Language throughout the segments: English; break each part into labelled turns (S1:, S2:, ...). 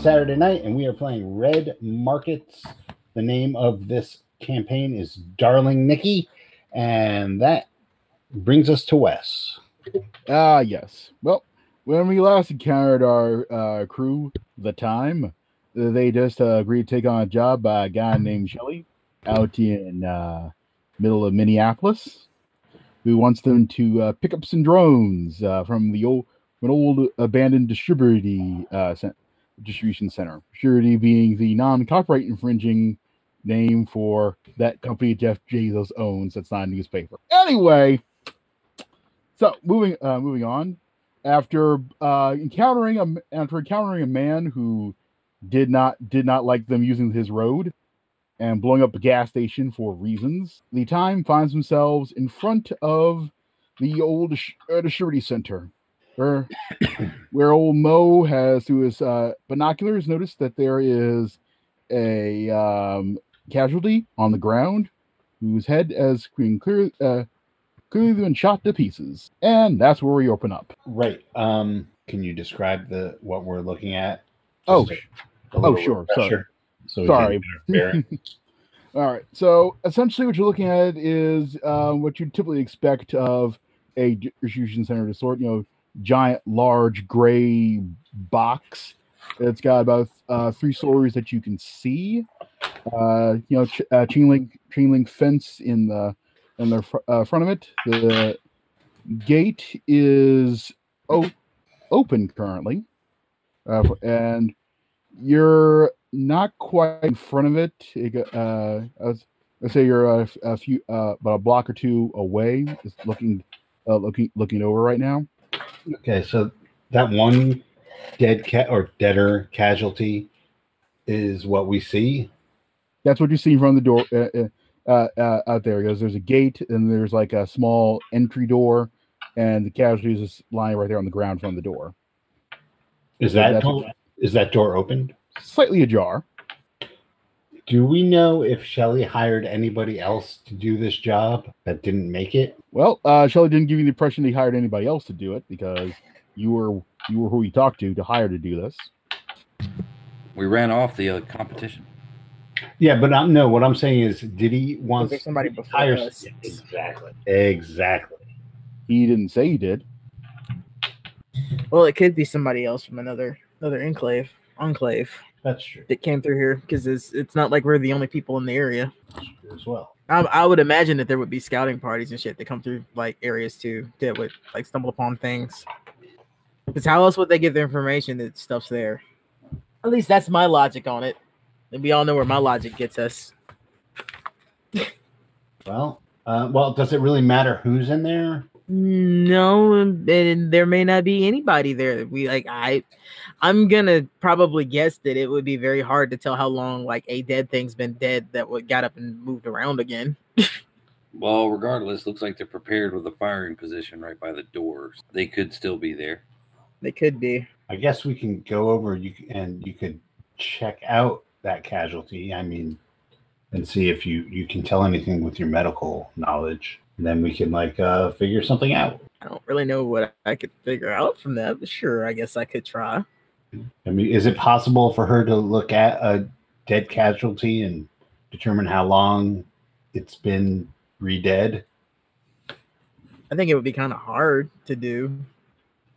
S1: Saturday night, and we are playing Red Markets. The name of this campaign is Darling Nikki, and that brings us to Wes.
S2: Ah, yes. Well, when we last encountered our uh, crew, the time, they just uh, agreed to take on a job by a guy named Shelley out in uh, middle of Minneapolis, who wants them to uh, pick up some drones uh, from the old an old abandoned distributy uh, cent- distribution center. Surety being the non-copyright infringing name for that company Jeff Bezos owns. That's not a newspaper. Anyway, so moving uh, moving on. After uh, encountering a after encountering a man who did not did not like them using his road and blowing up a gas station for reasons, the time finds themselves in front of the old sh- uh, distribution center where where old Mo has through his uh, binoculars noticed that there is a um, casualty on the ground whose head has been clear, uh, clearly been shot to pieces, and that's where we open up.
S1: Right. Um, can you describe the what we're looking at?
S2: Oh,
S1: Just a- a
S2: oh,
S1: little
S2: sure,
S1: refresher,
S2: sorry.
S1: So we can
S2: Sorry.
S1: get our bearings.
S2: All right. So essentially, what you're looking at is uh, what you typically expect of a distribution center of the sort. You know, giant, large gray box. It's got about uh, three stories that you can see. Uh, you know, ch- uh, chain link chain link fence in the in the fr- uh, front of it. The gate is o- open currently, uh, for- and you're not quite in front of it. it go- uh, I was- let's say you're a, f- a few, uh, about a block or two away. Just looking, uh, looking, looking over right now.
S1: okay, so that one dead cat or deader casualty is what we see.
S2: That's what you see from the door uh, uh, uh, uh, out there. Because there's a gate and there's like a small entry door, and the casualties is lying right there on the ground from the door,
S1: Is
S2: Yeah,
S1: that
S2: that's-
S1: door, is that door opened?
S2: slightly ajar.
S1: Do we know if Shelley hired anybody else to do this job that didn't make it?
S2: Well, uh, Shelley didn't give you the impression he hired anybody else to do it because you were you were who he talked to to hire to do this.
S3: We ran off the uh, competition.
S1: Yeah, but I'm, no. What I'm saying is, did he want
S4: there's somebody
S1: did he
S4: before
S1: hire-
S4: us.
S1: Yeah, Exactly. Exactly.
S2: He didn't say he did.
S4: Well, it could be somebody else from another another enclave, enclave
S1: That's true
S4: that came through here because it's it's not like we're the only people in the area.
S1: as well.
S4: I, I would imagine that there would be scouting parties and shit that come through like areas too that would like stumble upon things. Because how else would they get the information that stuff's there? At least that's my logic on it. And we all know where my logic gets us.
S1: Well, uh, well, does it really matter who's in there?
S4: No, and and there may not be anybody there. We like I I'm gonna probably guess that it would be very hard to tell how long like a dead thing's been dead that what got up and moved around again.
S3: Well, regardless, looks like they're prepared with a firing position right by the doors. They could still be there.
S4: They could be.
S1: I guess we can go over you c- and you could check out that casualty. I mean, and see if you you can tell anything with your medical knowledge. And then we can like uh, figure something out.
S4: I don't really know what I could figure out from that, but sure, I guess I could try.
S1: I mean, is it possible for her to look at a dead casualty and determine how long it's been re-dead?
S4: I think it would be kind of hard to do.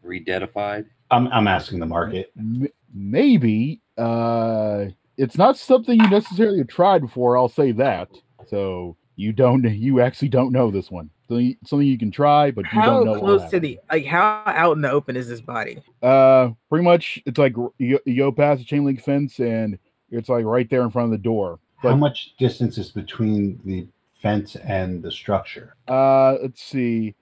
S3: Rededified.
S1: I'm I'm asking the market.
S2: M- maybe uh it's not something you necessarily tried before i'll say that so you don't you actually don't know this one so you- something you can try but you
S4: How
S2: don't know what'll
S4: close to
S2: happen.
S4: the like how out in the open is this body?
S2: uh pretty much it's like r- you, you go past the chain link fence and it's like right there in front of the door
S1: how
S2: But-
S1: much distance is between the fence and the structure?
S2: uh let's see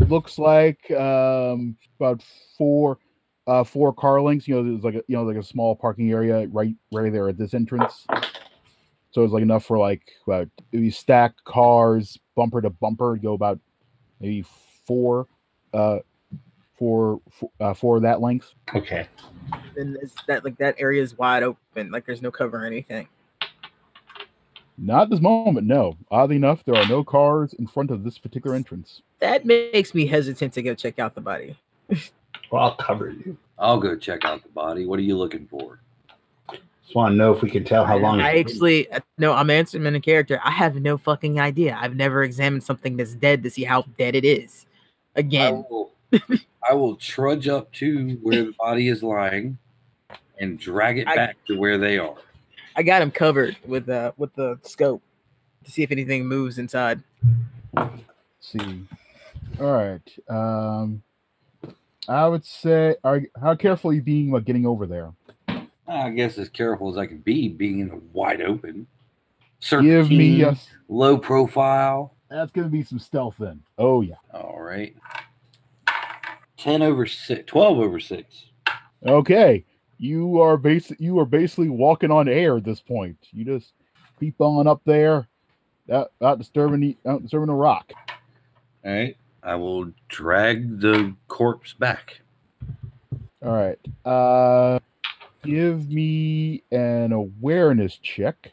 S2: looks like um about four uh four car links you know there's like a you know like a small parking area right right there at this entrance so it's like enough for like about if you stack cars bumper to bumper go about maybe four uh four four, uh, four of that length
S1: Okay.
S4: And is that like that area is wide open, like there's no cover or anything.
S2: not at this moment no oddly enough there are no cars in front of this particular entrance
S4: That makes me hesitant to go check out the body.
S1: Well, I'll cover you.
S3: I'll go check out the body. What are you looking for?
S1: Just want to know if we can tell how long.
S4: I
S1: it's been.
S4: actually uh, no, I'm answering in a character. I have no fucking idea. I've never examined something that's dead to see how dead it is.
S3: I
S4: Again,
S3: will, I will trudge up to where the body is lying and drag it
S4: I-
S3: back to where they are.
S4: I got him covered with uh with the scope to see if anything moves inside.
S2: see. All right. Um, I would say, are, how careful are you being about getting over there?
S3: I guess as careful as I can be, being in the wide open.
S2: Give me
S3: Serpentine,
S2: a.
S3: low profile.
S2: That's going to be some stealth then. Oh, yeah.
S3: All right. 10 over 6, 12 over 6.
S2: Okay. You are basi- you are basically walking on air at this point. You just keep on up there, out, out disturbing the out disturbing the rock.
S3: All right. I will drag the corpse back.
S2: All right. Uh give me an awareness check.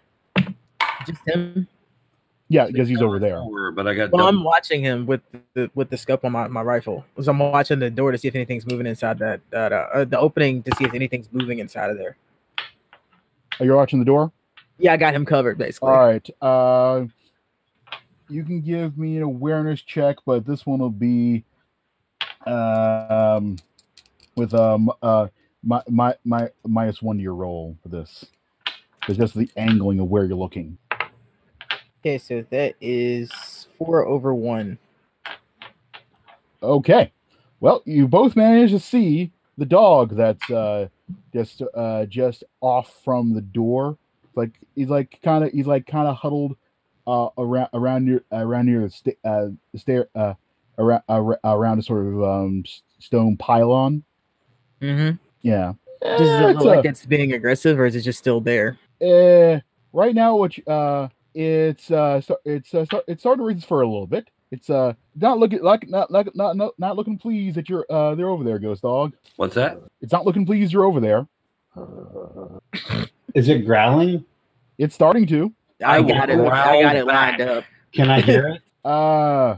S4: Just him.
S2: Yeah, because he's over there.
S3: Four, but I got
S4: Well, I'm
S3: double,
S4: watching him with the with the scope on my, my rifle. So I'm watching the door to see if anything's moving inside that that uh, uh, the opening to see if anything's moving inside of there.
S2: Are you watching the door?
S4: Yeah, I got him covered basically.
S2: All right. Uh you can give me an awareness check, but this one will be um with um uh my my my minus one to your roll for this. It's just the angling of where you're looking.
S4: Okay, so that is four over one.
S2: Okay. Well, you both managed to see the dog that's uh, just uh, just off from the door. Like he's like kind of he's like kind of huddled uh, around around near around near the sta- uh, the stair uh, around ar- around a sort of um, s- stone pylon.
S4: Mm-hmm.
S2: Yeah.
S4: Does
S2: Eh,
S4: it
S2: it's
S4: look like
S2: a-
S4: it's being aggressive, or is it just still there?
S2: Uh, right now, which uh, it's uh, so, it's uh, so, it's starting to reason for a little bit. It's uh, not looking like not like not not not looking pleased that you're uh, they're over there, ghost dog.
S3: What's that?
S2: It's not looking pleased you're over there.
S1: Is it growling?
S2: It's starting to.
S4: I,
S3: I will
S4: got it. I
S3: growl
S4: got it lined
S3: back.
S4: up.
S1: Can I hear it?
S2: Uh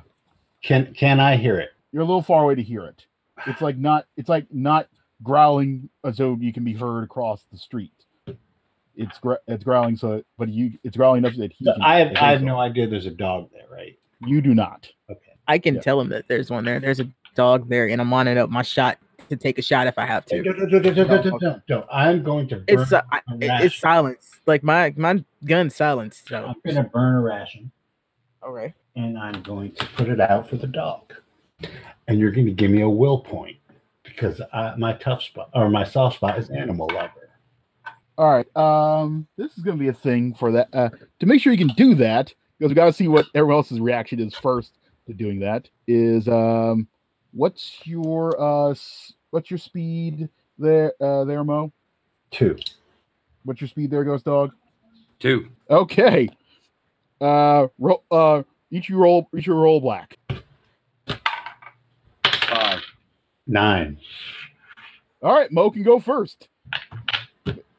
S1: Can Can I hear it?
S2: you're a little far away to hear it. It's like not it's like not growling as though you can be heard across the street. It's gr- it's growling so but you it's growling enough that he
S1: So
S2: can-
S1: I have,
S2: that he
S1: I have
S2: can-
S1: no idea. There's a dog there, right?
S2: you do not.
S4: I can
S2: Yeah.
S4: tell him that there's one there. There's a dog there, and I'm lining up my shot to take a shot if I have
S1: No,
S4: to.
S1: no, no, no, no, no,
S2: No,
S1: no, no, no. I'm going to burn.
S4: It's uh, I-
S1: a
S4: it-
S1: ration.
S4: it's silenced. Like my my gun's silenced. So
S1: I'm going to burn a ration,
S4: okay.
S1: and I'm going to put it out for the dog. And you're going to give me a will point because I, my tough spot or my soft spot is animal lover.
S2: All right. Um this is going to be a thing for that uh to make sure you can do that because we got to see what everyone else's reaction is first to doing that is um what's your uh s- what's your speed there uh there Mo?
S1: Two.
S2: What's your speed there ghost dog?
S3: Two.
S2: Okay. Uh, roll. Uh, each you roll. Each you roll black.
S3: Five.
S1: Nine.
S2: All right, Mo can go first.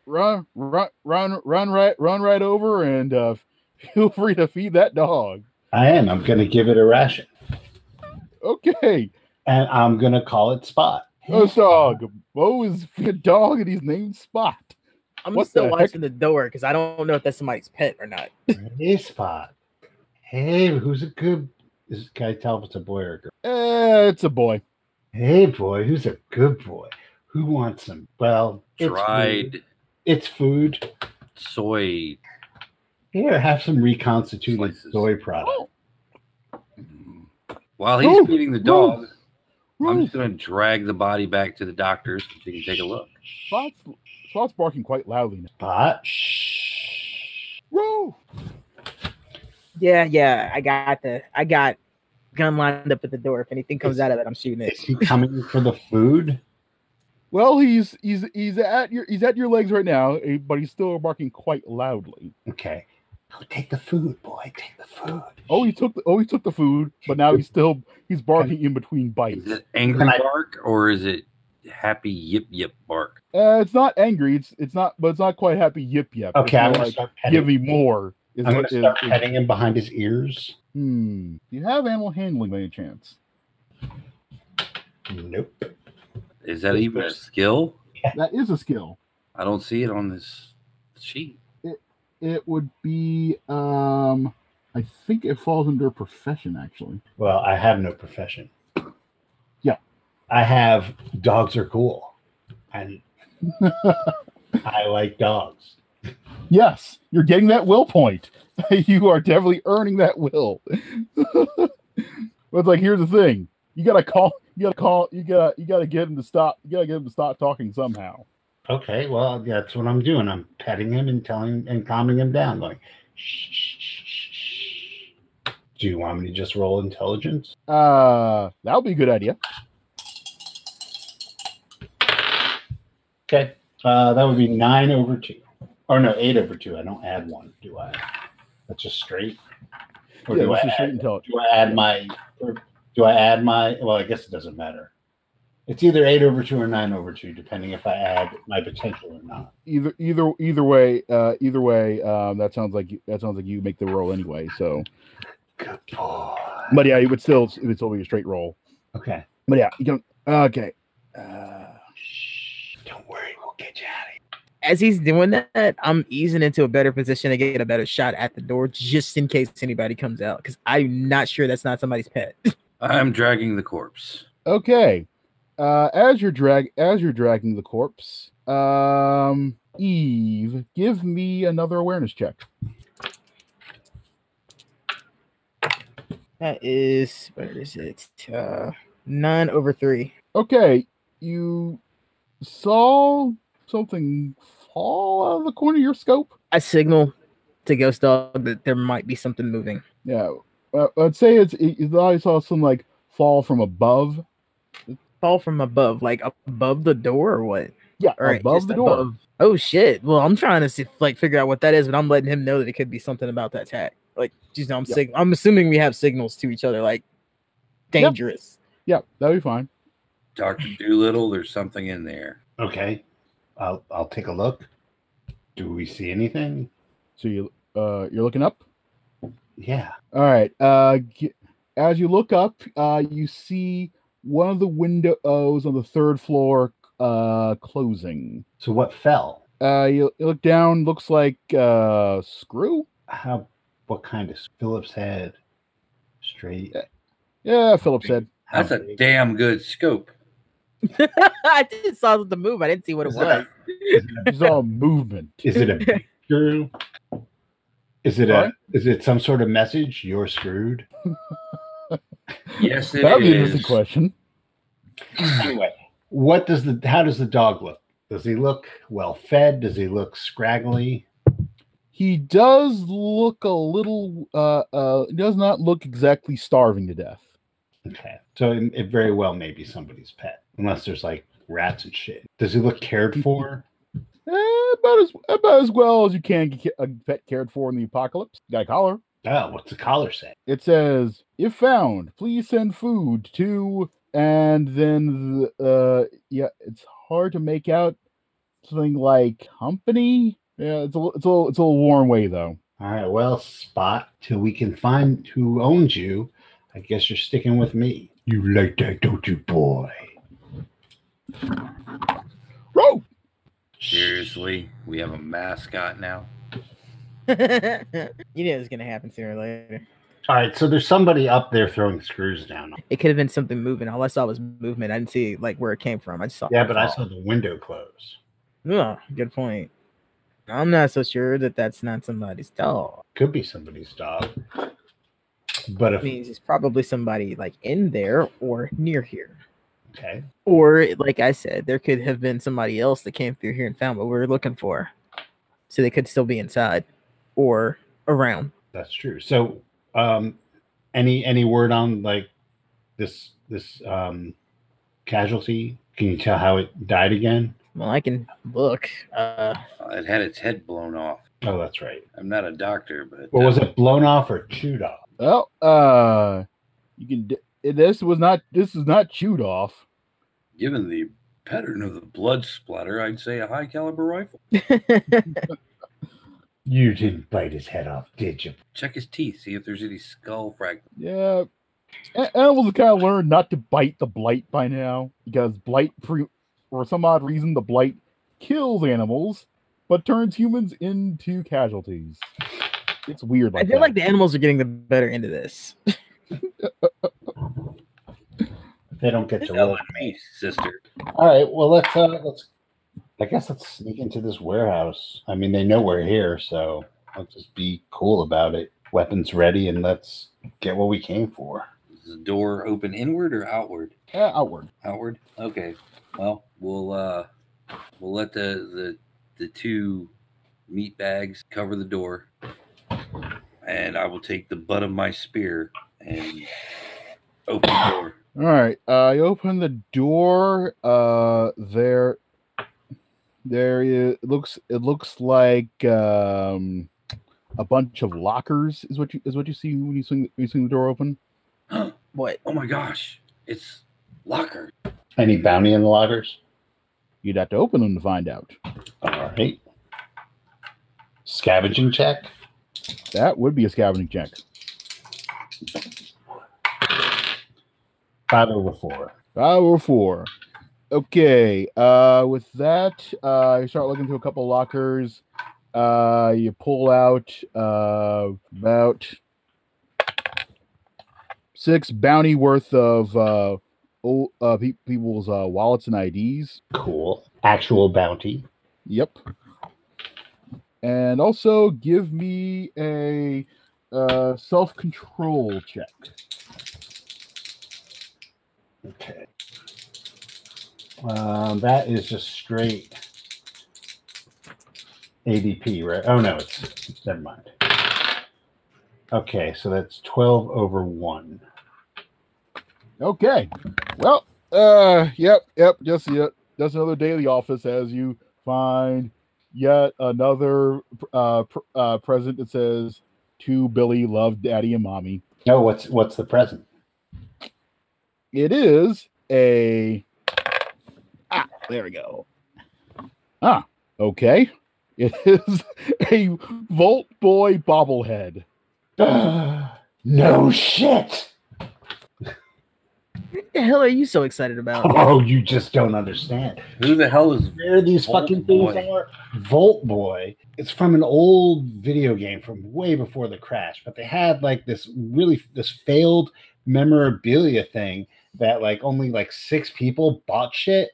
S2: Run, run, run, run right, run right over, and uh, feel free to feed that dog.
S1: I am. I'm going to give it a ration,
S2: Okay,
S1: and I'm going to call it Spot.
S2: ghost dog. Mo is a dog, and he's named Spot.
S4: I'm
S2: What
S4: still
S2: the heck?
S4: watching the door because I don't know if that's somebody's pet or not.
S1: Hey, Spot. Hey, who's a good? Is can I tell if it's a boy or a girl?
S2: Eh, it's a boy.
S1: Hey, boy, who's a good boy? Who wants some? Well, it's food.
S3: Dried
S1: It's food.
S3: soy.
S1: Here, have some reconstituted
S3: Slices.
S1: soy product.
S2: Oh,
S3: While he's
S2: Ruth,
S3: feeding the dog, I'm
S2: Ruth,
S3: just going to drag the body back to the doctor's so she can take a look.
S2: Spot's, Spot's barking quite loudly now.
S1: Spot. Shh.
S2: Roof.
S4: Yeah, yeah. I got the I got gun lined up at the door. If anything comes out of it, I'm shooting it.
S1: Is he coming for the food?
S2: Well, he's he's he's at your he's at your legs right now, eh, but he's still barking quite loudly.
S1: Okay. Go take the food, boy. Take the food.
S2: Oh, he took the, oh he took the food, but now he's still he's barking in between bites.
S3: Is it angry
S1: Can I-
S3: bark or is it happy yip yip bark?
S2: Uh, it's not angry. It's it's not, but it's not quite happy. Yip yip.
S1: Okay, I'm gonna
S2: it's more like,
S1: start petting.
S2: give me more. Is
S1: I'm
S2: what
S1: gonna
S2: is-
S1: start
S2: is-
S1: petting him behind his ears.
S2: hmm. Do you have animal handling by any chance?
S1: Nope.
S3: Is that even a skill?
S2: That is a skill.
S3: I don't see it on this sheet.
S2: It would be um I think it falls under profession actually.
S1: Well, I have no profession.
S2: Yeah.
S1: I have dogs are cool. And I like dogs.
S2: Yes, you're getting that will point. you are definitely earning that will. but it's like here's the thing. You gotta call you gotta call you gotta you gotta get him to stop you gotta get him to stop talking somehow.
S1: Okay, well, that's what I'm doing. I'm petting him and telling and calming him down, like shh, shh, shh, shh, shh. Do you want me to just roll intelligence?
S2: Uh that would be a good idea.
S1: Okay. Uh, that would be nine over two. Or no, eight over two. I don't add one, do I? That's just straight. Or
S2: yeah,
S1: do, I
S2: let's just
S1: add,
S2: straight and tell it.
S1: do I add my or do I add my well, I guess it doesn't matter. It's either eight over two or nine over two, depending if I add my potential or not.
S2: Either either either way, uh either way, um that sounds like you- that sounds like you make the roll anyway, so
S1: Good boy.
S2: but yeah, it would still it would still be a straight roll.
S1: Okay.
S2: But yeah, you don't okay. Uh
S1: Shh. Don't worry, we'll get you out of here.
S4: As he's doing that, I'm easing into a better position to get a better shot at the door just in case anybody comes out because I'm not sure that's not somebody's pet.
S3: I'm dragging the corpse.
S2: Okay. Uh, as you're drag as you're dragging the corpse, um, Eve, give me another awareness check.
S4: That is where is it? Uh, nine over three.
S2: Okay, you saw something fall out of the corner of your scope.
S4: I signal to Ghost Dog that there might be something moving.
S2: Yeah, uh, I'd say it's it, you thought you saw some like fall from above.
S4: Fall from above, like up above the door or what?
S2: Yeah,
S4: All right,
S2: above
S4: just
S2: the door.
S4: above. Oh shit! Well, I'm trying to see, like figure out what that is, but I'm letting him know that it could be something about that attack. Like, you know, I'm
S2: Yep.
S4: sig- I'm assuming we have signals to each other, like dangerous.
S2: Yeah, that'd be fine.
S3: Doctor Doolittle, there's something in there.
S1: Okay. I'll I'll take a look. Do we see anything?
S2: So you uh, you're looking up.
S1: Yeah.
S2: All right. Uh, g- as you look up, uh, you see one of the windows on the third floor uh, closing.
S1: So what fell?
S2: Uh, you, you look down. Looks like uh, screw.
S1: How what kind of Phillips head? Straight.
S2: Yeah, Phillips said.
S1: How
S3: That's a
S1: big?
S3: damn good scope.
S4: I just saw the move. I didn't see what it
S3: Is
S4: was.
S3: that-
S2: It's all movement.
S1: Is it a big screw? Is it a
S2: What?
S1: is it some sort of message? You're screwed.
S3: Yes, it
S2: That'd be an interesting
S3: is.
S2: question.
S1: Anyway, what does the how does the dog look? Does he look well fed? Does he look scraggly?
S2: He does look a little. Uh, uh, does not look exactly starving to death.
S1: Okay, so it, it very well may be somebody's pet, unless there's like rats and shit. Does he look cared for?
S2: Eh, about as about as well as you can get a pet cared for in the apocalypse. Guy collar.
S1: Oh, what's the collar say?
S2: it says if found please send food to and then the, uh yeah it's hard to make out something like company yeah it's a, li- it's a little it's a little warm way though
S1: All right, well, Spot, till we can find who owns you, I guess you're sticking with me. You like that, don't you, boy?
S2: Row!
S3: Seriously, we have a mascot now.
S4: you knew it was gonna happen sooner or later.
S1: All right, so there's somebody up there throwing screws down.
S4: It could have been something moving. All I saw was movement. I didn't see like where it came from. I just saw.
S1: Yeah,
S4: it
S1: but I
S4: fall.
S1: saw the window close.
S4: Oh, good point. I'm not so sure that that's not somebody's dog.
S1: Could be somebody's dog. But
S4: It
S1: if
S4: means it's probably somebody like in there or near here.
S1: okay,
S4: Or like I said, there could have been somebody else that came through here and found what we were looking for. So they could still be inside or around.
S1: that's true. So, um, any any word on like this this um casualty? Can you tell how it died again?
S4: Well, I can look. Uh
S3: Uh, It had its head blown off.
S1: Oh, that's right.
S3: I'm not a doctor, but uh,
S1: Well, was it blown off or chewed off?
S2: well uh you can d- this was not this is not chewed off
S3: given the pattern of the blood splatter, I'd say a high caliber rifle.
S1: You didn't bite his head off, did you?
S3: Check his teeth, see if there's any skull fragments.
S2: yeah a- animals have kind of learned not to bite the blight by now because blight pre- for some odd reason the blight kills animals but turns humans into casualties. It's weird.
S4: I
S2: Like
S4: feel
S2: that.
S4: like the animals are getting the better end of this.
S1: They don't get to
S3: Tell
S1: live.
S3: it me, sister.
S1: All right. Well, let's uh, let's. I guess let's sneak into this warehouse. I mean, they know we're here, so let's just be cool about it. Weapons ready, and let's get what we came for.
S3: Is the door open inward or outward?
S2: Eh, outward.
S3: Outward. Okay. Well, we'll uh, we'll let the the the two meat bags cover the door, and I will take the butt of my spear and open the door.
S2: All right. I open the door. Uh, there, there it looks. It looks like um, a bunch of lockers is what you is what you see when you swing when you swing the door open.
S4: What?
S3: Oh my gosh! It's locker.
S1: Any bounty in the lockers?
S2: You'd have to open them to find out.
S1: All right. Scavenging check.
S2: That would be a scavenging check.
S1: Five over four.
S2: Five or four. Okay. Uh, with that, uh, you start looking through a couple lockers. Uh, you pull out uh, about six bounty worth of uh, o- uh, pe- people's uh, wallets and IDs.
S1: Cool. Actual bounty.
S2: Yep. And also give me a uh, self control check.
S1: Okay. Um, that is just straight ADP, right? Oh no, it's never mind. Okay, so that's twelve over one.
S2: Okay. Well, uh, yep, yep, just yet. That's another day of the office as you find yet another uh, pr- uh present that says to Billy, love daddy and mommy.
S1: No, what's what's the present?
S2: It is a ah, there we go. Ah, okay. It is a Volt Boy bobblehead.
S1: no shit.
S4: What the hell are you so excited about?
S1: Oh, you just don't understand.
S3: Who the hell is?
S1: Where these
S3: Volt
S1: fucking things
S3: Boy.
S1: are. Volt Boy. It's from an old video game from way before the crash, but they had like this really this failed memorabilia thing that like only like six people bought shit.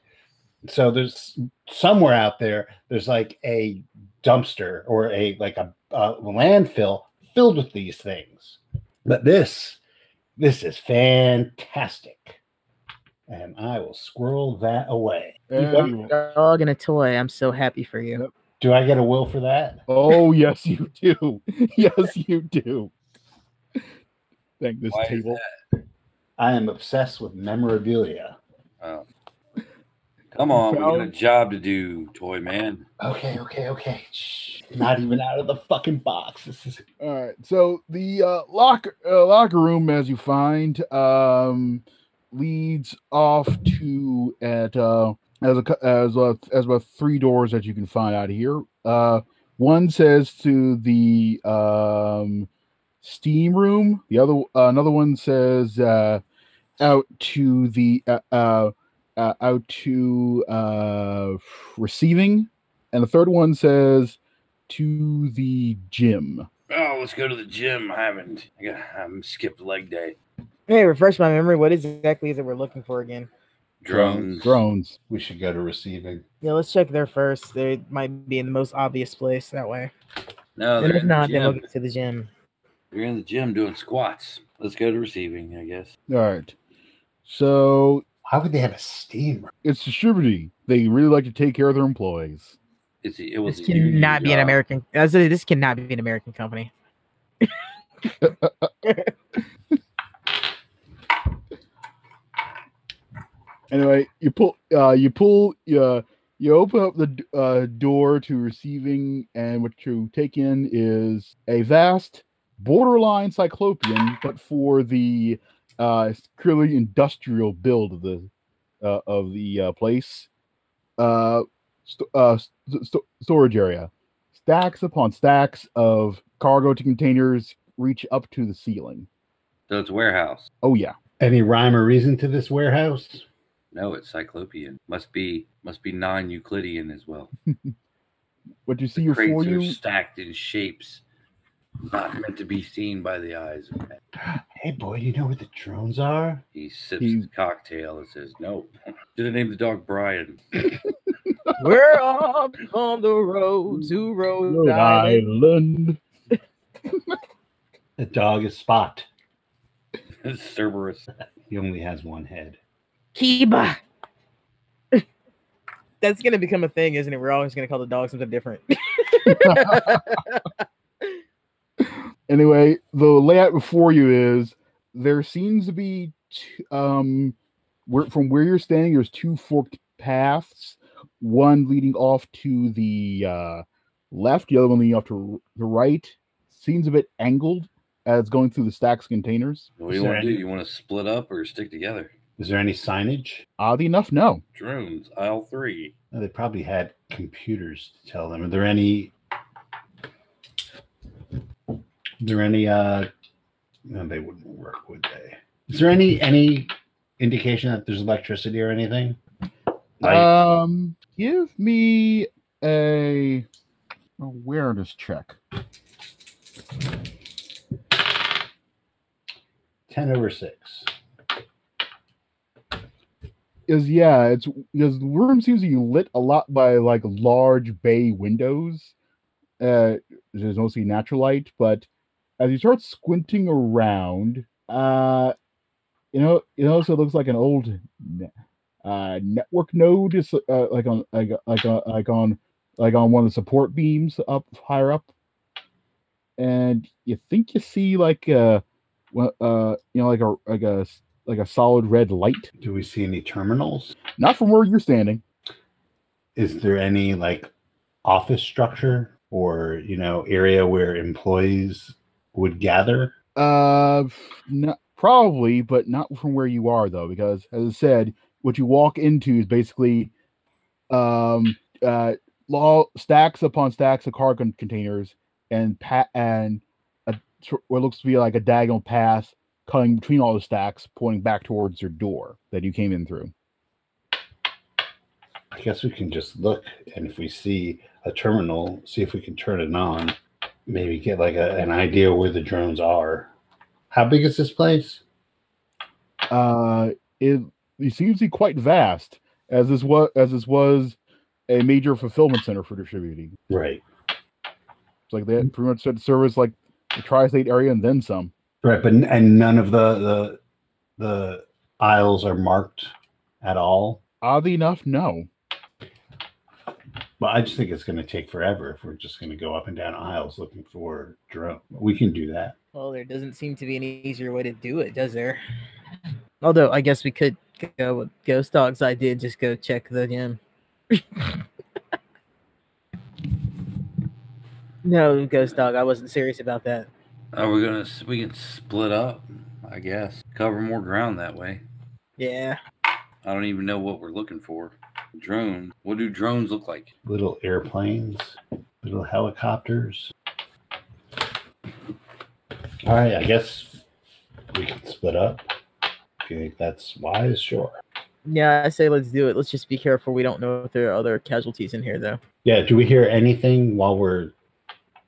S1: So there's somewhere out there. There's like a dumpster or a like a, a landfill filled with these things. But this, this is fantastic. And I will squirrel that away.
S2: And-
S4: Dog and a toy. I'm so happy for you.
S1: Do I get a will for that?
S2: Oh yes, you do. Yes, you do. Thank this
S3: Why is
S2: table.
S1: I am obsessed with memorabilia.
S3: Um, come on, we got a
S2: Found-
S3: job to do, toy man.
S1: Okay, okay, okay. Shh. Not even out of the fucking box. This is
S2: All right. So the uh, locker uh, locker room, as you find, um, leads off to at uh, as a cou- as a, as about three doors that you can find out here. Uh, one says to the um, steam room. The other uh, another one says uh, out to the uh, uh, uh, out to uh, receiving, and the third one says to the gym.
S3: Oh, let's go to the gym. I haven't. I got, I'm skipped leg day.
S4: Hey, refresh my memory. What is exactly that we're looking for again?
S3: Drones.
S2: Drones.
S1: we should go to receiving.
S4: Yeah, let's check there first. They might be in the most obvious place that way.
S3: No,
S4: and
S3: they're
S4: if
S3: in, the
S4: not, then we'll
S3: gym.
S4: get to Uh, the gym.
S3: they're in the gym doing squats. Let's go to receiving, I guess.
S2: All right. So
S1: Why would they have a steamer?
S2: it's distributing. They really like to take care of their employees.
S3: It's it was
S4: This
S3: a union
S4: cannot be an
S3: job.
S4: American. I said This cannot be an American company.
S2: Anyway, you pull, uh, you pull, uh, you open up the d- uh, door to receiving, and what you take in is a vast, borderline cyclopean, but for the uh, clearly industrial build of the uh, of the uh, place. Uh, st- uh, st- st- storage area. Stacks upon stacks of cargo to containers reach up to the ceiling.
S3: So it's warehouse.
S2: Oh yeah.
S1: Any rhyme or reason to this warehouse?
S3: No, it's cyclopean. Must be must be non Euclidean as well.
S2: What you see your
S3: Crates
S2: for
S3: are
S2: you?
S3: stacked in shapes not meant to be seen by the eyes of men.
S1: Hey, boy, you know where the drones are?
S3: He sips
S2: He-
S3: his cocktail and says, "No." Should have named the dog Brian.
S4: We're on, on the road to Rhode,
S2: Rhode
S4: Island.
S2: Island.
S1: The dog is Spot.
S3: Cerberus.
S1: He only has one head.
S4: Kiba. That's gonna become a thing, isn't it? We're always gonna call the dog something different.
S2: Anyway, the layout before you is there seems to be t- um where from where you're standing there's two forked paths, one leading off to the uh left, the other one leading off to r- the right. Seems a bit angled as it's going through the stacks of containers.
S3: What do you
S1: Sir.
S3: want to do? You want to split up or stick together?
S1: Is there any signage?
S2: Oddly enough, no.
S3: Drones, aisle three.
S1: Oh, They probably had computers to tell them. Are there any? Is there any? Uh, no, they wouldn't work, would they? Is there any any indication that there's electricity or anything? Like,
S2: Um, give me a oh, awareness check.
S1: ten over six.
S2: Is yeah, it's because the room seems to be lit a lot by like large bay windows. Uh, there's mostly natural light, but as you start squinting around, uh, you know, it also looks like an old ne- uh network node is uh, like on like like on like on like on one of the support beams up higher up, and you think you see like uh, well, uh, you know, like a like a s- like a solid red light.
S1: Do we see any terminals?
S2: Not from where you're standing.
S1: Is there any like office structure or you know area where employees would gather?
S2: Uh, not, probably, but not from where you are though, because as I said, what you walk into is basically, um, uh, law stacks upon stacks of cargo con- containers and pat and a, sor- what looks to be like a diagonal path cutting between all the stacks, pointing back towards your door that you came in through.
S1: I guess we can just look and if we see a terminal, see if we can turn it on. Maybe get like a, an idea where the drones are. How big is this place?
S2: uh, it, it seems to be quite vast, as this was as this was a major fulfillment center for distributing.
S1: Right.
S2: It's like they had pretty much said service like the tri-state area and then some.
S1: Right, but n- and none of the the the aisles are marked at all.
S2: Oddly enough, no.
S1: But I just think it's going to take forever if we're just going to go up and down aisles looking for drone. We can do that.
S4: well, there doesn't seem to be any easier way to do it, does there? Although I guess we could go with Ghost Dogs. I did just go check the gym. no, Ghost Dog, I wasn't serious about that.
S3: Oh, we're gonna s- we can split up, I guess. Cover more ground that way.
S4: Yeah,
S3: I don't even know what we're looking for. Drone. What do drones look like?
S1: Little airplanes, little helicopters. All right, I guess we can split up. If you think that's wise, sure.
S4: yeah. I say let's do it. Let's just be careful. We don't know if there are other casualties in here, though.
S1: Yeah. Do we hear anything while we're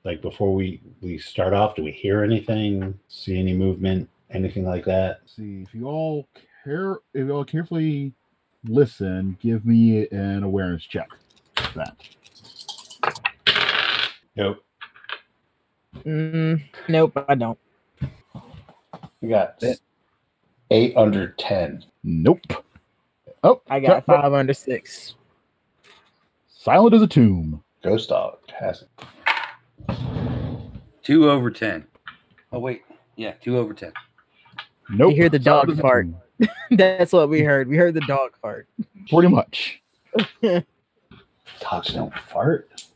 S1: like before we we start off? Do we hear anything? See any movement? Anything like that?
S2: see if you all care if you all carefully listen, give me an awareness check. for That
S1: Nope.
S4: Mm, nope, I don't.
S5: We got eight under ten.
S2: nope. Oh,
S4: I got five under six.
S2: Silent as a tomb.
S5: Ghost dog has it.
S3: Two over ten. Oh wait, yeah, two over ten.
S2: Nope.
S4: You hear the
S2: Silent
S4: dog
S2: as a
S4: fart.
S2: tomb.
S4: That's what we heard. We heard the dog fart.
S2: Pretty much.
S1: Dogs don't fart.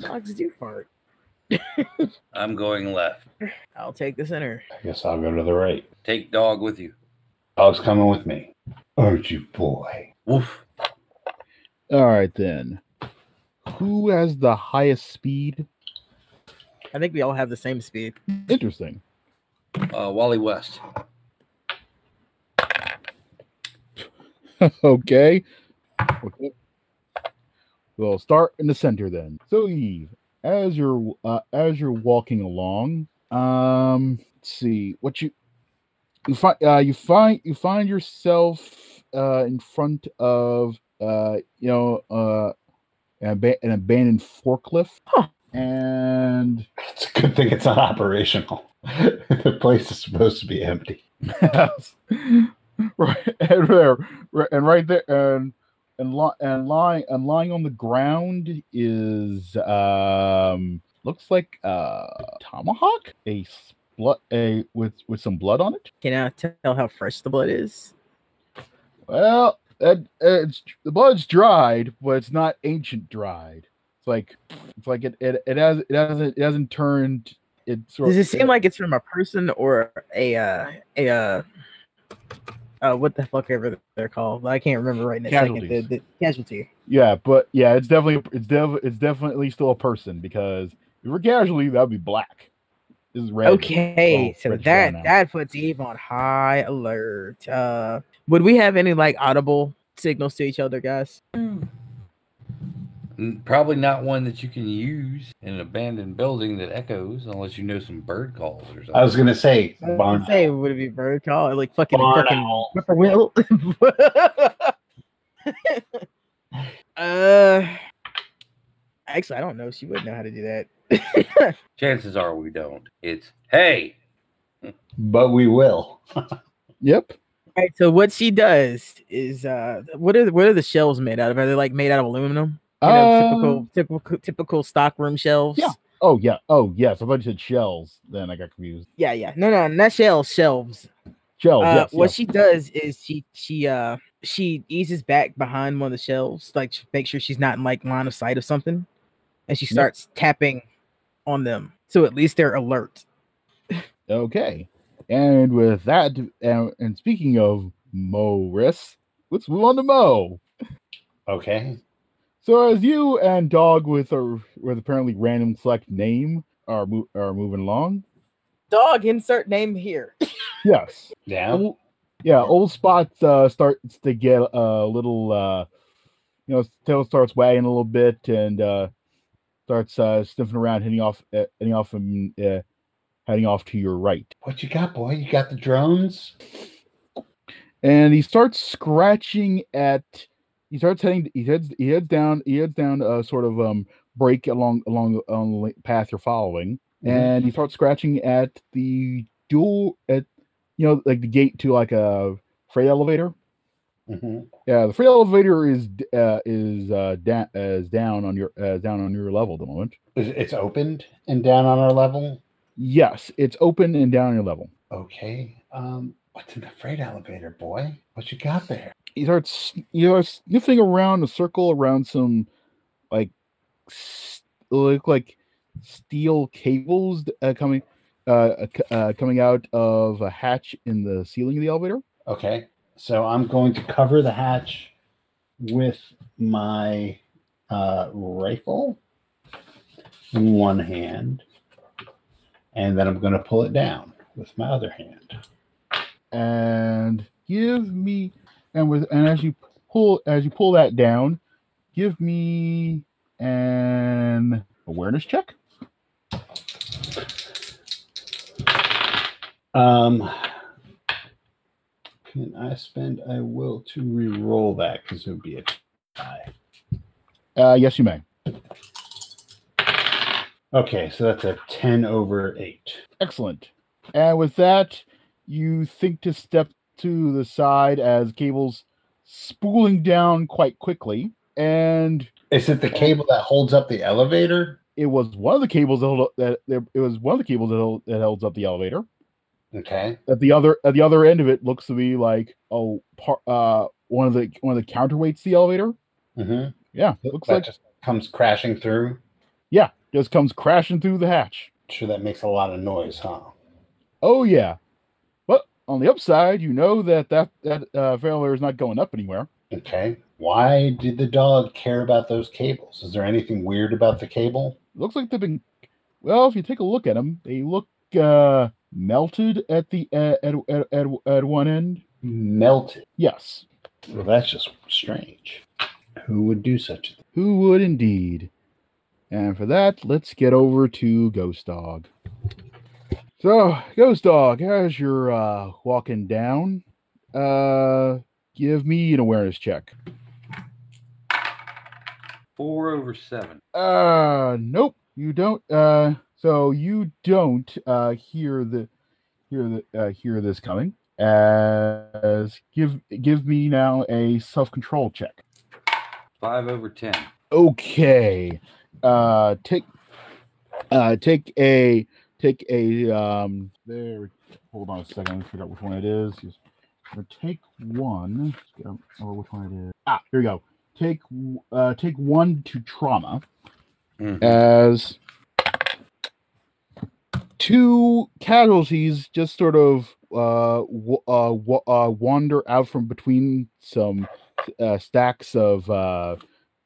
S4: Dogs do fart.
S3: I'm going left.
S4: I'll take the center.
S1: I guess I'll go to the right.
S3: Take dog with you.
S1: Dog's coming with me. Aren't you, boy?
S3: Woof.
S2: All right then. Who has the highest speed?
S4: I think we all have the same speed.
S2: Interesting.
S3: Uh, Wally West.
S2: okay. Okay. We'll start in the center then. So Eve, as you're uh, as you're walking along, um, let's see what you you find uh, you find you find yourself uh, in front of uh, you know uh, an, aba- an abandoned forklift
S4: Huh.
S2: and
S1: It's a good thing it's not operational. the place is supposed to be empty.
S2: Yes. right and there ri- and right there and and, li- and lying and lying on the ground is um looks like uh tomahawk a blood a with with some blood on it
S4: Can I tell how fresh the blood is?
S2: well that it's the blood's dried but it's not ancient dried it's like it's like it it, it has it hasn't it hasn't turned it sort
S4: Does
S2: of
S4: it seem like it's from a person or a uh a uh, uh what the fuck ever they're called? I can't remember right now. Second, the,
S2: Casualties.
S4: the casualty.
S2: Yeah, but yeah, it's definitely it's dev it's definitely still a person because if we're casually, that'd be black. This is red.
S4: Okay,
S2: Oh,
S4: so
S2: French
S4: that
S2: Rhino.
S4: that puts Eve on high alert. Uh, would we have any like audible signals to each other, guys?
S3: N- Probably not one that you can use in an abandoned building that echoes, unless you know some bird calls or something.
S1: I was gonna say
S4: I was
S1: barn
S4: gonna say, would it be bird call? Like fucking
S1: barn
S4: fucking
S1: owl.
S4: Whippoorwill. uh, actually, I don't know. She wouldn't know how to do that.
S3: Chances are we don't. It's hey,
S1: but we will.
S2: Yep.
S4: All right, so what she does is, uh, what are the, what are the shelves made out of? Are they like made out of aluminum? You know,
S2: Um,
S4: typical typical typical stock room shelves.
S2: Yeah. Oh yeah. Oh yes. I thought you said shells. Then I got confused.
S4: yeah, yeah. No, no, not shelves, shelves.
S2: Shells.
S4: uh,
S2: Oh, yes.
S4: what
S2: yes.
S4: she does is she she uh she eases back behind one of the shelves, like to make sure she's not in like line of sight of something, and she
S2: Yep.
S4: starts tapping on them. So at least they're alert.
S2: Okay. And with that, and, and speaking of Morris, let's move on to Mo.
S1: Okay.
S2: So as you and Dog with a with apparently random select name are mo- are moving along.
S4: Dog insert name here.
S2: Yes.
S4: Mm.
S1: Yeah.
S2: Ol- yeah, old spot uh, starts to get a little, uh, you know, his tail starts wagging a little bit and uh, starts uh, sniffing around, heading off, uh, heading off, um, uh, heading off to your right.
S1: What you got, boy? You got the drones?
S2: And he starts scratching at. He starts heading. He heads. He heads down. He heads down a sort of um break along along along the path you're following, and he starts scratching at the door at, you know, like the gate to like a freight elevator.
S1: Mhm.
S2: Yeah, the freight elevator is d- uh, is uh, da- is down on your uh, down on your level at the moment.
S1: Is- It's opened and down on our level.
S2: Yes, it's open and down on your level.
S1: Okay. Um, what's in the freight elevator, boy? What you got there?
S2: You start sn- you start sniffing around a circle around some like s- look like steel cables th- uh, coming uh, uh, c- uh, coming out of a hatch in the ceiling of the elevator.
S1: Okay. So I'm going to cover the hatch with my uh, rifle in one hand, and then I'm going to pull it down with my other hand.
S2: and give me and with and as you pull as you pull that down give me an awareness check
S1: Um, can I spend I will to re-roll that because it would be a tie.
S2: uh yes you may
S1: Okay, so that's a ten over eight.
S2: excellent and with that you think to step to the side as cables spooling down quite quickly and
S1: Is it the cable that holds up the elevator?
S2: it was one of the cables that held up, that that- it was one of the cables that held, that holds up the elevator
S1: Okay.
S2: at the other at the other end of it looks to be like oh par, uh one of the one of the counterweights to the elevator
S1: Mm-hmm.
S2: Yeah, looks
S1: that
S2: like
S1: just comes crashing through.
S2: just comes crashing through the hatch.
S1: Sure, that makes a lot of noise, huh?
S2: Oh yeah, but on the upside, you know that that that uh, failure is not going up anywhere.
S1: Okay. Why did the dog care about those cables? Is there anything weird about the cable?
S2: Looks like they've been. Well, if you take a look at them, they look uh, melted at the uh, at, at at at one end.
S1: Melted.
S2: Yes,
S1: Well, that's just strange. Who would do such a thing?
S2: Who would indeed? And for that, let's get over to Ghost Dog. So, Ghost Dog, as you're uh, walking down, uh, give me an awareness check.
S3: Four over seven.
S2: Uh, nope, you don't. Uh, so you don't uh hear the hear the uh, hear this coming. As give give me now a self control check.
S3: Five over ten.
S2: okay uh take uh take a take a um there we- hold on a second let me figure out which one it is Just- or take one um, or which one it is ah here we go take w- uh take one to trauma
S3: Mhm.
S2: as two casualties just sort of uh, w- uh, w- uh wander out from between some uh, stacks of uh,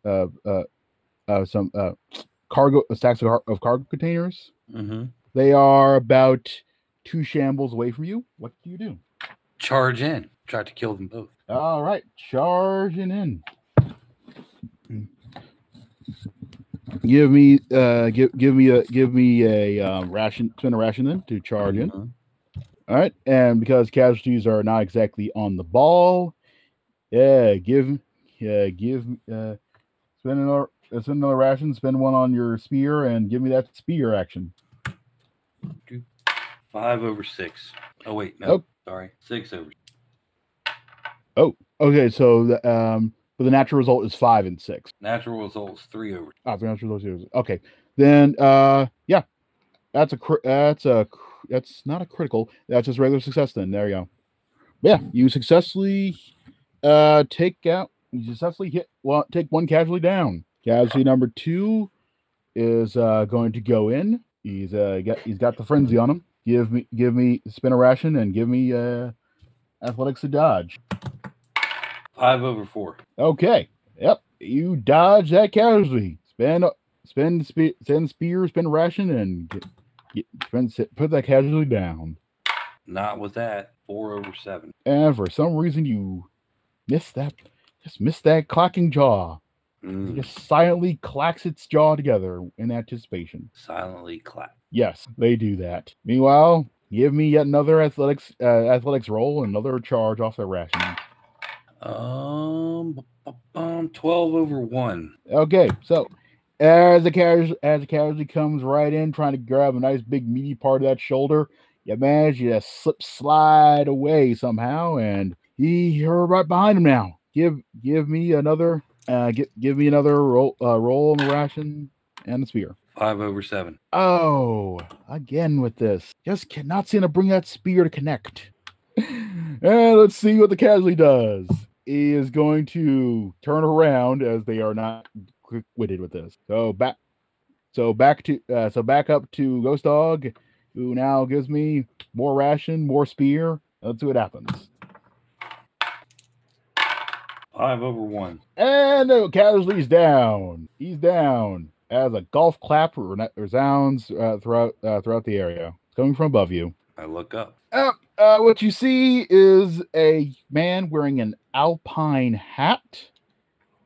S2: uh, uh, uh some uh cargo stacks of, car- of cargo containers.
S3: Mhm.
S2: They are about two shambles away from you. What do you do?
S3: Charge in. Tried to kill them both.
S2: All right, charging in. Give me, uh, give give me a give me a um, ration, spin a ration then to charge in.
S3: Mhm.
S2: All right, and because casualties are not exactly on the ball, yeah, give, yeah, give, uh, spend another, uh, spend another ration, spend one on your spear, and give me that spear action.
S3: Five over six. Oh wait, no.
S2: Nope.
S3: Sorry. Six over.
S2: Okay, so the, um, but the natural result is five and six.
S3: Natural results three over.
S2: Ah, the natural result is zero. Okay, then, uh, yeah, that's a, cri- that's a, cr- that's not a critical. That's just regular success. Then there you go. Yeah, you successfully, uh, take out. You successfully hit. Well, take one casualty down. Casualty number two is uh going to go in. He's uh got he's got the frenzy on him. Give me give me spin a ration and give me uh athletics to dodge.
S3: Five over four.
S2: Okay. Yep. You dodge that casualty. Spend, spend, spe- send spear, spend ration, and get, get, spend, se- put that casualty down.
S3: Not with that. Four over seven.
S2: And for some reason, you missed that. Just missed that clacking jaw. It
S3: Mm.
S2: just silently clacks its jaw together in anticipation.
S3: Silently clap.
S2: Yes, they do that. Meanwhile, give me yet another athletics uh, athletics roll, another charge off the ration.
S3: Um, bu- bu- bum, twelve over one.
S2: Okay, so as the casual as the casualty comes right in, trying to grab a nice big meaty part of that shoulder, you manage to slip slide away somehow, and he you're right behind him now. Give give me another uh give, give me another roll uh, roll on the ration and the spear.
S3: Five over seven.
S2: Oh, again with this. Just cannot seem to bring that spear to connect. And let's see what the casualty does. He is going to turn around as they are not quick-witted with this. So back, so back to, uh, so back up to Ghost Dog, who now gives me more ration, more spear. Let's see what happens.
S3: Five over one.
S2: And the casualty's down. He's down as a golf clap rena- resounds uh, throughout uh, throughout the area, coming from above you.
S3: I look up.
S2: Up, uh, what you see is a man wearing an alpine hat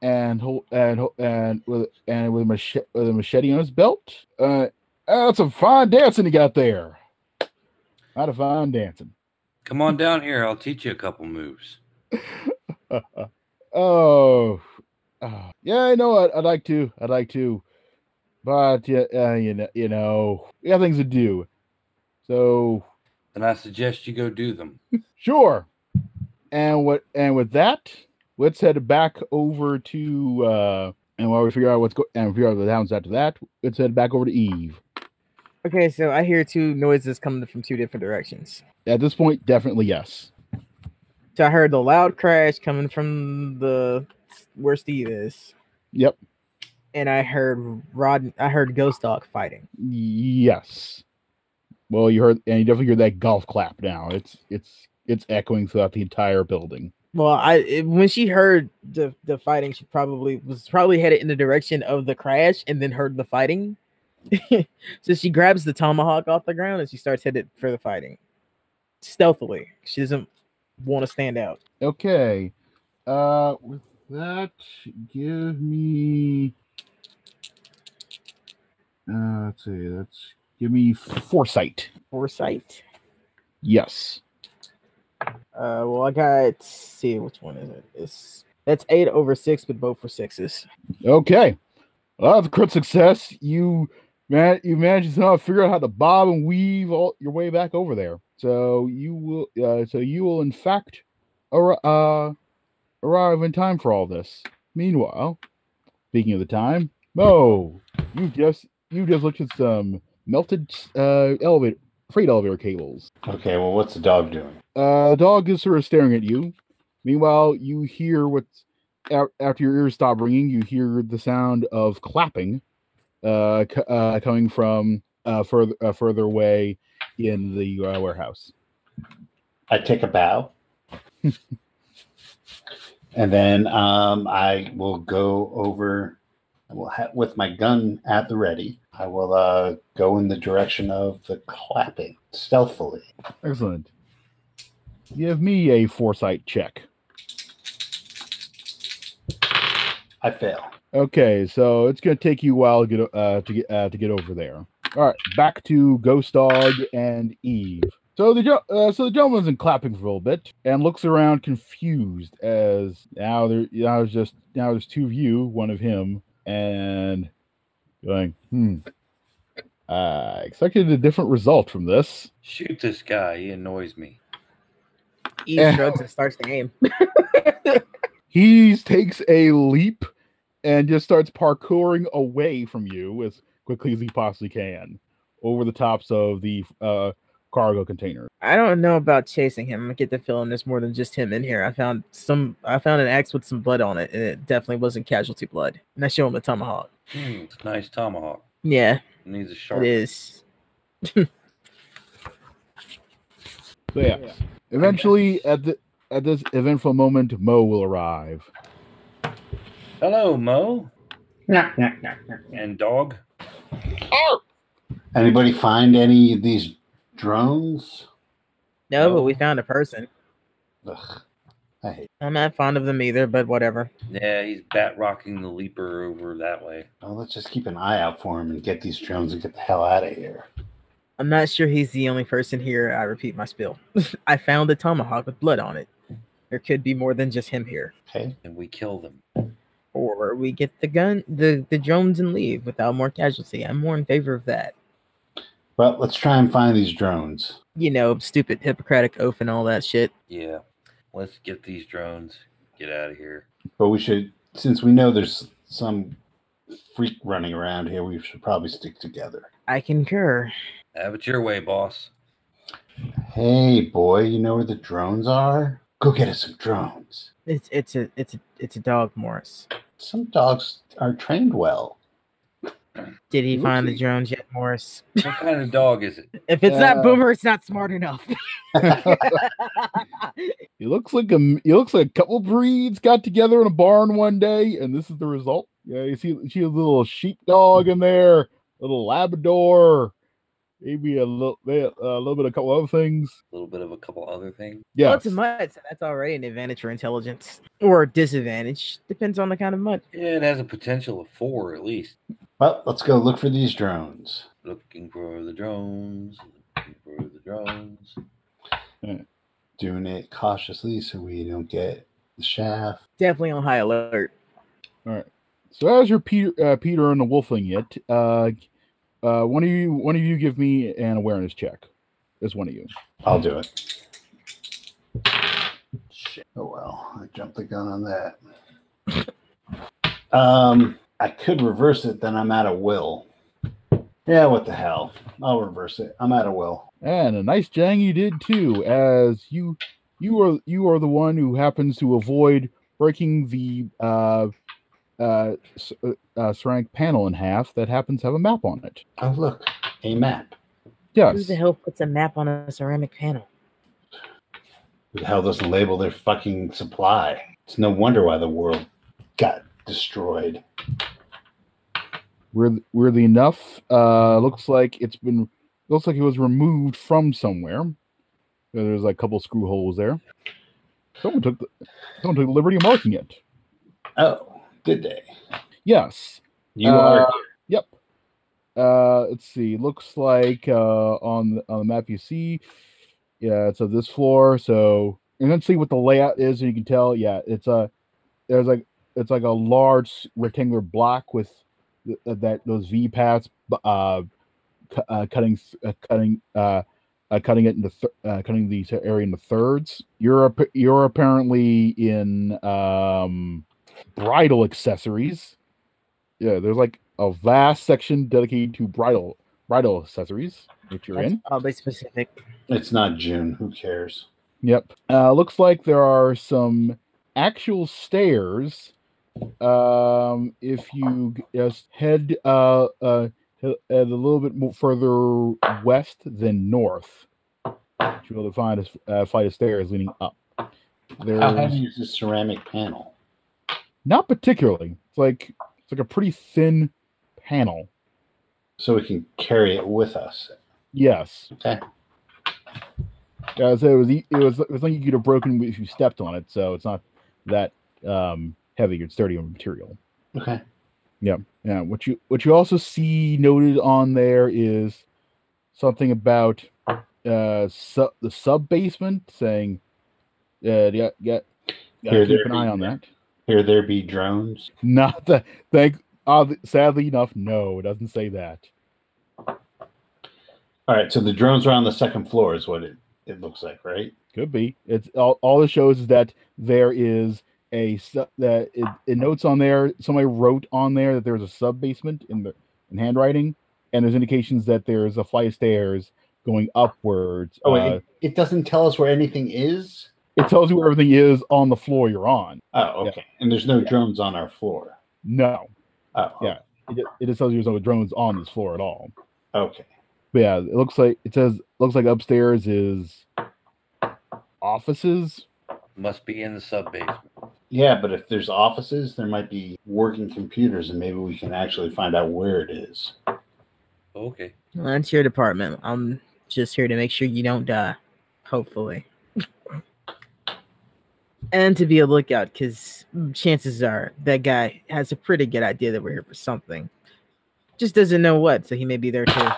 S2: and hol- and hol- and with and with a, machete, with a machete on his belt. Uh, uh, that's some fine dancing he got there. Not a fine dancing.
S3: Come on down here. I'll teach you a couple moves.
S2: oh, ah, yeah, I know. I'd, I'd like to. I'd like to, but yeah, uh, you know, you know, we have things to do. So
S3: Then I suggest you go do them.
S2: Sure. And what and with that, let's head back over to uh and while we figure out what's go and figure out what happens after that, let's head back over to Eve.
S4: Okay, so I hear two noises coming from two different directions.
S2: At this point, definitely yes.
S4: So I heard the loud crash coming from the where Steve is,
S2: Yep.
S4: and I heard Rod. I heard Ghost Dog fighting.
S2: Yes. Well, you heard and you definitely hear that golf clap now. It's it's it's echoing throughout the entire building.
S4: Well, I it, when she heard the the fighting, she probably was probably headed in the direction of the crash, and then heard the fighting. so she grabs the tomahawk off the ground and she starts headed for the fighting, stealthily. She doesn't want to stand out.
S2: Okay. Uh with that, give me. Uh, let's see. That's give me foresight.
S4: Foresight.
S2: Yes.
S4: Uh, well, I got. let's see which one is it? It's that's eight over six, but both for sixes.
S2: Okay. Well, that's a crit success. You man, you managed to somehow figure out how to bob and weave all your way back over there. So you will. Uh, so you will in fact, ar- uh, arrive in time for all this. Meanwhile, speaking of the time, Mo, you just you just looked at some melted uh elevator freight elevator cables.
S1: Okay, well, what's the dog doing?
S2: Uh, the dog is sort of staring at you. Meanwhile, you hear what's a- after your ears stop ringing. You hear the sound of clapping, uh, c- uh coming from uh further uh, further away in the uh, warehouse.
S1: I take a bow. and then um, I will go over I will ha- with my gun at the ready. I will uh, go in the direction of the clapping stealthily.
S2: Excellent. Give me a foresight check.
S1: I fail.
S2: Okay, so it's gonna take you a while to get o- uh, to get uh, to get over there. All right, back to Ghost Dog and Eve. So the gen- uh, so the gentleman's been clapping for a little bit and looks around confused as now there now there's just now there's two of you, one of him, and going hmm. I expected a different result from this.
S3: Shoot this guy. He annoys me.
S4: Eve
S2: Yeah.
S4: shrugs and starts to aim.
S2: He takes a leap and just starts parkouring away from you as quickly as he possibly can over the tops of the uh, cargo container.
S4: I don't know about chasing him. I get the feeling there's more than just him in here. I found some. I found an axe with some blood on it, and it definitely wasn't casualty blood. And I show him a tomahawk.
S3: Hmm, it's a nice tomahawk.
S4: Yeah,
S3: It needs a sharp.
S4: it is.
S2: So yeah, eventually at the at this eventful moment, Mo will arrive.
S3: Hello, Mo
S1: Knock, knock, knock, knock.
S3: and dog.
S1: Anybody find any of these drones?
S4: No, but
S3: No.
S4: we found a person.
S1: Ugh, I hate.
S4: I'm not fond of them either, but whatever.
S3: Yeah, he's bat rocking the leaper over that way.
S1: Oh, let's just keep an eye out for him and get these drones and get the hell out of here.
S4: I'm not sure he's the only person here. I repeat my spiel. I found a tomahawk with blood on it. There could be more than just him here.
S1: Okay.
S3: And we kill them.
S4: Or we get the gun, the, the drones, and leave without more casualty. I'm more in favor of that.
S1: Well, let's try and find these drones.
S4: You know, stupid Hippocratic oath and all that shit.
S3: Yeah. Let's get these drones. Get out of here.
S1: But we should, since we know there's some freak running around here, we should probably stick together.
S4: I concur.
S3: Have it your way, boss.
S1: Hey, boy, you know where the drones are? Go get us some drones.
S4: It's it's a it's a it's a dog, Morris.
S1: Some dogs are trained well.
S4: Did he find the
S3: Oopsie.
S4: drones yet, Morris?
S3: What kind of dog is it?
S4: If it's
S2: Uh,
S4: not Boomer, it's not smart enough.
S2: He looks like a m- he looks like a couple breeds got together in a barn one day, and this is the result. Yeah, you see, see a little sheepdog in there, a little Labrador, maybe a little a little bit of a couple other things.
S3: A little bit of a couple other things.
S2: Yeah,
S4: Well, it's a mud, so that's already an advantage for intelligence or disadvantage. Depends on the kind of mud.
S3: Yeah, it has a potential of four at least.
S1: well, let's go look for these drones.
S3: Looking for the drones. Looking for the drones.
S1: Doing it cautiously so we don't get the shaft.
S4: Definitely on high alert.
S2: So as you're Peter, uh, Peter and the Wolfing it, uh, uh, one of you, one of you, give me an awareness check. That's one of you.
S1: I'll do it. Shit. Oh well, I jumped the gun on that. um, I could reverse it, then I'm out of will. Yeah, what the hell? I'll reverse it. I'm out of will.
S2: And a nice jang you did too, as you you are you are the one who happens to avoid breaking the uh uh, s- uh, uh ceramic panel in half that happens to have a map on it.
S1: Oh look, a map.
S4: Who
S2: Yes.
S4: the hell puts a map on a ceramic panel?
S1: Who the hell doesn't label their fucking supply? It's no wonder why the world got destroyed.
S2: Weird, weirdly enough, uh, looks like it's been looks like it was removed from somewhere. So There's like a couple screw holes there. Someone took the, someone took the liberty of marking it.
S1: Oh, did they?
S2: Yes.
S1: You
S2: Uh,
S1: are
S2: Yep. Uh, let's see. Looks like uh, on the, on the map you see, yeah, it's of this floor. So and then see what the layout is, and you can tell. Yeah, it's a there's like it's like a large s- rectangular block with th- that those V paths, bu- uh, cu- uh cutting th- uh, cutting uh, uh cutting it into th- uh, cutting the t- area into thirds. You're app- you're apparently in um bridal accessories. Yeah, there's like a vast section dedicated to bridal bridal accessories, which you're
S4: That's
S2: in.
S4: oddly specific.
S1: it's not June. Who cares?
S2: Yep. Uh, looks like there are some actual stairs. Um, if you g- just head uh, uh, he- head a little bit more further west than north, you'll be able to find a s- a flight of stairs leading up.
S1: How heavy
S2: There's
S1: is this ceramic panel?
S2: not particularly. It's like it's like a pretty thin panel.
S1: So we can carry it with us.
S2: Yes.
S1: Okay.
S2: Yeah, so it was e- it was it was like you could have broken if you stepped on it, so it's not that um heavy. It's sturdy of a material.
S1: Okay.
S2: Yeah, what you what you also see noted on there is something about uh sub, the sub basement saying uh yeah yeah
S1: Here
S2: gotta keep
S1: there
S2: an
S1: be-
S2: eye on that.
S1: Here there be drones.
S2: Not the thank obvi- sadly enough, no, it doesn't say that.
S1: All right. So the drones are on the second floor, is what it, it looks like, right?
S2: Could be. It's all, all it shows is that there is a su- that it, it notes on there. Somebody wrote on there that there's a sub basement in the in handwriting, and there's indications that there's a flight of stairs going upwards.
S1: Oh,
S2: uh,
S1: it, it doesn't tell us where anything is.
S2: it tells you where everything is on the floor you're on.
S1: Oh,
S2: Yeah.
S1: okay. And there's no
S2: Yeah.
S1: drones on our floor.
S2: No,
S1: Oh,
S2: Yeah. it, ju- it just tells you there's no drones on this floor at all.
S1: Okay.
S2: But yeah, it looks like it says looks like upstairs is offices.
S3: Must be in the sub basement.
S1: Yeah, but if there's offices, there might be working computers, and maybe we can actually find out where it is.
S3: Okay.
S4: Well, that's your department. I'm just here to make sure you don't die, hopefully. and to be a lookout, because chances are that guy has a pretty good idea that we're here for something. Just doesn't know what, so he may be there too.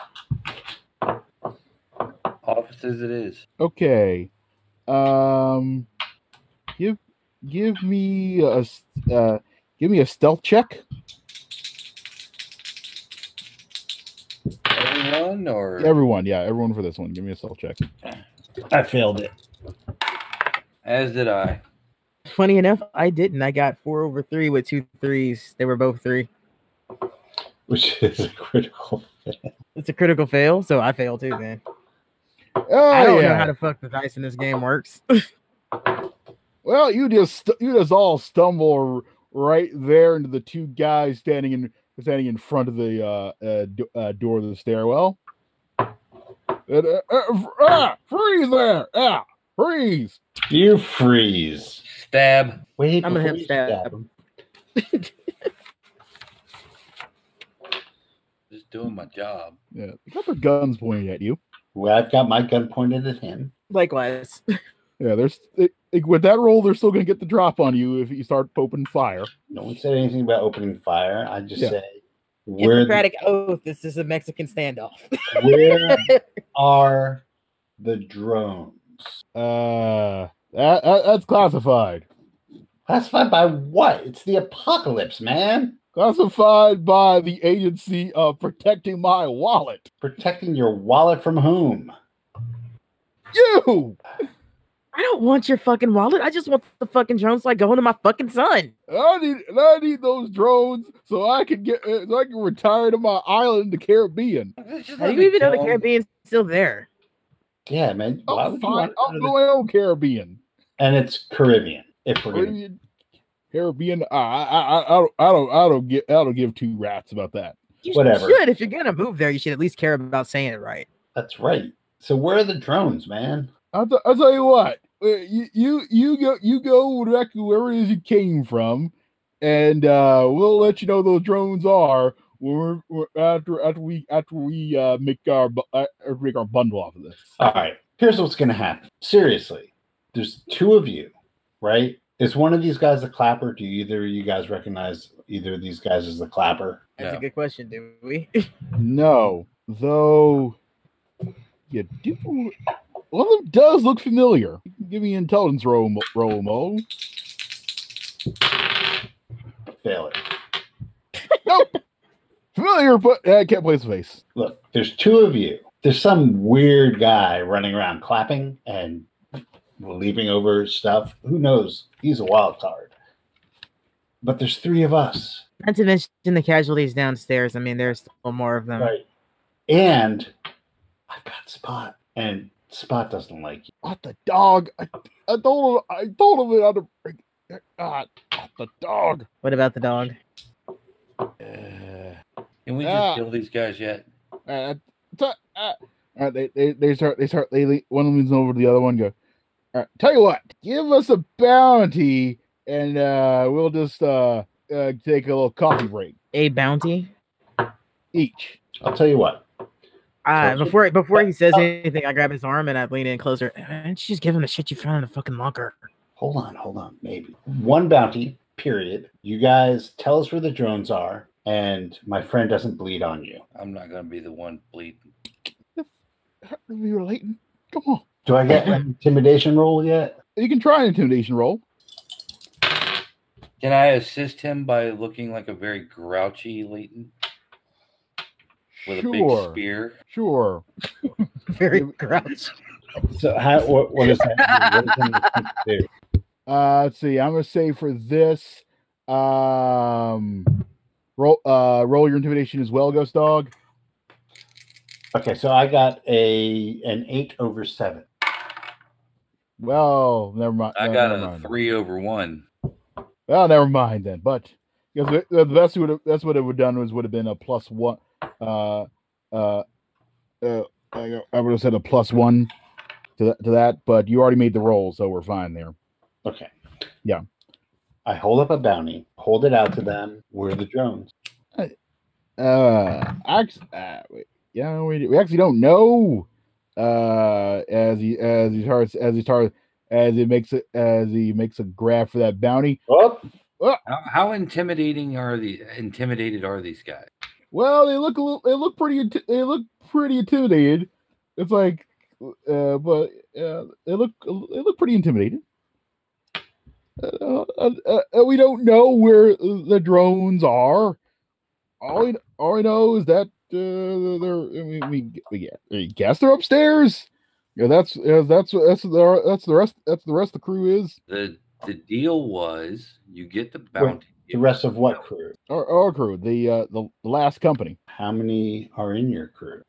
S3: Offices it is.
S2: Okay. Um give give me a s- uh give me a stealth check.
S3: Everyone or
S2: Everyone, yeah, everyone for this one. Give me a stealth check.
S5: I failed it.
S3: as did I.
S4: Funny enough, I didn't. I got four over three with two threes. They were both three.
S1: Which is a critical.
S4: It's a critical fail, so I fail too, man.
S2: Oh,
S4: I don't
S2: yeah.
S4: know how the fuck the dice in this game works.
S2: Well, you just stu- you just all stumble r- right there into the two guys standing in standing in front of the uh, uh, do- uh door of the stairwell. And, uh, uh, f- ah, freeze there! Ah, freeze!
S1: You freeze.
S3: Stab.
S1: Wait,
S4: I'm gonna
S1: before
S4: hit
S1: you
S4: stab.
S1: him.
S3: Just doing my job.
S2: Yeah, they got their guns pointed at you.
S1: Well, I've got my gun pointed at him.
S4: Likewise.
S2: Yeah, there's it, it- with that roll, they're still gonna get the drop on you if you start opening fire.
S1: No one said anything about opening fire. I just
S2: Yeah.
S1: say, where, the-
S4: Hippocratic oath. This is a Mexican standoff.
S1: where are the drones?
S2: Uh, that, that- that's classified.
S1: Classified by what? It's the apocalypse, man.
S2: Classified by the agency of protecting my wallet.
S1: Protecting your wallet from whom?
S2: You.
S4: I don't want your fucking wallet. I just want the fucking drones like going to my fucking son.
S2: I need I need those drones so I can get uh, so I can retire to my island in the Caribbean.
S3: Just
S4: How
S3: let
S4: do
S3: me
S4: you even know the
S3: kill 'em.
S4: Caribbean's still there?
S1: Yeah, man. Why
S2: I'll
S1: would you
S2: find
S1: want to
S2: I'll
S1: go to
S2: do
S1: the-
S2: my own Caribbean.
S1: And it's Caribbean. If we're gonna,
S2: Caribbean, Caribbean. I I I, I don't I don't I don't get I don't give two rats about that.
S4: You
S1: Whatever.
S4: should. If you're gonna move there, you should at least care about saying it right.
S1: that's right. So where are the drones, man?
S2: I'll, t- I'll tell you what. uh, You you you go you go back to wherever it is you came from, and uh, we'll let you know those drones are when we're, we're- after after we after we uh, make our bu- uh, uh, make our bundle off of this.
S1: All right. Here's what's gonna happen. Seriously, there's two of you, right? Is one of these guys a clapper? Do either of you guys recognize either of these guys as the clapper?
S4: That's
S3: No.
S4: a good question, do we?
S2: No, though you do. One of them does look familiar. Give me an intelligence roll, Mo- roll Mo.
S1: Fail it.
S2: Familiar, but uh, I can't place face.
S1: Look, there's two of you. There's some weird guy running around clapping and leaping over stuff. Who knows? He's a wild card. But there's three of us.
S4: Not to mention the casualties downstairs. I mean, there's still more of them.
S1: Right. And I've got Spot. And Spot doesn't like you.
S2: What Ah, the dog? I, I told him. I told him how to break. God, what uh, ah, the dog.
S4: What about the dog?
S2: Uh,
S3: Can we just
S2: Ah.
S3: kill these guys yet?
S2: Uh, t- uh, all right, they, they they start they start they le- one of them leans over to the other one. and Go, all right, tell you what, give us a bounty, and uh, we'll just uh, uh take a little coffee break
S4: A bounty?
S2: each.
S1: I'll tell you what.
S4: Uh,
S1: Torture?
S4: before before he says anything, I grab his arm and I lean in closer. And just give him the shit you found in the fucking locker.
S1: Hold on, hold on. Maybe one bounty, period. You guys tell us where the drones are, and my friend doesn't bleed on you.
S3: I'm not gonna be the one bleeding.
S2: Are we relating? Come on,
S1: Do I get an intimidation roll yet?
S2: you can try an intimidation roll.
S3: Can I assist him by looking like a very grouchy Leighton with a big
S2: sure,
S3: spear?
S2: sure.
S4: Very
S2: Yeah.
S4: grouchy.
S1: So how what, what is that? What does that mean to do?
S2: Uh, let's see. I'm gonna say for this, um, roll uh roll your intimidation as well, Ghost Dog.
S1: Okay, so I got a an eight over seven.
S2: Well, never mind.
S3: I
S2: no,
S3: got
S2: never
S3: a
S2: mind.
S3: three over one.
S2: Well, never mind then. But because the, the best would that's what it would have done was would have been a plus one. Uh, uh, uh, I, I would have said a plus one to that, to that, but you already made the roll, so we're fine there.
S1: Okay.
S2: Yeah.
S1: I hold up a bounty, hold it out to them. Where are the drones?
S2: Uh, ax uh wait, yeah, we, we actually don't know. Uh, as he as he starts as he starts as he makes it as he makes a grab for that bounty.
S1: Oh,
S3: How, how intimidating are the intimidated are these guys?
S2: Well, they look a little. They look pretty. inti- They look pretty intimidated. It's like, uh, but uh, they look. They look pretty intimidated. Uh, uh, uh, uh, we don't know where the drones are. All we all I know is that uh, they're. We we, we, gue- we guess they're upstairs. Yeah, that's yeah, that's that's the that's the rest that's the rest of the crew is
S3: The the deal was you get the bounty.
S1: the rest of what crew?
S2: our, our crew the uh the last company.
S1: How many are in your crew?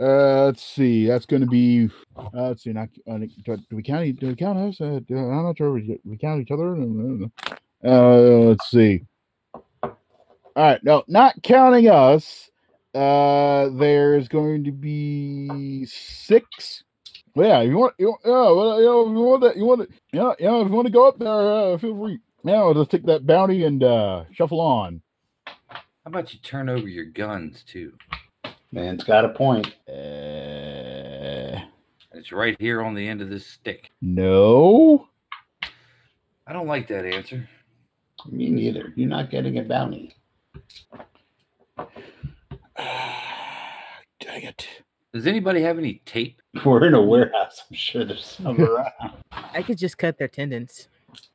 S2: Uh, let's see. That's going to be. Uh, let's see. Not, uh, do, do we count? e- Do we count us? Uh, do, I'm not sure. We, we count each other. I don't know. Uh, let's see. All right. No, not counting us. Uh, there's going to be six. Well, yeah, if you want, you want, yeah, well, you know, if you want that, you want it, yeah, yeah. If you want to go up there, uh, feel free. Yeah, we'll just take that bounty and uh, shuffle on.
S3: How about you turn over your guns too?
S1: Man's got a point.
S2: Uh,
S3: It's right here on the end of this stick.
S2: no.
S3: I don't like that answer.
S1: Me neither. You're not getting a bounty.
S2: Dang it.
S3: Does anybody have any tape?
S1: We're in a warehouse. I'm sure there's some around.
S4: I could just cut their tendons.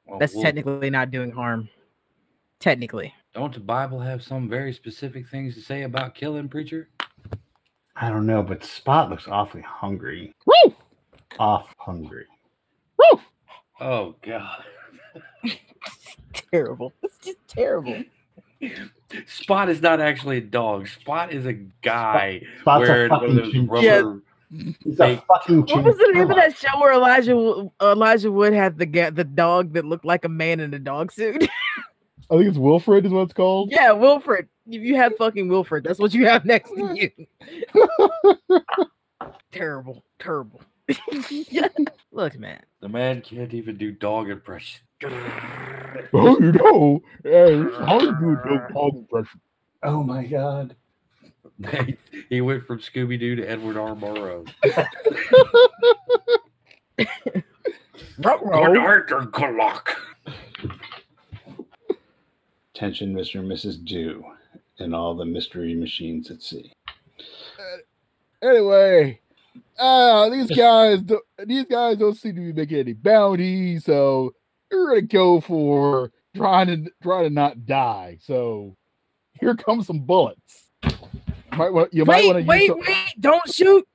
S3: Well,
S4: That's
S3: well,
S4: technically not doing harm. Technically.
S3: Don't the Bible have some very specific things to say about killing preacher?
S1: I don't know, but Spot looks awfully hungry.
S2: Woo!
S1: Off hungry.
S2: Woo!
S3: Oh God.
S4: Terrible. It's just terrible.
S3: Spot is not actually a dog. Spot is a guy
S1: Spot's a
S3: wearing one of
S1: fucking
S3: those
S1: chinchilla.
S3: rubber.
S4: Yeah.
S1: He's a
S3: Hey,
S1: fucking
S4: What was the name
S1: chinchilla.
S4: of that show where Elijah Wo- Elijah Wood had the ga- the dog that looked like a man in a dog suit?
S2: I think it's Wilfred is what it's called.
S4: yeah, Wilfred. If you have fucking Wilfred, that's what you have next to you. terrible, terrible. Look, man.
S3: The man can't even do dog impression.
S2: Oh, you know, uh, it's hard to do a dog- dog impression.
S1: Oh my god.
S3: he went from Scooby Doo to Edward R. Murrow. Good
S4: Ruh-roh.
S3: night and good luck.
S1: Attention, Mr. and Mrs. Dew, and all the mystery machines at sea.
S2: Anyway, uh, these guys, do- these guys don't seem to be making any bounties, so we're gonna go for trying to try to not die. So here comes some bullets. Might want you might
S4: wait,
S2: want to
S4: wait,
S2: use some-
S4: wait! Don't shoot.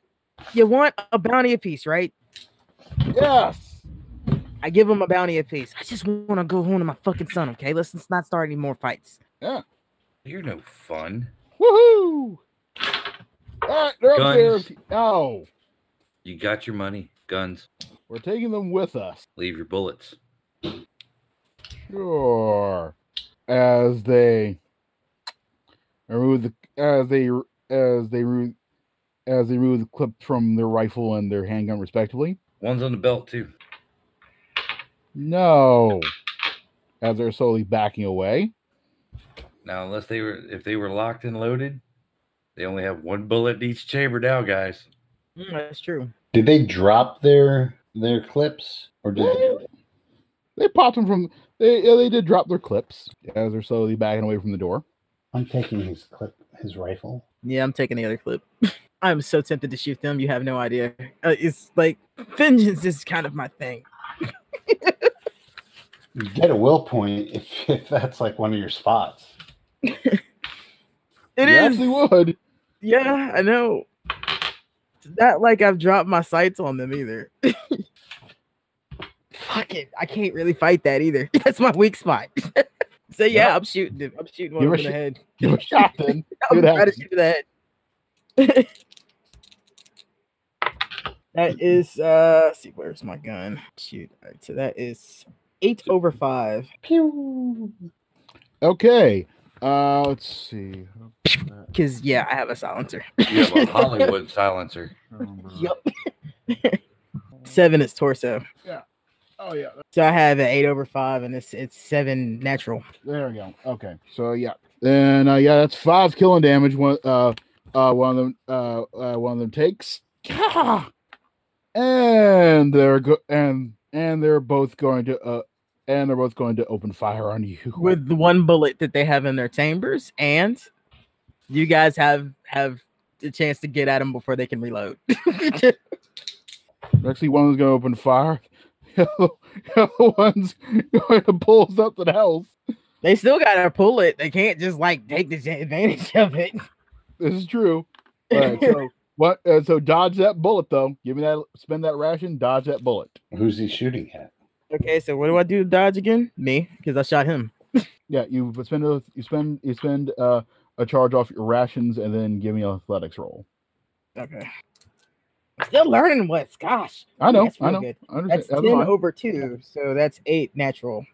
S4: You want a bounty apiece, right?
S2: yes.
S4: I give him a bounty apiece. I just want to go home to my fucking son. Okay, let's, let's not start any more fights.
S3: You're no fun.
S2: Woohoo! All right, they're up
S3: Guns.
S2: there. No,
S3: You got your money, guns.
S2: we're taking them with us.
S3: Leave your bullets.
S2: Sure. As they remove the as they as they remove as they remove the clip from their rifle and their handgun respectively.
S3: One's on the belt too.
S2: No. As they're slowly backing away.
S3: Now, unless they were if they were locked and loaded, they only have one bullet in each chamber now, guys.
S4: Mm, that's true.
S1: Did they drop their their clips, or did
S2: They popped them from they yeah, they did drop their clips as they're slowly backing away from the door.
S1: I'm taking his clip, his rifle?
S4: Yeah, I'm taking the other clip. I'm so tempted to shoot them. You have no idea. Uh, it's like vengeance is kind of my thing.
S1: You get a will point if, if that's like one of your spots.
S4: It
S2: you
S4: is.
S2: actually would.
S4: Yeah, I know. It's not like I've dropped my sights on them either. Fuck it. I can't really fight that either. That's my weak spot. so yeah, I'm shooting him. I'm shooting one
S2: Give
S4: over
S2: a
S4: the
S2: shit.
S4: head.
S2: Give a shot then. Good
S4: I'm trying to
S2: happens.
S4: shoot for the head. that is uh let's see where's my gun? Shoot. All right, so that is eight over five.
S1: Pew.
S2: Okay. Uh let's see.
S4: Cause yeah, I have a silencer.
S3: You have a Hollywood silencer.
S4: Yep. Seven is torso.
S2: Oh yeah.
S4: So I have an eight over five, and it's it's seven natural.
S2: There we go. Okay. So yeah. And uh, yeah, that's five killing damage. One uh uh one of them uh, uh one of them takes. Gah! And they're go and and they're both going to uh and they're both going to open fire on you.
S4: with the one bullet that they have in their chambers, and you guys have have the chance to get at them before they can reload.
S2: actually one one's gonna open fire. The other, the other one's going to pull something else.
S4: they still gotta pull it. They can't just like take the advantage of it.
S2: This is true. Alright, so what uh, so dodge that bullet though. Give me that spend that ration, dodge that bullet.
S1: Who's he shooting at?
S4: okay, so what do I do to dodge again? Me, because I shot him.
S2: Yeah, you v- spend a, you spend you spend uh, a charge off your rations and then give me an athletics roll.
S4: Okay. I'm still learning what's gosh.
S2: I know,
S4: That's
S2: I
S4: real
S2: know.
S4: good.
S2: I understand.
S4: That's
S2: That's
S4: ten
S2: fine.
S4: over two, so that's eight natural.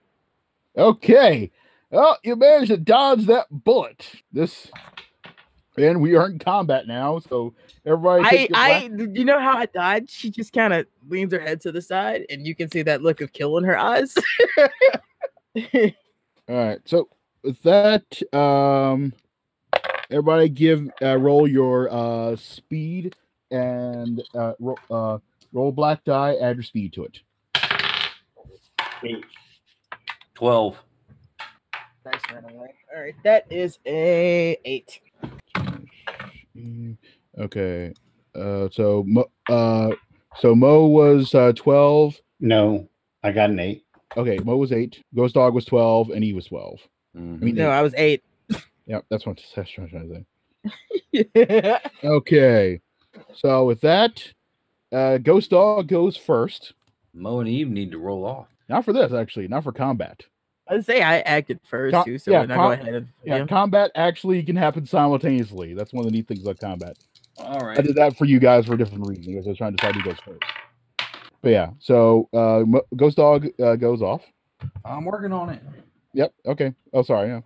S2: Okay. Well, you managed to dodge that bullet. This and we are in combat now, so everybody
S4: I,
S2: take your
S4: I, did you know how I died? She just kind of leans her head to the side, and you can see that look of kill in her eyes.
S2: All right. So with that, um, everybody give uh, roll your uh speed and uh, ro- uh roll black die. Add your speed to it.
S3: Twelve.
S4: Nice running away. All right, that is a eight.
S2: Mm, Okay. Uh, so Mo, uh, so Mo was uh, twelve.
S1: No, I got an eight.
S2: Okay, Mo was eight. Ghost Dog was twelve, and he was twelve. I
S3: Mhm.
S2: mean,
S4: No, I was eight.
S2: yeah, that's what that's what I'm trying to say.
S4: All
S2: Okay. So with that, uh, Ghost Dog goes first.
S3: Mo and Eve need to roll off.
S2: Not for this, actually. Not for combat.
S4: I'd say I acted first
S2: Con-
S4: too, so
S2: yeah,
S4: when I go
S2: con-
S4: ahead and
S2: Yeah,
S4: yeah.
S2: combat actually can happen simultaneously. That's one of the neat things about combat.
S3: All
S2: I
S3: right.
S2: did that for you guys for a different reason because I was trying to decide who goes first. But yeah, so uh, Mo- Ghost Dog uh, goes off.
S3: I'm working on it.
S2: Yep. Okay. Oh, sorry. Yeah.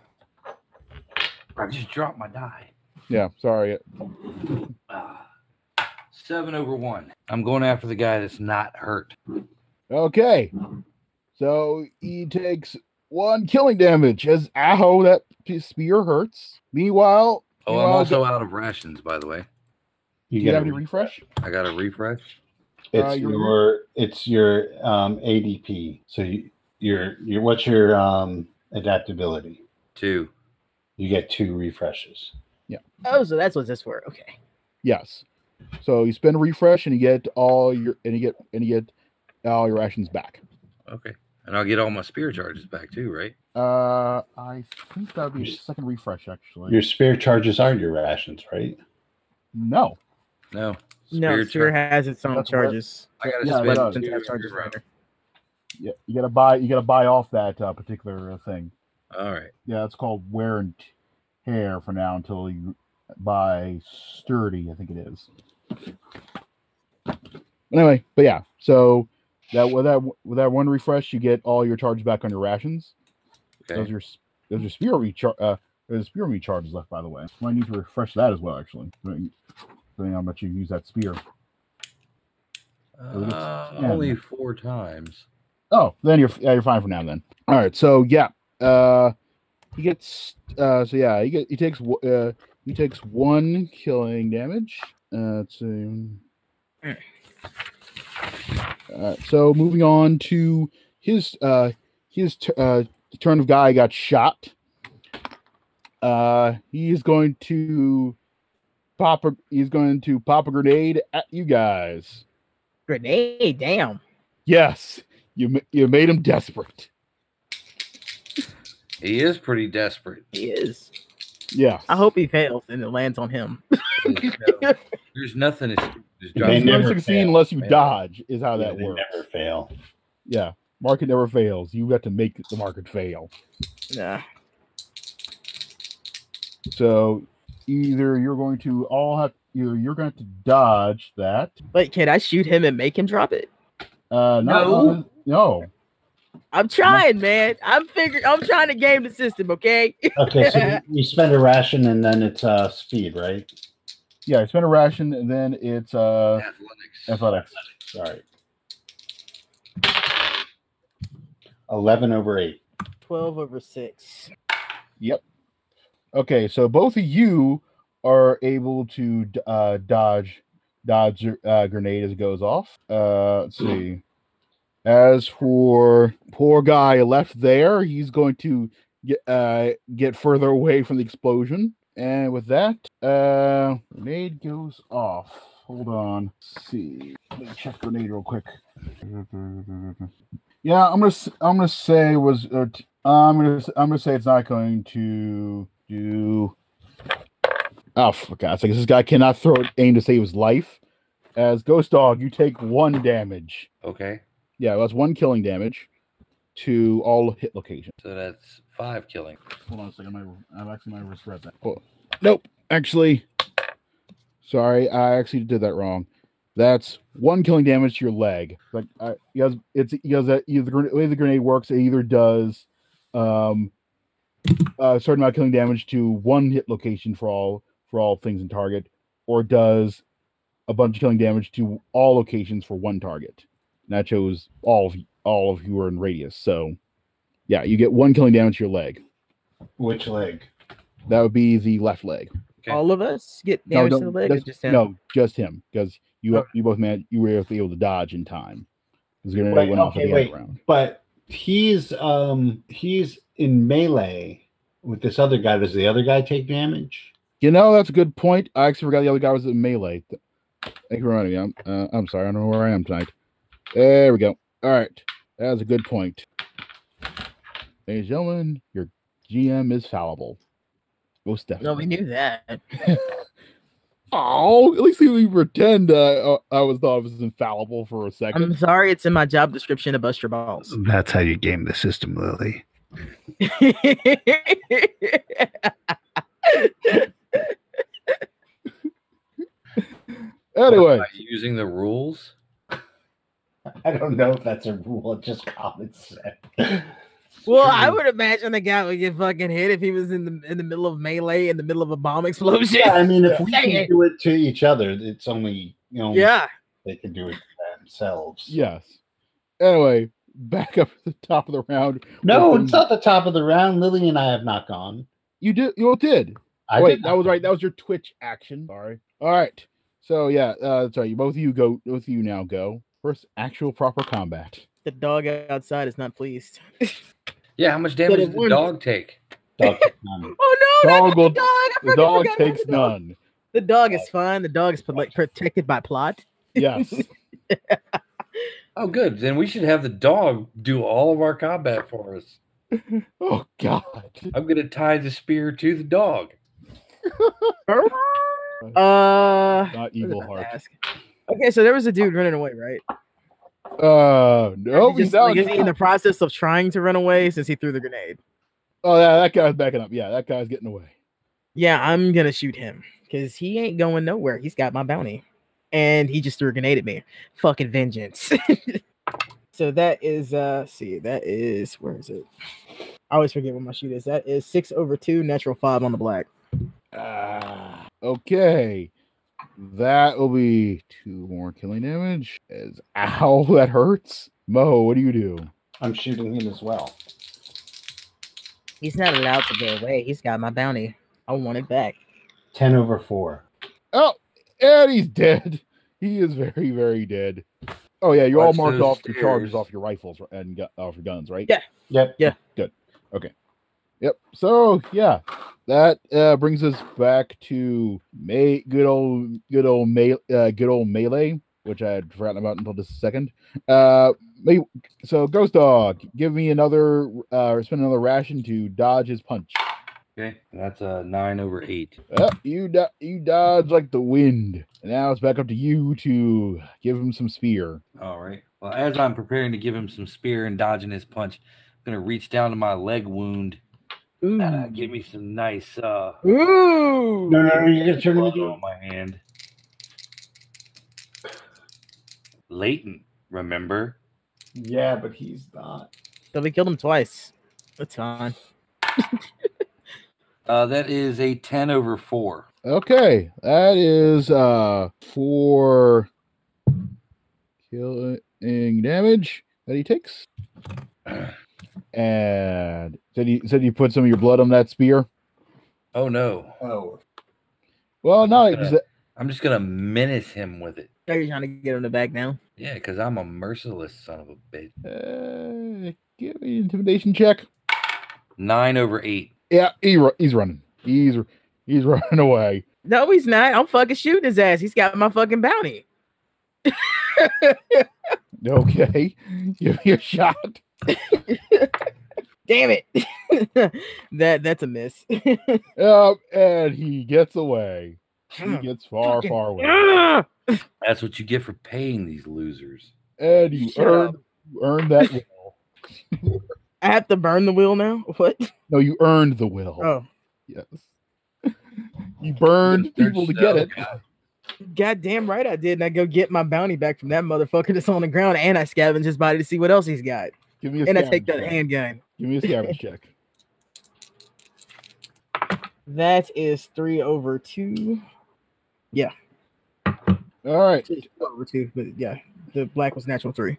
S3: I just dropped my die.
S2: Yeah, sorry.
S3: Ah. Seven over one. I'm going after the guy that's not hurt.
S2: Okay. So he takes one killing damage as Aho, that p- spear hurts. Meanwhile,
S3: Oh,
S2: Meanwhile,
S3: I'm also out of rations, by the way.
S2: do you have any refresh?
S3: I got a refresh.
S1: It's
S2: Uh, you're-
S1: your it's your um, ADP. So you, your your what's your um, adaptability?
S3: Two.
S1: You get two refreshes.
S4: Oh, so that's what this for. Okay.
S2: Yes. So you spend a refresh and you get all your and you get and you get all your actions back.
S3: Okay. And I'll get all my spear charges back too, right?
S2: Uh, I think that would be
S1: Your
S2: your
S1: s-
S2: second refresh actually.
S1: Your spare charges are your rations, right?
S2: no,
S3: No.
S4: no,
S3: Spear
S4: Spear
S3: char-
S4: has its own
S2: That's what-
S4: charges.
S3: I gotta
S2: Yeah, it
S3: spend
S2: does.
S3: two
S4: Doesn't have
S3: charges
S4: charges later.
S2: yeah, you gotta buy you gotta buy off that uh, particular uh, thing.
S3: All right.
S2: Yeah, it's called wear and tear for now until you buy sturdy. I think it is. Anyway, but yeah, so that with that with that one refresh, you get all your charges back on your rations. Those
S3: Okay.
S2: are your s- those are spear recharge. Uh, there's spear recharges left, by the way. So I need to refresh that as well, actually. Depending depending on how much you use that spear. those
S3: Uh,
S2: yeah.
S3: Only four times.
S2: Oh, then you're yeah, you're fine for now. Then. All right. So yeah, uh, he gets uh, so yeah, he get he takes wo- uh, he takes one killing damage. Uh, let's see. Alright, so moving on to his uh his t- uh turn of guy got shot. Uh, he is going to pop a he's going to pop a grenade at you guys.
S4: Grenade, damn.
S2: Yes, you ma- you made him desperate.
S3: He is pretty desperate.
S4: He is.
S2: Yeah.
S4: I hope he fails and it lands on him.
S3: There's no- there's nothing as stupid as
S1: They
S2: You
S3: Johnson.
S2: never
S1: never
S2: succeed
S1: fail.
S2: unless you
S1: They-
S2: dodge, is how
S1: Yeah,
S2: that
S1: they
S2: works.
S1: Never fail.
S2: Yeah. Market never fails. You got to make the market fail.
S4: Nah.
S2: So either you're going to all have either you're going to dodge that.
S4: Wait, can I shoot him and make him drop it?
S2: Uh not
S4: No.
S2: on- no.
S4: I'm trying, man. I'm figuring. I'm trying to game the system. Okay.
S1: Okay, so you spend a ration and then it's uh speed, right?
S2: Yeah, it's been a ration and then it's uh
S3: Athletics.
S2: athletics.
S1: Sorry. Eleven over eight.
S4: Twelve over six.
S2: Okay, so both of you are able to d- uh dodge dodge uh grenade as it goes off. Uh let's see. As for poor guy left there, he's going to get uh get further away from the explosion. And with that, uh grenade goes off. Hold on. Let's see. Let me check grenade real quick. Yeah, I'm gonna s- I'm gonna say was uh, t- I'm gonna s- I'm gonna say it's not going to do. Oh, for God's sake! This guy cannot throw it aim to save his life. As Ghost Dog, you take one damage.
S3: Okay.
S2: Yeah, that's one killing damage to all hit locations.
S3: So that's five killing.
S2: Hold on a second. I might, I've actually might misread that. Nope. Actually, sorry, I actually did that wrong. That's one killing damage to your leg. Like I, you guys, it's you guys. That either the way the grenade works, it either does um, a certain amount of killing damage to one hit location for all for all things in target, or does a bunch of killing damage to all locations for one target. And that shows all of all of you are in radius. So, yeah, you get one killing damage to your leg.
S1: Which leg?
S2: That would be the left leg.
S3: Okay.
S4: All of us get damage
S2: no,
S4: to the
S2: don't-
S4: leg. Or
S2: that's-
S4: just him?
S2: No, just him because you
S1: Okay.
S2: you both man you were able to dodge in time. Because grenade
S1: Wait,
S2: went off
S1: okay,
S2: at the
S1: wait.
S2: end round.
S1: But he's um he's in melee with this other guy. Does the other guy take damage?
S2: You know that's a good point. I actually forgot the other guy was in melee. Th- Thank you for reminding me. I'm uh, I'm sorry. I don't know where I am tonight. There we go. All right, that's a good point. Ladies and gentlemen, your GM is fallible. Most
S4: No,
S2: definitely.
S4: we knew that.
S2: Oh, at least we pretend uh, I I was thought I was infallible for a 2nd
S4: I'm sorry. It's in my job description to bust your balls.
S1: That's how you game the system, Lily.
S2: anyway,
S3: By using the rules.
S1: I don't know if that's a rule, it's just common sense.
S4: well, I would imagine the guy would get fucking hit if he was in the in the middle of melee in the middle of a bomb explosion.
S1: Yeah, I mean, if we
S4: Dang
S1: can
S4: it.
S1: do it to each other, it's only you know
S4: Yeah.
S1: they can do it to themselves.
S2: Yes. Anyway, back up to the top of the round.
S1: No,
S2: Within-
S1: it's not the top of the round. Lily and I have not gone.
S2: You did. You all did.
S1: I
S2: Wait,
S1: did
S2: that
S1: not
S2: was
S1: go.
S2: right. That was your Twitch action. Sorry. All right. So yeah, uh, that's right. You both of you go. Both of you now go. First actual proper combat.
S4: The dog outside is not pleased.
S3: Yeah, how much damage
S4: it
S3: did the
S4: warned
S3: dog take?
S1: Dog takes none.
S4: Oh no!
S2: Dog
S4: not
S2: will-
S4: the dog. I
S2: The
S4: fucking
S2: dog
S4: forgot about
S2: takes
S4: the dog.
S2: none.
S4: The dog is fine. The dog is pro- protected by plot.
S2: Yes.
S3: Oh, good. Then we should have the dog do all of our combat for us.
S2: oh God.
S3: I'm gonna tie the spear to the dog.
S4: Uh,
S2: Not
S4: what was
S2: evil
S4: I
S2: heart.
S4: gonna ask? Okay, so there was a dude running away, right?
S2: Uh no.
S4: Is he
S2: he's
S4: just, like,
S2: out.
S4: is he in the process of trying to run away since he threw the grenade?
S2: Oh yeah, that guy's backing up. Yeah, that guy's getting away.
S4: Yeah, I'm gonna shoot him because he ain't going nowhere. He's got my bounty, and he just threw a grenade at me. Fucking vengeance. so that is uh, let's see, that is where is it? I always forget what my shoot is. That is six over two, natural five on the black.
S2: Ah. Okay. That will be two more killing damage. As ow, that hurts. Mo, what do you do?
S1: I'm shooting him as well.
S4: He's not allowed to go away. He's got my bounty. I want it back.
S1: 10 over 4.
S2: Oh, and he's dead. He is very, very dead. Oh yeah, you all
S3: Watch
S2: marked
S3: those
S2: off your charges
S3: stairs.
S2: off your rifles r- and gu- off your guns, right?
S4: Yeah.
S1: Yep.
S2: Yep. So yeah, that uh, brings us back to May. Good old, good old May. Uh, good old melee, which I had forgotten about until just a second. Uh, may, so Ghost Dog, give me another. Uh, spend another ration to dodge his punch.
S3: Okay, that's a nine over eight.
S2: Oh, you do- you dodge like the wind. And now it's back up to you to give him some spear.
S3: All right. Well, as I'm preparing to give him some spear and dodging his punch, I'm gonna reach down to my leg wound
S4: Ooh.
S3: and uh, give me some nice uh
S4: Ooh.
S1: No, no, no. You're going to turn him
S3: blood
S1: into
S3: on my hand. Leighton, remember?
S5: Yeah, but he's not.
S4: So we killed him twice. That's fine.
S3: Uh, that is a ten over four.
S2: Okay, that is uh for killing damage that he takes. And said he said you put some of your blood on that spear.
S3: Oh no!
S1: Oh,
S2: Well, no,
S3: Gonna-
S2: exa-
S3: I'm just gonna menace him with it.
S4: Are you trying to get him the back now?
S3: Yeah, because I'm a merciless son of a bitch.
S2: uh, give me an intimidation check.
S3: Nine over eight.
S2: Yeah, he, ru- he's running. He's he's running away.
S4: No, he's not. I'm fucking shooting his ass. He's got my fucking bounty.
S2: Okay, give me a shot.
S4: Damn it. that that's a miss.
S2: Um, and he gets away. He
S4: Mm,
S2: gets far,
S4: fucking-
S2: far away.
S4: Ah!
S3: That's what you get for paying these losers.
S2: And you
S4: Shut
S2: earn,
S4: up.
S2: you earn that will.
S4: I have to burn the wheel now. What?
S2: No, you earned the will.
S4: Oh,
S2: Yes. You burned
S3: Third
S2: people to get
S3: shell,
S2: it.
S3: God.
S4: Oh, goddamn right I did. And I go get my bounty back from that motherfucker that's on the ground, and I scavenge his body to see what else he's got,
S2: Give me a
S4: and I
S2: scavenge
S4: take that
S2: check.
S4: handgun.
S2: Give me a scavenge check.
S4: That is three over two.
S2: All right.
S4: Two over two, but yeah, the black was natural three.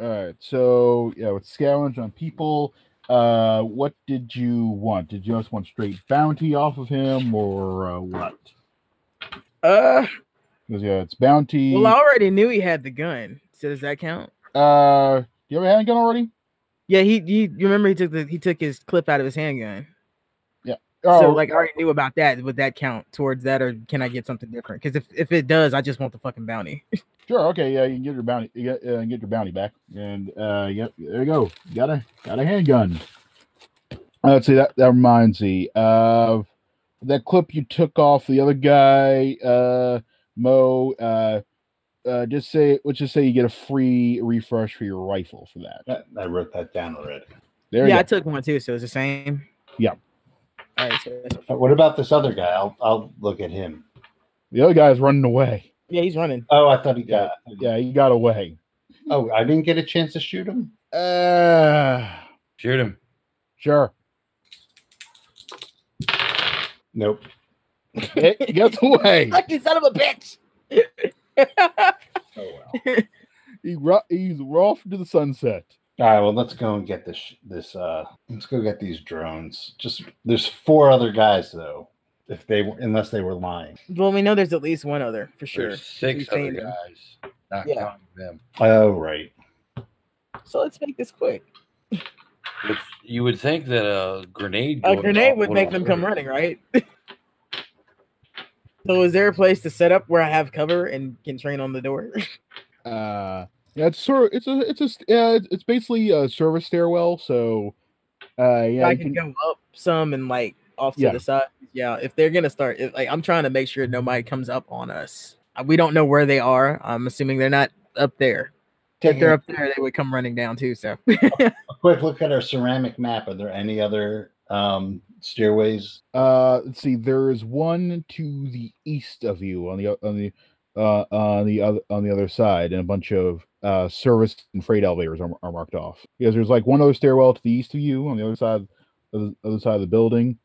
S2: All right. So yeah, with scavenge on people. Uh, what did you want? Did you just want straight bounty off of him, or uh, what?
S4: Uh,
S2: 'Cause, yeah, it's bounty.
S4: well, I already knew he had the gun. So does that count?
S2: Uh, do you have a handgun already?
S4: Yeah, he, he you remember he took the he took his clip out of his handgun.
S2: Oh.
S4: so like I already knew about that. Would that count towards that or can I get something different? Because if, if it does, I just want the fucking bounty.
S2: Sure. Okay. Yeah, you can get your bounty. You get, uh, get your bounty back. And uh, yep, there you go. Got a got a handgun. Uh, Let's see. That that reminds me of that clip you took off the other guy, uh, Mo. Uh, uh, just say let's just say you get a free refresh for your rifle for that.
S1: that, I wrote that down already.
S2: There
S4: yeah, I
S2: you
S4: took one too, so it's the same.
S2: Yeah.
S4: All right, so that's,
S1: But Uh, what about this other guy? I'll, I'll look at him.
S2: go. The other guy's running away.
S4: yeah, he's running.
S1: Oh, I thought he got.
S2: Yeah, he got away.
S1: Oh, I didn't get a chance to shoot him?
S2: Uh,
S3: Shoot him.
S2: sure.
S1: Nope.
S2: It gets away.
S4: Fucking son of a bitch.
S1: Oh, well.
S2: He ru- he's off to the sunset.
S1: All right, well, let's go and get this. This uh, let's go get these drones. Just there's four other guys though. if they were, unless they were lying.
S4: Well, we know there's at least one other for sure.
S3: There's six
S4: He's
S3: other
S4: saying-
S3: guys, not
S4: Yeah.
S3: counting them.
S1: Oh, right.
S4: So let's make this quick.
S3: Which you would think that a grenade
S4: A
S3: going
S4: grenade
S3: off
S4: would make them come
S3: alert
S4: running, right? so is there a place to set up where I have cover and can train on the door?
S2: Uh, yeah, it's sort. It's a. It's a. st- Yeah, it's- it's basically a service stairwell. So, uh, yeah,
S4: I
S2: you
S4: can
S2: can,
S4: go up some and like off to
S2: Yeah.
S4: the side. Yeah, if they're gonna start, if, like I'm trying to make sure nobody comes up on us. Uh, We don't know where they are. I'm assuming they're not up there. If
S1: Taking
S4: they're
S1: a
S4: up there, they would come running down too. So
S1: quick look at our ceramic map. Are there any other um, stairways?
S2: uh, let's see. There is one to the east of you on the o- on the uh on the other on the other side, and a bunch of uh service and freight elevators are, are marked off. Because there's like one other stairwell to the east of you on the other side of the other side of the building,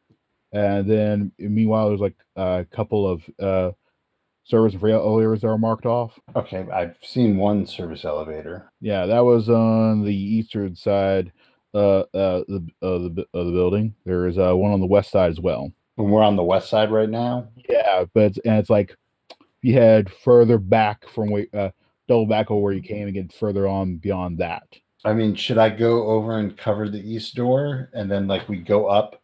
S2: and then meanwhile there's like a couple of uh service and freight elevators that are marked off.
S1: Okay, I've seen one service elevator.
S2: Yeah, that was on the eastern side uh, uh, the, of, the, bu- of the building. There is uh, one on the west side as well.
S1: And we're on the west side right now.
S2: Yeah, but it's, and it's like you head further back from where uh, double back over where
S3: Mm-hmm.
S2: you came and get further on beyond that.
S1: I mean, should I go over and cover the east door and then like we go up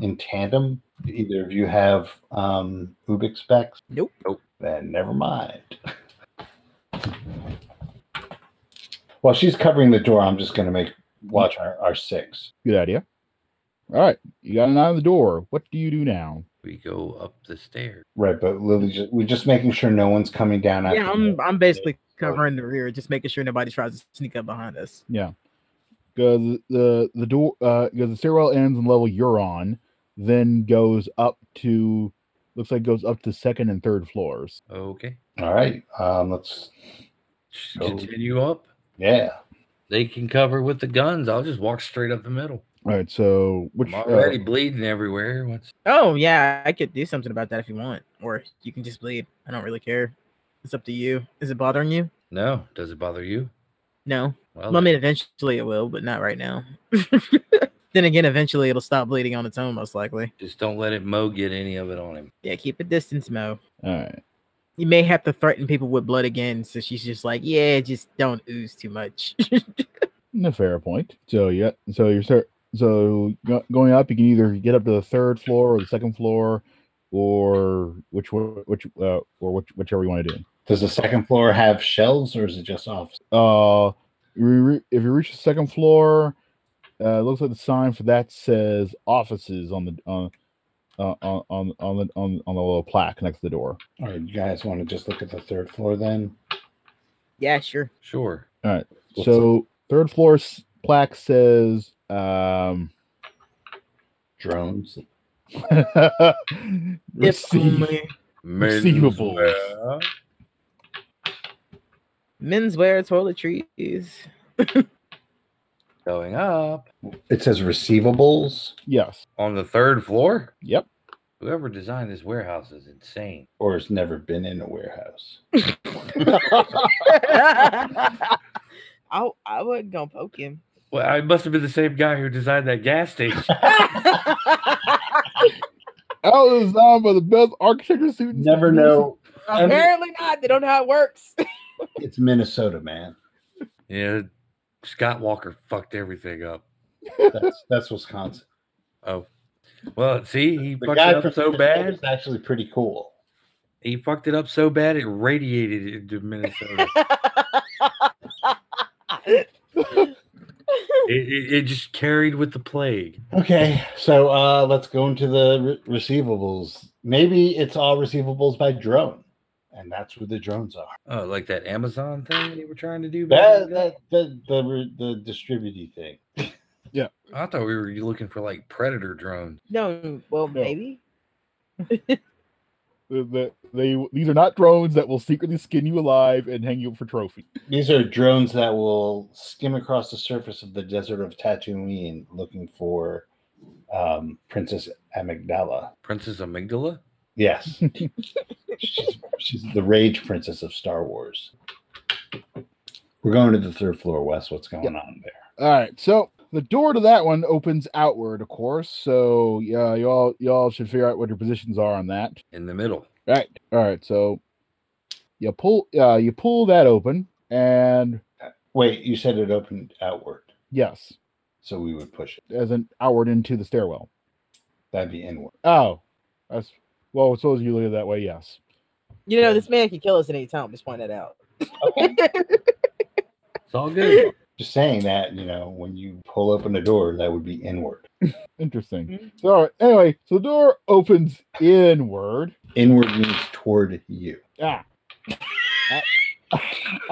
S1: in tandem? Do Either of you have um Ubik specs?
S4: Nope.
S3: Nope.
S1: Then never mind. While she's covering the door, I'm just gonna make watch our, our six.
S2: Good idea. All right, you got an eye on the door. What do you do now?
S3: We go up the stairs.
S1: Right, but Lily just we're just making sure no one's coming down after
S4: yeah,
S1: me.
S4: I'm I'm basically covering the rear, just making sure nobody tries to sneak up behind us.
S2: Because the the door uh, because the stairwell ends on the level you're on, then goes up to looks like goes up to second and third floors.
S3: Okay.
S1: All right. Um let's
S3: Just
S1: Go.
S3: Continue up.
S1: yeah.
S3: They can cover with the guns. I'll just walk straight up the middle.
S2: All right, so which
S3: I'm
S2: uh,
S3: already bleeding everywhere. What's
S4: Oh yeah, I could do something about that if you want, or you can just bleed. I don't really care. It's up to you. Is it bothering you?
S3: no? Does it bother you?
S4: No.
S3: Well,
S4: Well, I mean, eventually it will, but not right now. then again, eventually it'll stop bleeding on its own, most likely.
S3: just don't let it Mo get any of it on him.
S4: Yeah, keep a distance, Mo.
S2: All right.
S4: You may have to threaten people with blood again, so she's just like, yeah, just don't ooze too much.
S2: No fair point. So yeah, so you're start, so go- going up, you can either get up to the third floor or the second floor, or which one- which uh, or which whichever you want to do.
S1: Does the second floor have shelves or is it just office?
S2: Uh, you re- if you reach the second floor, uh, it looks like the sign for that says offices on the on uh, on on on the on, on the little plaque next to the door.
S1: All right, you guys want to just look at the third floor then?
S4: yeah, sure.
S3: Sure.
S1: What's-
S2: So third floor s- plaque says um.
S1: drones.
S4: If
S2: receive-
S4: only
S3: Men's
S2: Receivables.
S3: wear.
S4: menswear toiletries.
S3: going up
S1: It says receivables
S2: Yes.
S3: on the third floor.
S2: Yep.
S3: Whoever designed this warehouse is insane.
S1: or has never been in a warehouse.
S4: I I wasn't gonna poke him.
S3: Well, I must have been the same guy who designed that gas station.
S2: That was designed by the best architecture students.
S1: Never know.
S4: Apparently not. They don't know how it works.
S1: It's Minnesota, man.
S3: yeah, Scott Walker fucked everything up.
S1: That's that's Wisconsin.
S3: Oh, well, see, he fucked it up so bad.
S1: It's actually pretty cool.
S3: He fucked it up so bad it radiated into Minnesota. it, it, it just carried with the plague.
S1: Okay, so uh, let's go into the re- receivables. Maybe it's all receivables by drone, and that's where the drones are.
S3: Oh, like that Amazon thing they were trying to do. back
S1: That,
S3: in the day?
S1: that, the the re- the distributing thing.
S3: I thought we were looking for like predator drones.
S4: no, well,
S2: No.
S4: maybe.
S2: That they these are not drones that will secretly skin you alive and hang you up for trophy.
S1: These are drones that will skim across the surface of the desert of Tatooine looking for um, Princess Amygdala.
S3: Princess Amygdala.
S1: Yes. she's, she's the rage princess of Star Wars. We're going to the third floor, Wes. What's going on there?
S2: All right, so The door to that one opens outward, of course. So yeah, y'all y'all should figure out what your positions are on that.
S3: in the middle.
S2: Right. All right. So you pull uh, you pull that open, and
S1: Wait, you said it opened outward,
S2: yes,
S1: so we would push it.
S2: as an outward into the stairwell.
S1: That'd be inward.
S2: Oh, that's well. Suppose you look at it that way. Yes.
S4: You know, this man can kill us at any time. Just point that out.
S3: It's all good.
S1: Just saying that, you know, when you pull open a door, that would be inward.
S2: Interesting.
S4: Mhm.
S2: So all right, anyway, so the door opens inward.
S1: Inward means toward you.
S2: Ah. I,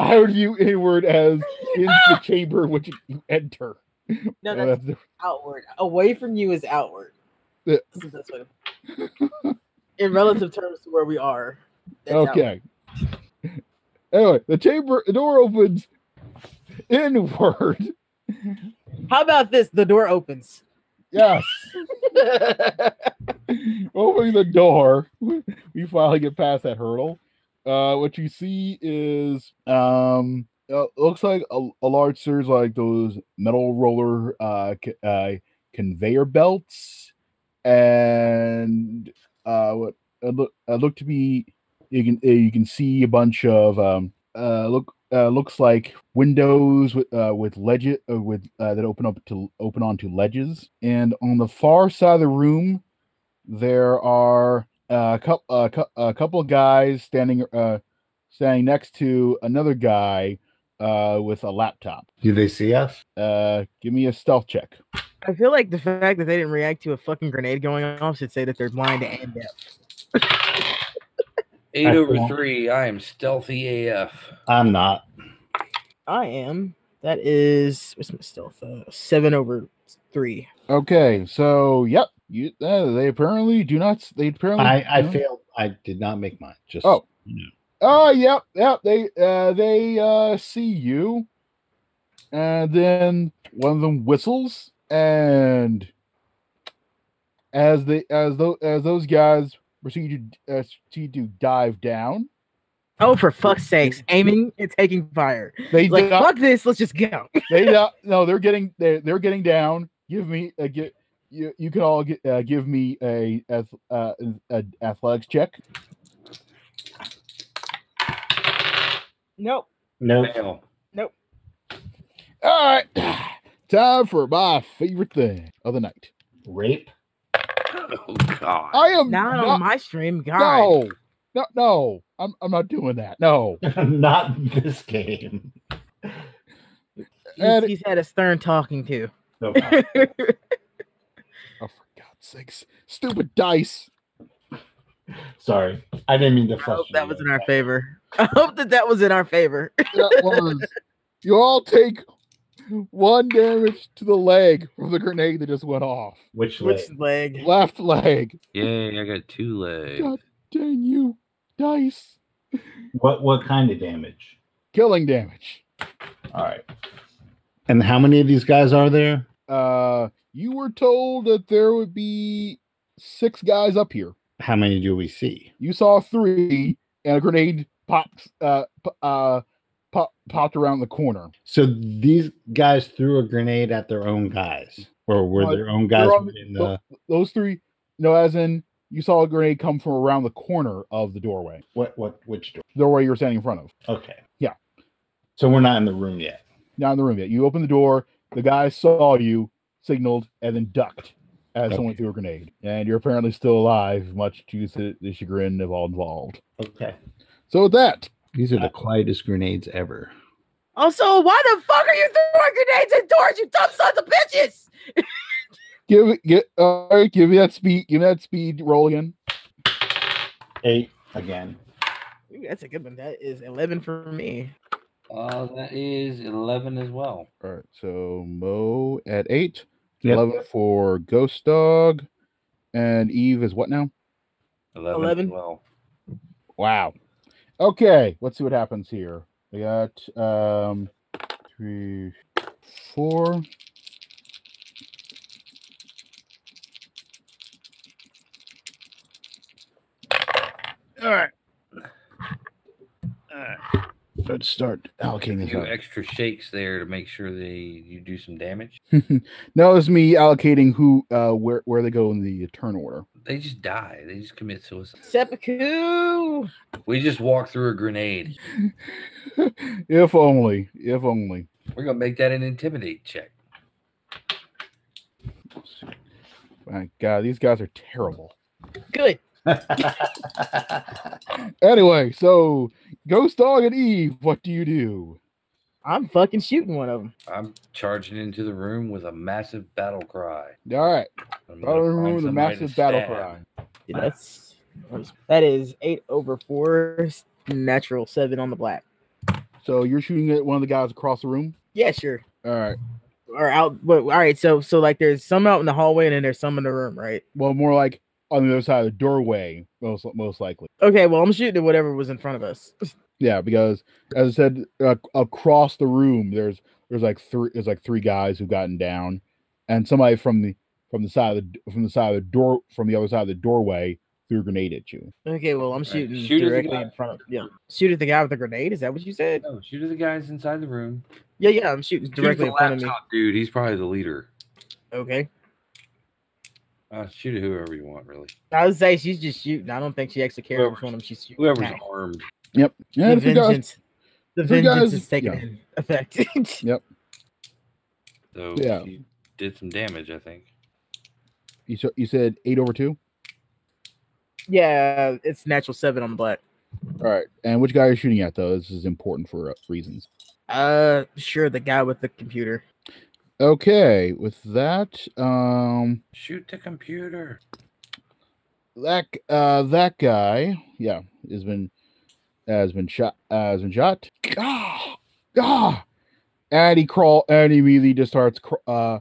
S2: I would view inward as in the chamber which you enter.
S4: Ah! no,
S2: Uh, that's
S4: that's
S2: the-
S4: outward. Away from you is outward.
S2: Yeah.
S4: This is this way. In relative terms to where we are. that's outward.
S2: okay. Anyway, the chamber the door opens inward.
S4: How about this? The door opens.
S2: Yes. Opening the door, we finally get past that hurdle. Uh, what you see is um, uh, looks like a, a large series of, like those metal roller uh, c- uh conveyor belts, and uh, what uh, look uh, look to be you can uh, you can see a bunch of um uh look uh looks like windows with uh with ledge uh, with uh, that open up to open onto ledges and on the far side of the room there are uh, a couple a, cou- a couple of guys standing uh standing next to another guy uh with a laptop
S1: Do they see us?
S2: uh give me a stealth check
S4: I feel like the fact that they didn't react to a fucking grenade going off should say that they're blind and deaf.
S3: Eight
S1: That's
S3: over
S1: cool.
S3: three. I am stealthy AF.
S1: I'm not.
S4: I am. That is what's my stealth? Uh, seven over three.
S2: okay so yep you uh, they apparently do not s- they
S4: Oh,
S2: apparently
S1: I, I
S2: do not-
S1: failed. I did not make mine. Just
S2: Oh.
S1: you know.
S2: Oh, yep, yep. They uh, they uh, see you, and then one of them whistles, and as they as though as those guys proceed to uh, proceed to dive down,
S4: Oh, for fuck's sakes! Aiming and taking fire.
S2: they
S4: Like
S2: di-
S4: fuck this. Let's just go.
S2: they di- no, they're getting they they're getting down. Give me a get. You, you can all get, uh, give me a, ath- uh, a athletics check.
S4: Nope.
S1: no.
S3: Fail.
S2: All right, time for my favorite thing of the night.
S1: Rape.
S3: Oh God.
S2: I am
S4: Not,
S2: not
S4: on my stream. God.
S2: No, no, no. I'm, I'm not doing that. No.
S1: not this game.
S4: He's,
S2: And-
S4: he's had a stern talking to.
S1: No.
S2: Oh, for God's sakes. Stupid dice.
S1: Sorry. I didn't mean to
S4: I hope
S1: frustrate
S4: that
S1: you
S4: was
S1: like
S4: in our favor. I hope that that was in our favor.
S2: That was. you all take one damage to the leg from the grenade that just went off.
S1: Which leg?
S4: Which leg?
S2: Left leg.
S3: Yay! I got two legs.
S2: God dang you, dice.
S1: What what kind of damage?
S2: Killing damage.
S1: All right. And how many of these guys are there?
S2: Uh, you were told that there would be six guys up here.
S1: How many do we see?
S2: You saw three, and a grenade popped, uh, p- uh, pop, popped around the corner.
S1: So these guys threw a grenade at their own guys, or were
S2: Well,
S1: their own guys
S2: on-
S1: in the?
S2: those three no as in you saw a grenade come from around the corner of the doorway
S1: What what which door?
S2: doorway you were standing in front of
S1: Okay.
S2: Yeah.
S1: So we're not in the room yet.
S2: not in the room yet you opened the door the guy saw you signaled and then ducked as someone
S1: Okay.
S2: threw a grenade and you're apparently still alive much to the the chagrin of all involved
S1: Okay. Uh,
S2: so with that
S1: These are the quietest grenades ever.
S4: Also, why the fuck are you throwing grenades at doors, you dumb sons of bitches?
S2: give it get all right give me that speed give me that speed roll again
S1: Eight again.
S4: Ooh, that's a good one. That is eleven for me.
S3: Uh, that is eleven as well.
S2: all right so mo at eight
S1: Yep.
S2: 11 for ghost dog and eve is what now
S3: Eleven.
S4: 11.
S3: As well.
S2: Wow. Okay, let's see what happens here. We got um three, four. All right. All right. So should start
S3: A
S2: allocating.
S3: few
S2: funds.
S3: extra shakes there to make sure they you do some damage.
S2: no, it's me allocating who, uh, where, where they go in the turn order.
S3: They just die. They just commit suicide.
S4: Seppuku.
S3: We just walk through a grenade.
S2: if only, if only.
S3: We're gonna make that an intimidate check.
S2: My God, these guys are terrible.
S4: Good.
S2: Anyway, so Ghost Dog and Eve, what do you do?
S4: I'm fucking shooting one of them.
S3: I'm charging into the room with a massive battle cry.
S2: All right,
S3: I'm gonna
S2: battle
S3: find
S2: room, the
S3: somebody to
S2: massive battle
S3: stab.
S2: cry.
S4: That's that is eight over four natural seven on the black.
S2: So you're shooting at one of the guys across the room.
S4: Yeah, sure.
S2: All right.
S4: Or out, but all right. So so like there's some out in the hallway and then there's some in the room, right?
S2: Well, more like on the other side of the doorway, most most likely.
S4: Okay. Well, I'm shooting at whatever was in front of us.
S2: Yeah, because as I said, uh, across the room, there's there's like three there's like three guys who've gotten down, and somebody from the from the side of the d- from the side of the door from the other side of the doorway threw a grenade at you.
S4: Okay. Well, I'm
S3: Right,
S4: shooting
S3: shoot at the
S4: directly
S3: guy.
S4: in front of. Yeah. Shoot at the guy with the grenade. Is that what you said?
S3: No, shoot at the guys inside the room.
S4: Yeah. Yeah. I'm shooting
S3: Shoot at
S4: directly
S3: the
S4: in front of me.
S3: laptop dude. He's probably the leader.
S4: Okay.
S3: Uh, shoot at whoever you want, really.
S4: I would say she's just shooting. I don't think she actually cares which
S3: Whoever's-
S4: one of them she's shooting.
S3: Whoever's
S4: at.
S3: armed.
S2: Yep.
S4: The
S2: Yeah, if you guys-
S4: vengeance. The
S2: if you
S4: vengeance
S2: guys-
S4: is taking
S2: yeah.
S4: effect.
S3: So
S2: Yeah.
S3: she did some damage, I think.
S2: you, s- you said eight over two.
S4: yeah, it's natural seven on the black.
S2: All right. And which guy are you shooting at though? This is important for uh, reasons.
S4: Uh, sure, the guy with the computer.
S2: Okay. With that, um,
S3: Shoot the computer.
S2: that g- uh that guy, yeah, has been has been shot has been shot. Ah, ah! And he crawl and he immediately just starts cr- uh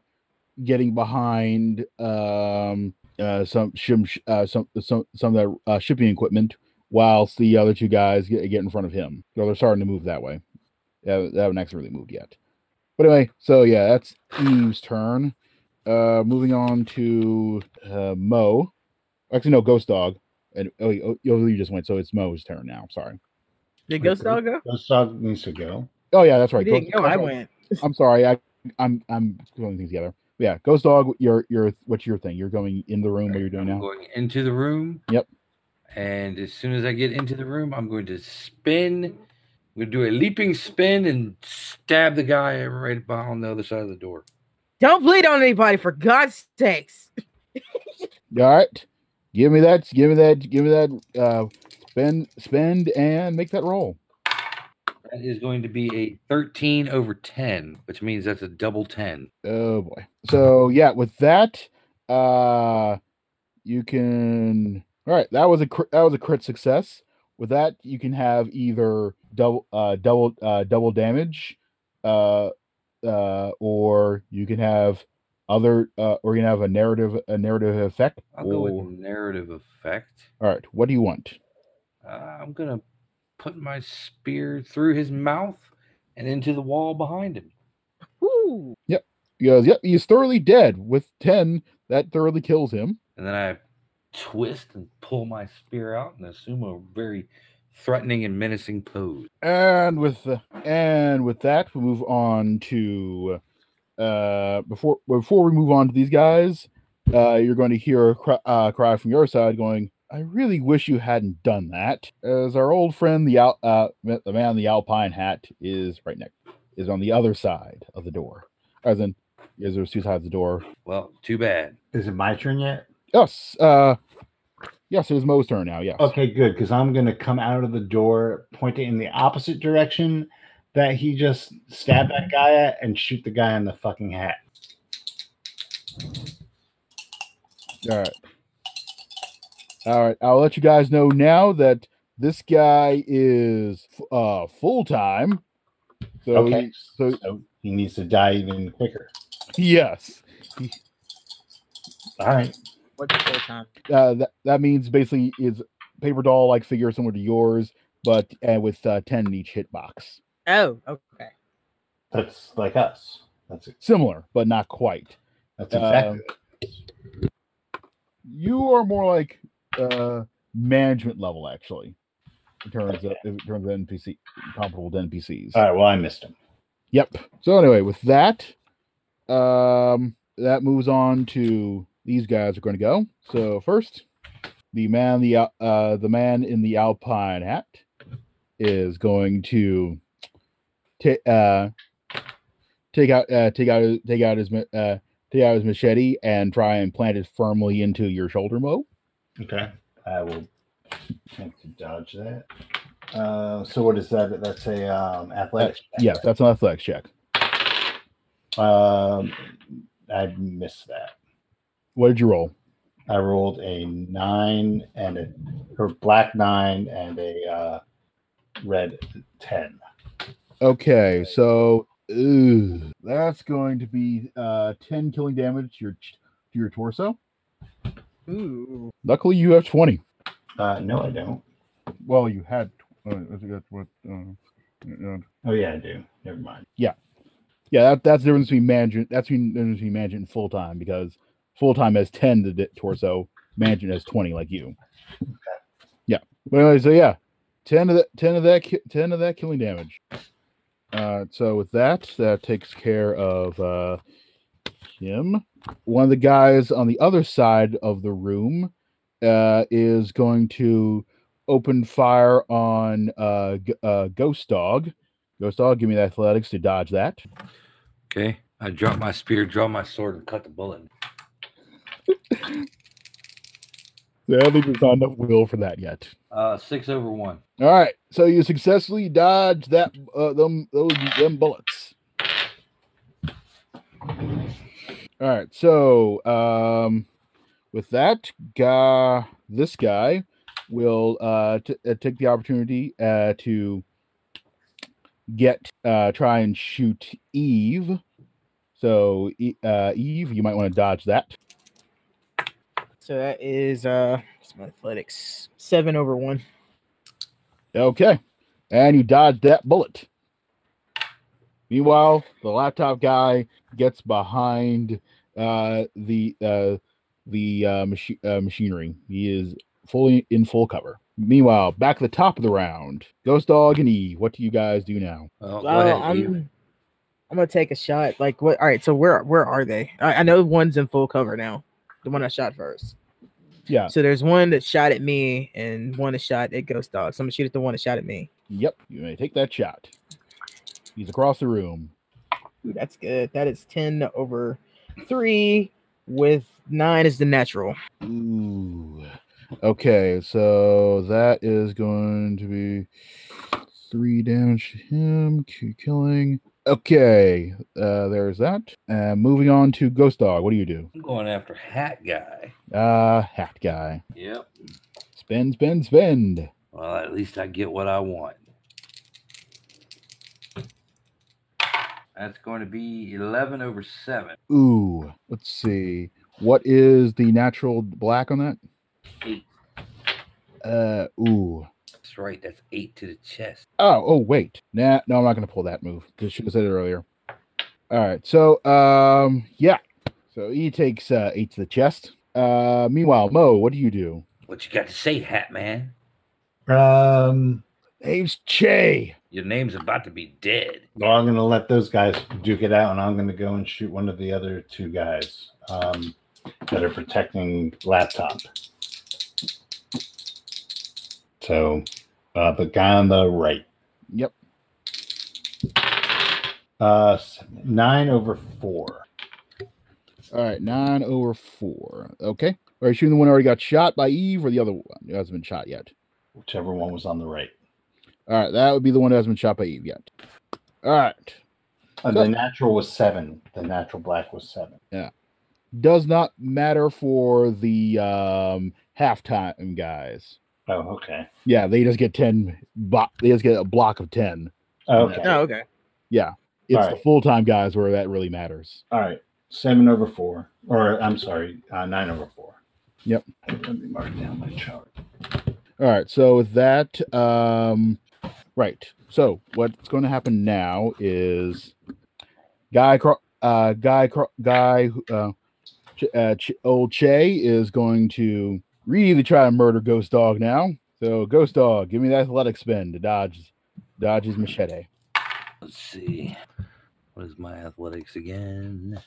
S2: getting behind um uh some shim sh- uh some some some of that uh, shipping equipment whilst the other two guys get, get in front of him. So they're starting to move that way. Yeah, that one hasn't really moved yet. But anyway, so yeah, that's Eve's turn. Uh moving on to uh Mo. Actually, no, Ghost Dog. And oh, you, oh, you just went, so it's Mo's turn now. Sorry.
S4: Did Ghost
S1: Okay.
S4: Dog go?
S1: Those dog needs to go.
S2: Oh yeah, that's right.
S4: He didn't
S2: Ghost-
S4: go. I
S2: that's right.
S4: went.
S2: I'm sorry. I, I'm I'm throwing things together. Yeah, Ghost Dog. Your your what's your thing? You're going in the room. What you're doing
S3: I'm
S2: now?
S3: going into the room.
S2: Yep.
S3: And as soon as I get into the room, I'm going to spin. I'm going to do a leaping spin and stab the guy right behind the other side of the door.
S4: Don't bleed on anybody for God's sakes.
S2: All right. Give me that. Give me that. Give me that. Uh, spend spend and make that roll.
S3: That is going to be a 13 over 10, which means that's a double 10.
S2: Oh boy. So yeah, with that, uh, you can. All right, that was a cr- that was a crit success. With that, you can have either double uh double uh double damage, uh, uh, or you can have other uh, or you can have a narrative a narrative effect.
S3: I'll go
S2: or-
S3: with narrative effect.
S2: all right, what do you want?
S3: Uh, I'm going to put my spear through his mouth and into the wall behind him.
S4: Woo.
S2: He goes, yep, he's thoroughly dead. With ten, that thoroughly kills him.
S3: And then I twist and pull my spear out and assume a very threatening and menacing pose.
S2: And with the, and with that, we move on to uh before before we move on to these guys, uh you're going to hear a cry, uh, cry from your side going, "I really wish you hadn't done that." As our old friend the Al, uh ma- the man in the alpine hat is right next is on the other side of the door. As in is there's two sides of the door.
S3: Well, too bad.
S1: Is it my turn yet?
S2: Yes, uh yes, it is Mo's turn now, yes.
S1: Okay, good. Because I'm going to come out of the door, point it in the opposite direction that he just stabbed that guy at, and shoot the guy in the fucking hat.
S2: All right. All right. I'll let you guys know now that this guy is f- uh full time. So
S1: okay.
S2: he- so
S1: So he needs to die even quicker.
S2: yes.
S1: All right.
S4: What's the full time?
S2: Uh that, that means basically is paper doll like figure similar to yours, but uh, with uh, 10 in each hitbox.
S4: Oh, okay.
S1: That's like us. That's
S2: Similar, but not quite.
S1: that's
S2: Um,
S1: effective.
S2: You are more like uh management level actually. in terms of in terms of NPC comparable to NPCs.
S1: All right. Well, I missed him.
S2: Yep. So anyway, with that, um, that moves on to these guys are going to go. So first, the man the al- uh the man in the alpine hat is going to ta- uh take out uh take out his- take out his ma- uh take out his machete and try and plant it firmly into your shoulder, Mo.
S1: Okay. I will attempt to dodge that. Uh, so what is that? That's a um, athletics. check.
S2: Yes, that's an athletics check.
S1: Um, I missed that.
S2: What did you roll?
S1: I rolled a nine and a or black nine and a uh, red ten.
S2: Okay, so ooh, that's going to be uh, ten killing damage to your ch- to your torso.
S4: Ooh.
S2: Luckily, you have twenty.
S1: Uh, no, I don't.
S2: Well, you had. Tw- uh, I think that's what. Uh, uh,
S1: Oh yeah, I do. Never mind.
S2: yeah, that, that's the difference between management. That's the difference between management and full time because full time has ten to the torso, management has twenty, like you. Yeah. But anyway, so yeah, ten of that, ten of that, ki- ten of that killing damage. Uh, so with that, that takes care of uh, him. One of the guys on the other side of the room uh, is going to open fire on uh, G- uh, Ghost Dog. Ghost Dog, give me the athletics to dodge that.
S3: Okay. I drop my spear, draw my sword, and cut the bullet.
S2: Sadly, there's not enough will for that yet.
S3: Uh, six over one.
S2: All right, so you successfully dodge that uh, them those them bullets. All right, so um, with that, guy, this guy will uh, t- uh, take the opportunity uh, to get uh, try and shoot Eve. So E- uh, Eve, you might want to dodge that.
S4: So that is uh it's my athletics. Seven over one.
S2: Okay. And you dodged that bullet. Meanwhile, the laptop guy gets behind uh, the uh, the uh, machi- uh, machinery. He is fully in full cover. Meanwhile, back at the top of the round, Ghost Dog and E. What do you guys do now?
S3: Well, go
S4: Oh,
S3: ahead,
S4: I'm
S3: Eve.
S4: I'm gonna take a shot. Like what all right, so where where are they? I, I know one's in full cover now. The one I shot first.
S2: Yeah.
S4: So there's one that shot at me and one that shot at Ghost Dog. So I'm gonna shoot at the one that shot at me.
S2: Yep. You may take that shot. He's across the room.
S4: Ooh, that's good. That is ten over three with nine is the natural.
S2: Ooh. Okay, so that is going to be three damage to him, two killing. Okay, uh, there's that. Uh, moving on to Ghost Dog. What do you do?
S3: I'm going after Hat Guy.
S2: Uh, hat guy.
S3: Yep.
S2: Spend, spend, spend.
S3: Well, at least I get what I want. That's going to be 11 over 7.
S2: Ooh, let's see. What is the natural black on that?
S3: Eight.
S2: Uh, ooh.
S3: That's right. That's 8 to the chest.
S2: Oh, oh wait. Nah, no, I'm not gonna pull that move. Just should have said it earlier. All right. So um yeah. So he takes uh eight to the chest. Uh meanwhile, Mo, what do you do?
S3: What you got to say, Hat Man?
S1: Um,
S2: Name's Che.
S3: Your name's about to be dead.
S1: well, I'm gonna let those guys duke it out, and I'm gonna go and shoot one of the other two guys um, that are protecting laptop. So, uh, the guy on the right.
S2: Yep.
S1: Uh, s- nine over four.
S2: All right, nine over four. Okay. Are you shooting the one who already got shot by Eve or the other one who hasn't been shot yet?
S1: Whichever one was on the right.
S2: All right, that would be the one who hasn't been shot by Eve yet. All right.
S1: Uh, the natural was seven. The natural black was seven.
S2: Does not matter for the um halftime guys.
S1: Oh, okay.
S2: Yeah, they just get ten. Bo- they just get a block of ten.
S1: Okay.
S4: Oh, okay.
S2: It's the
S1: Alright.
S2: full time guys where that really matters.
S1: All right. Seven over four. Or I'm sorry, uh, nine over four.
S2: Yep.
S1: Let me mark down my chart.
S2: All right. So with that, um, right. So what's going to happen now is guy, Cro- uh, guy, Cro- guy, who- uh, Ch- uh, Ch- old Che is going to really try to murder Ghost Dog now. So Ghost Dog, give me that athletic spin to dodge Dodge's machete.
S3: Let's see. What is my athletics again?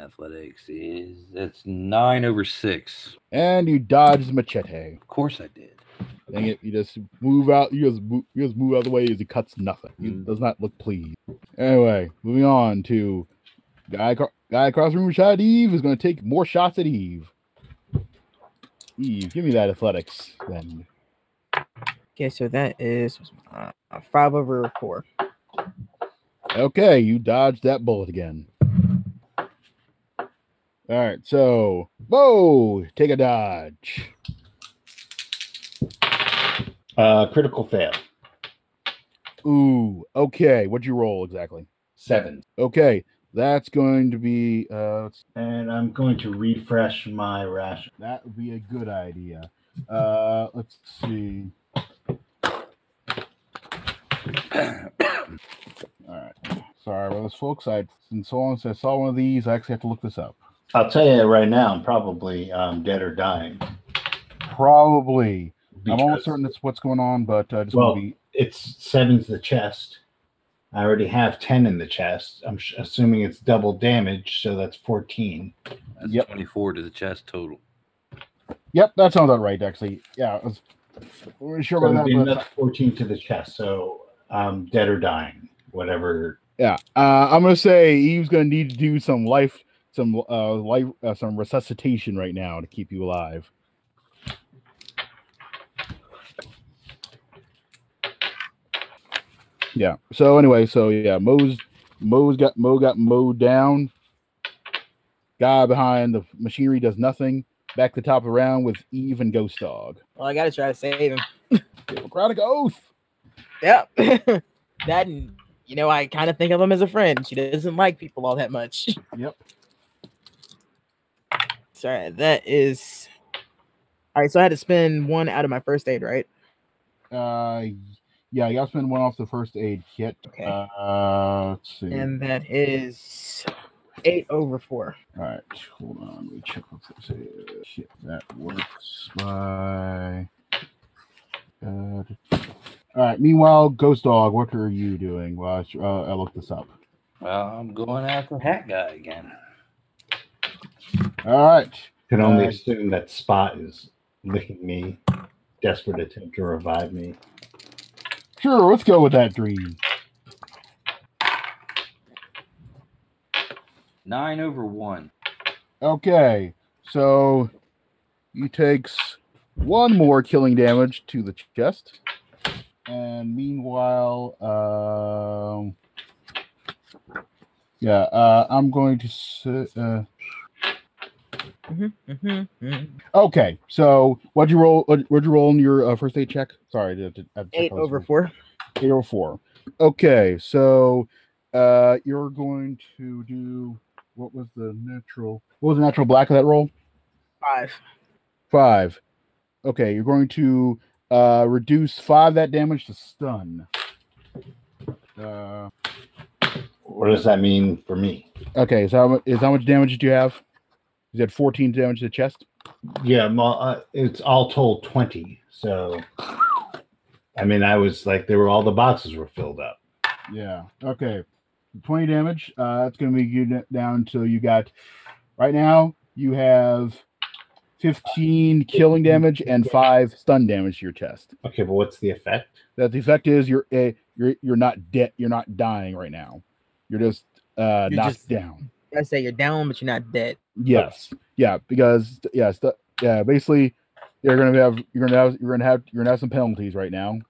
S3: Athletics is that's nine over six.
S2: And you dodge his machete.
S3: Of course I did.
S2: Dang it, you just move out you just move, you just move out of the way as he cuts nothing. He
S3: Mhm.
S2: does not look pleased. Anyway, moving on to guy acro- guy across the room shot at Eve is gonna take more shots at Eve. Eve, give me that athletics then.
S4: Okay, so that is uh, five over four.
S2: Okay, you dodged that bullet again. All right, so whoa, take a dodge.
S1: Uh, critical fail.
S2: Ooh, okay. What'd you roll exactly?
S1: Seven.
S2: Okay, that's going to be uh, let's-
S1: And I'm going to refresh my ration.
S2: that would be a good idea. Uh, let's see. All right. Sorry about this, folks. I and so long since I saw one of these, I actually have to look this up.
S1: I'll tell you right now, I'm probably um, dead or dying.
S2: Probably. I'm almost
S1: because
S2: certain that's what's going on, but I just
S1: Well,
S2: want to be
S1: It's seven's the chest. I already have 10 in the chest. I'm sh- assuming it's double damage, so that's 14.
S3: That's
S2: Yep.
S3: 24 to the chest total.
S2: Yep, that sounds about right, actually. Yeah, I was wasn't sure
S1: So it'd
S2: about
S1: be
S2: that. But,
S1: another 14 to the chest, so I'm dead or dying, whatever.
S2: yeah, uh, I'm gonna say Eve's gonna need to do some life, some uh, life, uh, some resuscitation right now to keep you alive. Yeah. So anyway, so yeah, Mo's Mo's got Mo got mowed down. Guy behind the machinery does nothing. Back the top of the round with Eve and Ghost Dog.
S4: Well, I gotta try to save him.
S2: Hippocratic oath.
S4: Yep. that and you know, I kind of think of him as a friend. She doesn't like people all that much.
S2: Yep.
S4: Sorry, that is all right. So I had to spend one out of my first aid, right?
S2: Uh, yeah, you gotta spend one off the first aid kit.
S4: Okay.
S2: Uh, let's
S3: Mm-hmm.
S2: see.
S4: And that is eight over four.
S2: All right, hold on. Let me check what this is. Shit, that works by. God. All right. Meanwhile, Ghost Dog, what are you doing? Well, I, uh, I looked this up.
S3: Well, I'm going after Hat Guy again.
S2: All right.
S1: Can only
S2: Uh,
S1: assume that Spot is licking me, desperate attempt to revive me.
S2: Sure. Let's go with that dream.
S3: Nine over one.
S2: Okay. So he takes one more killing damage to the chest. And meanwhile, um, yeah, uh, I'm going to. s- Uh, okay, so what'd you roll? What'd what'd you roll in your uh, first aid check? Sorry, I did- did- I had to check
S4: Eight
S2: how this
S4: over
S2: works.
S4: four.
S2: Eight over four. Okay, so uh, you're going to do what was the natural? What was the natural black of that roll?
S4: Five.
S2: Five. Okay, you're going to uh, reduce five of that damage to stun. Uh,
S1: What does that mean for me?
S2: okay, so how, mu- is how much damage did you have? You had 14 damage to the chest.
S1: Yeah, I'm all- uh, it's all told 20. So, I mean, I was like, they were all the boxes were filled up.
S2: Yeah. Okay. 20 damage. Uh, that's going to make you n- down to you got right now you have 15 killing damage and five stun damage to your chest.
S1: Okay, but what's the effect?
S2: That the effect is you're uh, you're you're not dead. You're not dying right now. You're just uh,
S4: You're
S2: knocked
S4: just-
S2: down.
S4: I say you're down, but you're not dead.
S2: Yes. Yeah, because yes, the, yeah, basically you're gonna have you're gonna have you're gonna have you're gonna have some penalties right now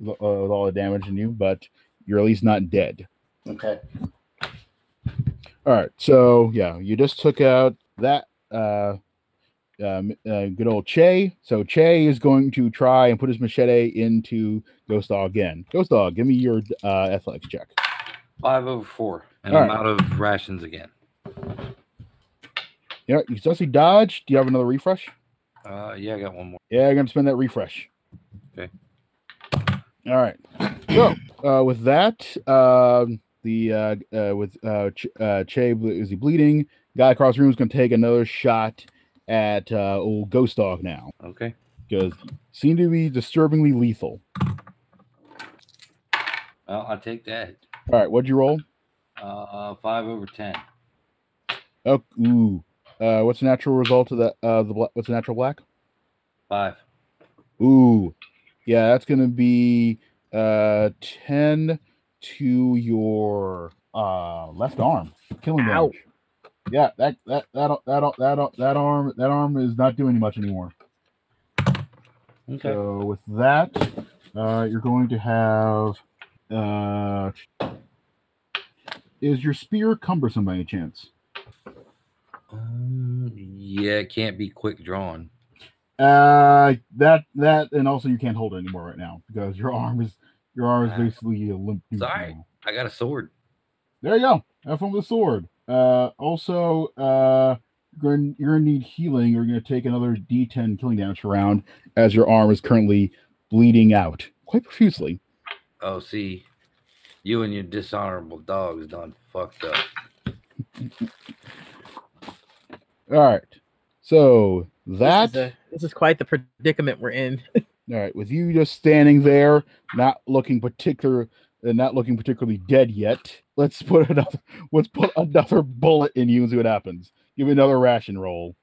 S2: with, uh, with all the damage in you, but you're at least not dead.
S1: Okay.
S2: All right, so yeah, you just took out that uh, um, uh good old Che. So Che is going to try and put his machete into Ghost Dog again. Ghost Dog, give me your uh, athletics check.
S3: Five over four. And
S2: All
S3: I'm
S2: right.
S3: out of rations again.
S2: Yeah, you successfully dodge. Do you have another refresh?
S3: Uh, yeah, I got one more.
S2: Yeah, I'm gonna spend that refresh.
S3: Okay.
S2: All right. So uh, with that, um, the uh, uh, with uh, Ch- uh, Che ble- is he bleeding? Guy across the room is gonna take another shot at uh, old Ghost Dog now.
S3: Okay.
S2: because seem to be disturbingly lethal.
S3: Well, I'll take that.
S2: All right, what'd you roll?
S3: Uh, five over ten.
S2: Oh, ooh. Uh, what's the natural result of that? Uh, the bla- what's the natural black?
S3: Five.
S2: Ooh, yeah, that's gonna be uh ten to your uh left arm, killing
S4: Ow.
S2: damage. Yeah, that that that that that that arm that arm is not doing much anymore.
S3: Okay.
S2: So with that, uh, you're going to have. Uh, is your spear cumbersome by any chance?
S3: Um, yeah, it can't be quick drawn.
S2: Uh, that that and also you can't hold it anymore right now because your arm is your arm is
S3: Ah.
S2: basically a limp. noodle
S3: Sorry.
S2: now.
S3: I got a sword.
S2: There you go. Have fun with the sword. Uh, also, uh, you're gonna, you're gonna need healing. You're gonna take another D10 killing damage round as your arm is currently bleeding out quite profusely.
S3: Oh, see, you and your dishonorable dogs done fucked up.
S2: All right. So
S4: This
S2: that
S4: is, a- this is quite the predicament we're in.
S2: All right, with you just standing there, not looking particular, uh, not looking particularly dead yet. Let's put another, let's put another bullet in you and see what happens. Give me another ration roll.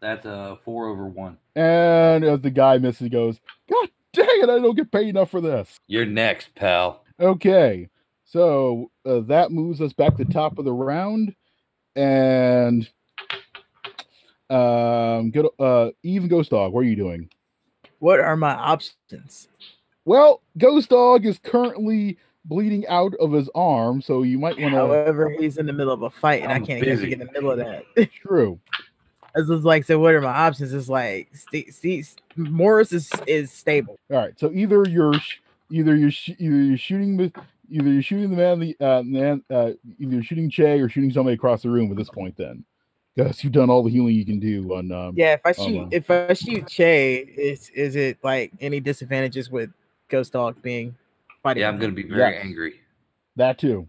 S3: That's a four over one.
S2: And as the guy misses, he goes, "God dang it! I don't get paid enough for this."
S3: You're next, pal.
S2: Okay, so uh, that moves us back to the top of the round, and um, good. Uh, even Ghost Dog, what are you doing?
S4: What are my options?
S2: Well, Ghost Dog is currently bleeding out of his arm, so you might want to.
S4: However, he's in the middle of a fight, and I'm I
S3: I'm
S4: can not even
S3: busy.
S4: get in the middle of that.
S2: True.
S4: It's just like, so what are my options? It's like, see, Morris is is stable.
S2: All right. So either you're, sh- either you're, sh- either you're shooting the, either you're shooting the man, the uh, man, uh, either you're shooting Che or shooting somebody across the room at this point. Then, because you've done all the healing you can do on. Um,
S4: Yeah, if I
S2: Oh,
S4: shoot,
S2: wow.
S4: if I shoot Che, is is it like any disadvantages with Ghost Dog being fighting?
S3: Yeah, I'm
S4: with
S3: gonna be very
S2: Yeah.
S3: angry.
S2: That too.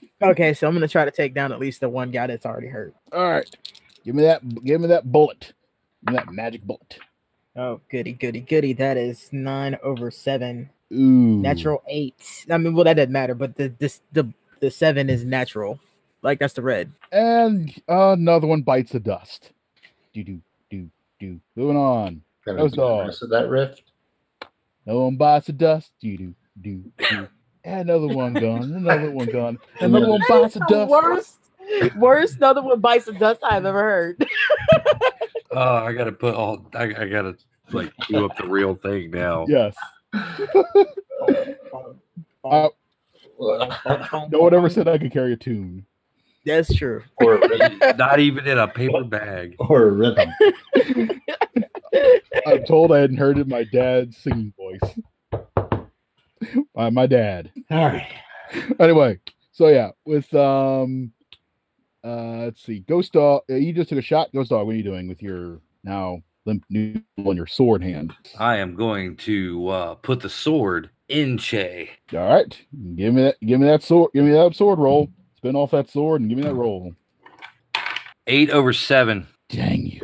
S4: him? Okay, so I'm gonna try to take down at least the one guy that's already hurt.
S2: All right. Give me that. Give me that bullet. Give me that magic bullet.
S4: Oh, goody, goody, goody. That is nine over seven.
S2: Ooh.
S4: Natural eight. I mean, well, that doesn't matter, but the this the the seven is natural. Like that's the red.
S2: And another one bites the dust. Do do do do. Moving on.
S1: That
S2: That was
S1: was the
S2: all.
S1: rest of that rift.
S2: No one bites the dust. Do do do do. And another one gone. Another one gone. Another one bites the dust.
S4: worst, worst another one bites of dust I've ever heard.
S3: Oh, I gotta put all. I, I gotta like do up the real thing now.
S2: Yes. Uh, no one ever said I could carry a tune.
S4: That's true.
S1: Or a rhythm.
S3: Not even in a paper bag.
S1: or a rhythm.
S2: I'm told I hadn't heard it in my dad's singing voice. By my dad.
S1: All right.
S2: Anyway, so yeah, with um, uh, let's see, Ghost Dog. uh, You just took a shot, Ghost Dog. What are you doing with your now limp noodle on your sword hand?
S3: I am going to uh, put the sword in Che.
S2: All right, give me that. Give me that sword. Give me that sword roll. Spin off that sword and give me that roll.
S3: Eight over seven.
S2: Dang you.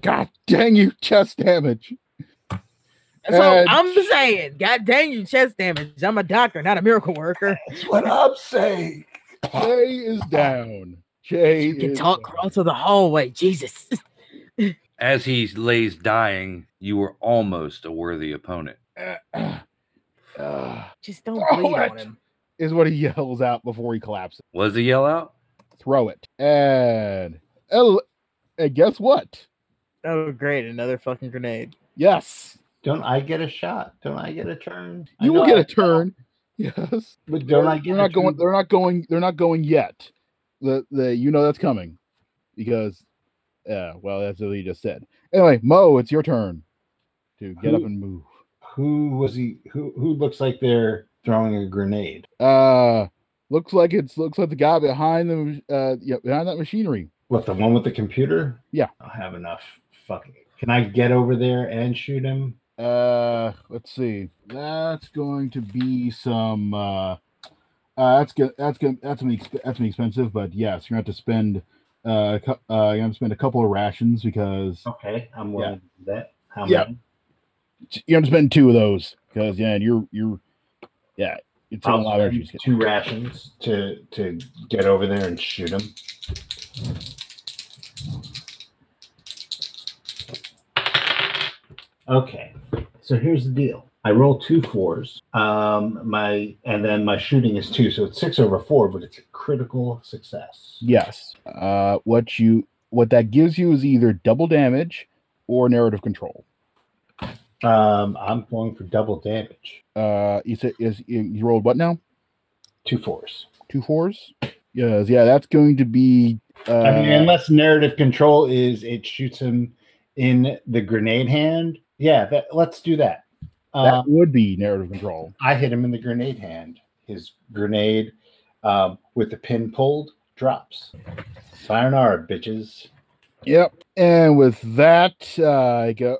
S2: God dang you, chest damage.
S4: That's what
S2: Uh,
S4: I'm saying. God dang you, chest damage. I'm a doctor, not a miracle worker.
S5: That's what I'm saying.
S2: Jay is down. Jay
S4: You can
S2: is
S4: talk
S2: down.
S4: across to the hallway. Jesus.
S3: As he lays dying, you were almost a worthy opponent.
S2: Ah,
S4: Just don't
S2: Throw
S4: bleed on
S2: it.
S4: him.
S2: is what he yells out before he collapses.
S3: Was the yell out?
S2: Throw it. And, oh, and guess what?
S4: Oh, great. Another fucking grenade.
S2: Yes.
S1: Don't I get a shot? Don't I get a turn? I
S2: You will
S1: know
S2: get
S1: I-
S2: a turn. Yes.
S1: But don't I
S2: they're
S1: get? a
S2: not going
S1: turn?
S2: they're not going they're not going yet. The the you know that's coming. Because uh well that's what he just said. Anyway, Mo, it's your turn to get up
S1: Who-
S2: and move.
S1: Who was he? Who who looks like they're throwing a grenade?
S2: Uh, looks like it's looks like the guy behind the mach- uh yeah, behind that machinery.
S1: What the one with the computer?
S2: Yeah.
S1: I don't have enough. Fucking. Can I get over there and shoot him?
S2: Uh, let's see. That's going to be some. Uh, uh that's good. That's good. That's gonna be exp- that's gonna be expensive, but yes, you're gonna have to spend Uh, cou- uh, I'm gonna spend a couple of rations because
S1: Okay, I'm
S2: willing
S1: willing to do that. How
S2: Yeah. you're gonna spend two of those because yeah, you're you're yeah, it's a lot of energy.
S1: two rations to to get over there and shoot them. Okay, so here's the deal. I roll two fours. Um, my and then my shooting is two, so it's six over four, but it's a critical success.
S2: Yes. Uh, what you what that gives you is either double damage or narrative control.
S1: Um, I'm going for double damage.
S2: Uh, you said is you you rolled what now?
S1: Two fours.
S2: Two fours. Yes. Yeah, that's going to be. Uh,
S1: I mean, unless narrative control is it shoots him in the grenade hand. Yeah, that, let's do that.
S2: that
S1: Um,
S2: would be narrative control.
S1: I hit him in the grenade hand. His grenade um, with the pin pulled drops. Sayonara, bitches.
S2: Yep. And with that, uh, I go.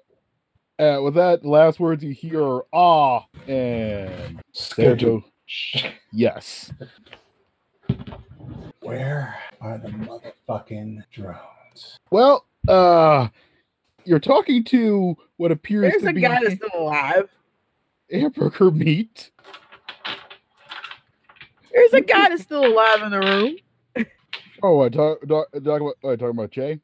S2: Uh, with that, the last words you hear are ah and there
S1: Scared
S2: go. Yes.
S1: Where are the motherfucking drones?
S2: Well, uh, you're talking to what appears
S4: There's
S2: to
S4: a
S2: be
S4: guy that's still alive.
S2: hamburger meat.
S4: There's a guy that's still alive in the room.
S2: Oh, I talk, talk, talk about oh, talking about Jay.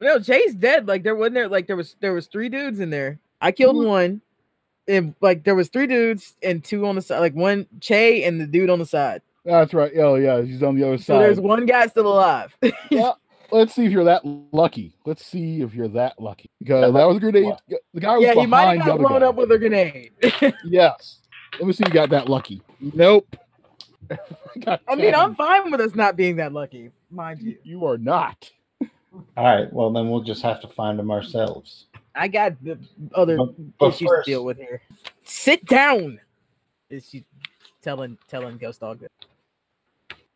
S4: No, Jay's dead. Like there wasn't there. Like there was there was three dudes in there. I killed
S2: Mm-hmm.
S4: one, and like there was three dudes and two on the side. Like one Che and the dude on the side.
S2: That's right. Oh yeah, he's on the other
S4: So
S2: side.
S4: there's one guy still alive.
S2: Let's see if you're that lucky. Let's see if you're that lucky because that was a grenade. The guy was
S4: yeah, he might
S2: behind
S4: have
S2: the
S4: got
S2: other
S4: blown
S2: guy.
S4: up with a grenade.
S2: Yes. Let me see if you got that lucky. Nope. God
S4: I mean,
S2: damn,
S4: I'm fine with us not being that lucky, mind you.
S2: you are not.
S1: All right, well, then we'll just have to find them ourselves.
S4: I got the other
S1: But
S4: issues
S1: first,
S4: to deal with here. Sit down. Is she telling telling Ghost Dog that?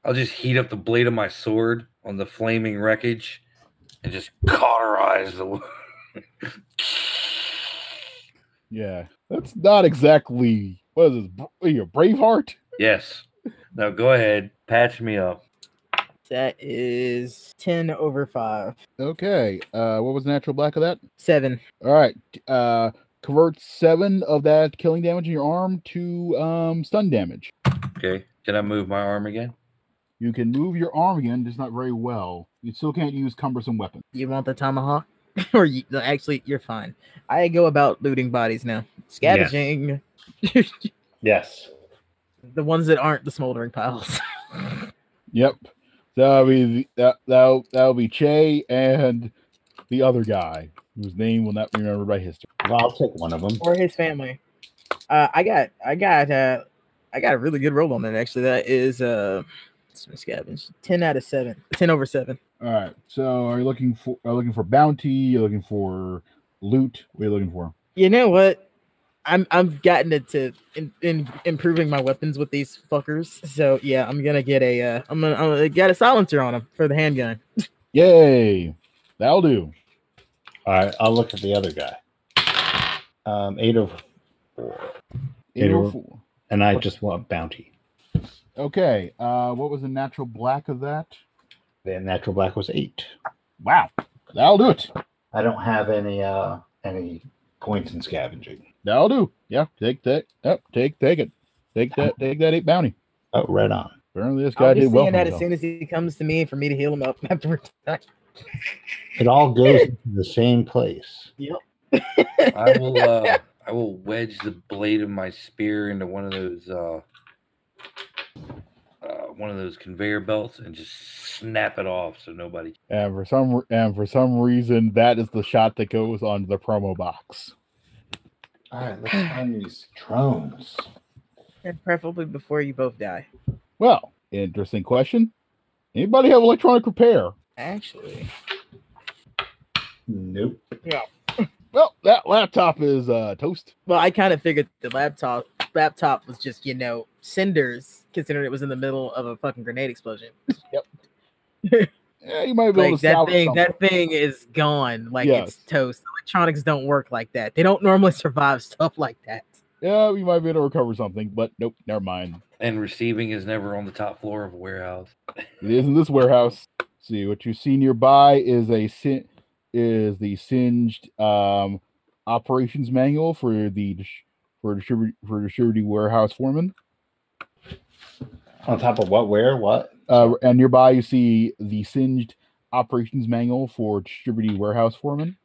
S3: I'll just heat up the blade of my sword on the flaming wreckage and just cauterize the. wo-
S2: Yeah, that's not exactly what is this? Bra- what are you, Braveheart?
S3: yes. Now go ahead, patch me up.
S4: That is ten over five,
S2: Okay. Uh, what was the natural black of that?
S4: seven.
S2: All right. Uh, convert seven of that killing damage in your arm to um stun damage.
S3: Okay. Can I move my arm again?
S2: You can move your arm again, just not very well. You still can't use cumbersome weapons.
S4: You want the tomahawk? or you, no, actually, you're fine. I go about looting bodies now, scavenging
S1: Yes.
S4: the ones that aren't the smoldering piles.
S2: Yep. That'll be the- that that'll, that'll be Che and the other guy whose name will not be remembered by history.
S1: Well, I'll take one of them.
S4: or his family. Uh, I got, I got, uh, I got a really good roll on that. Actually, that is uh, some scavenge. Ten out of seven. Ten over seven.
S2: All right. So are you looking for are you looking for bounty? You're looking for loot. What are you looking for?
S4: You know what? I'm I've gotten it to in, in improving my weapons with these fuckers. So yeah, I'm gonna get a uh, I'm gonna, I'm gonna get a silencer on him for the handgun.
S2: Yay! That'll do.
S1: All right, I'll look at the other guy. Um, eight over four.
S2: Eight
S1: It'll-
S2: or four.
S1: And I just want bounty.
S2: Okay. Uh, what was the natural black of that?
S1: The natural black was eight.
S2: Wow. That'll do it.
S1: I don't have any uh any points in scavenging.
S2: That'll do. Yeah. Take that. Yep. Take take it. Take that. Take that eight bounty.
S1: Oh, right on.
S2: Apparently this guy
S4: I'll be
S2: did
S4: seeing
S2: well. for
S4: that as
S2: himself.
S4: soon as he comes to me for me to heal him up after we're done.
S1: It all goes to the same place.
S3: I will. Uh, I will wedge the blade of my spear into one of those. Uh, uh, one of those conveyor belts and just snap it off so nobody.
S2: And for some re- and for some reason, that is the shot that goes on the promo box.
S1: All right, let's find these drones.
S4: And preferably before you both die.
S2: Well, interesting question. Anybody have electronic repair?
S4: Actually,
S1: Nope.
S2: Well, that laptop is uh, toast.
S4: well, I kind of figured the laptop laptop was just you know cinders, considering it was in the middle of a fucking grenade explosion.
S2: Yeah, you might be able
S4: like
S2: to
S4: that
S2: salvage
S4: thing
S2: something.
S4: that thing is gone like it's
S2: Yes.
S4: toast electronics don't work like that they don't normally survive stuff like that
S2: Yeah, you might be able to recover something, but nope, never mind.
S3: And receiving is never on the top floor of a warehouse.
S2: It isn't this warehouse. see what you see nearby is a sin is the singed um, operations manual for the dis- for distribu- for distributing warehouse foreman.
S1: On top of what, where, what?
S2: Uh, and nearby you see the singed operations manual for distributing warehouse foreman.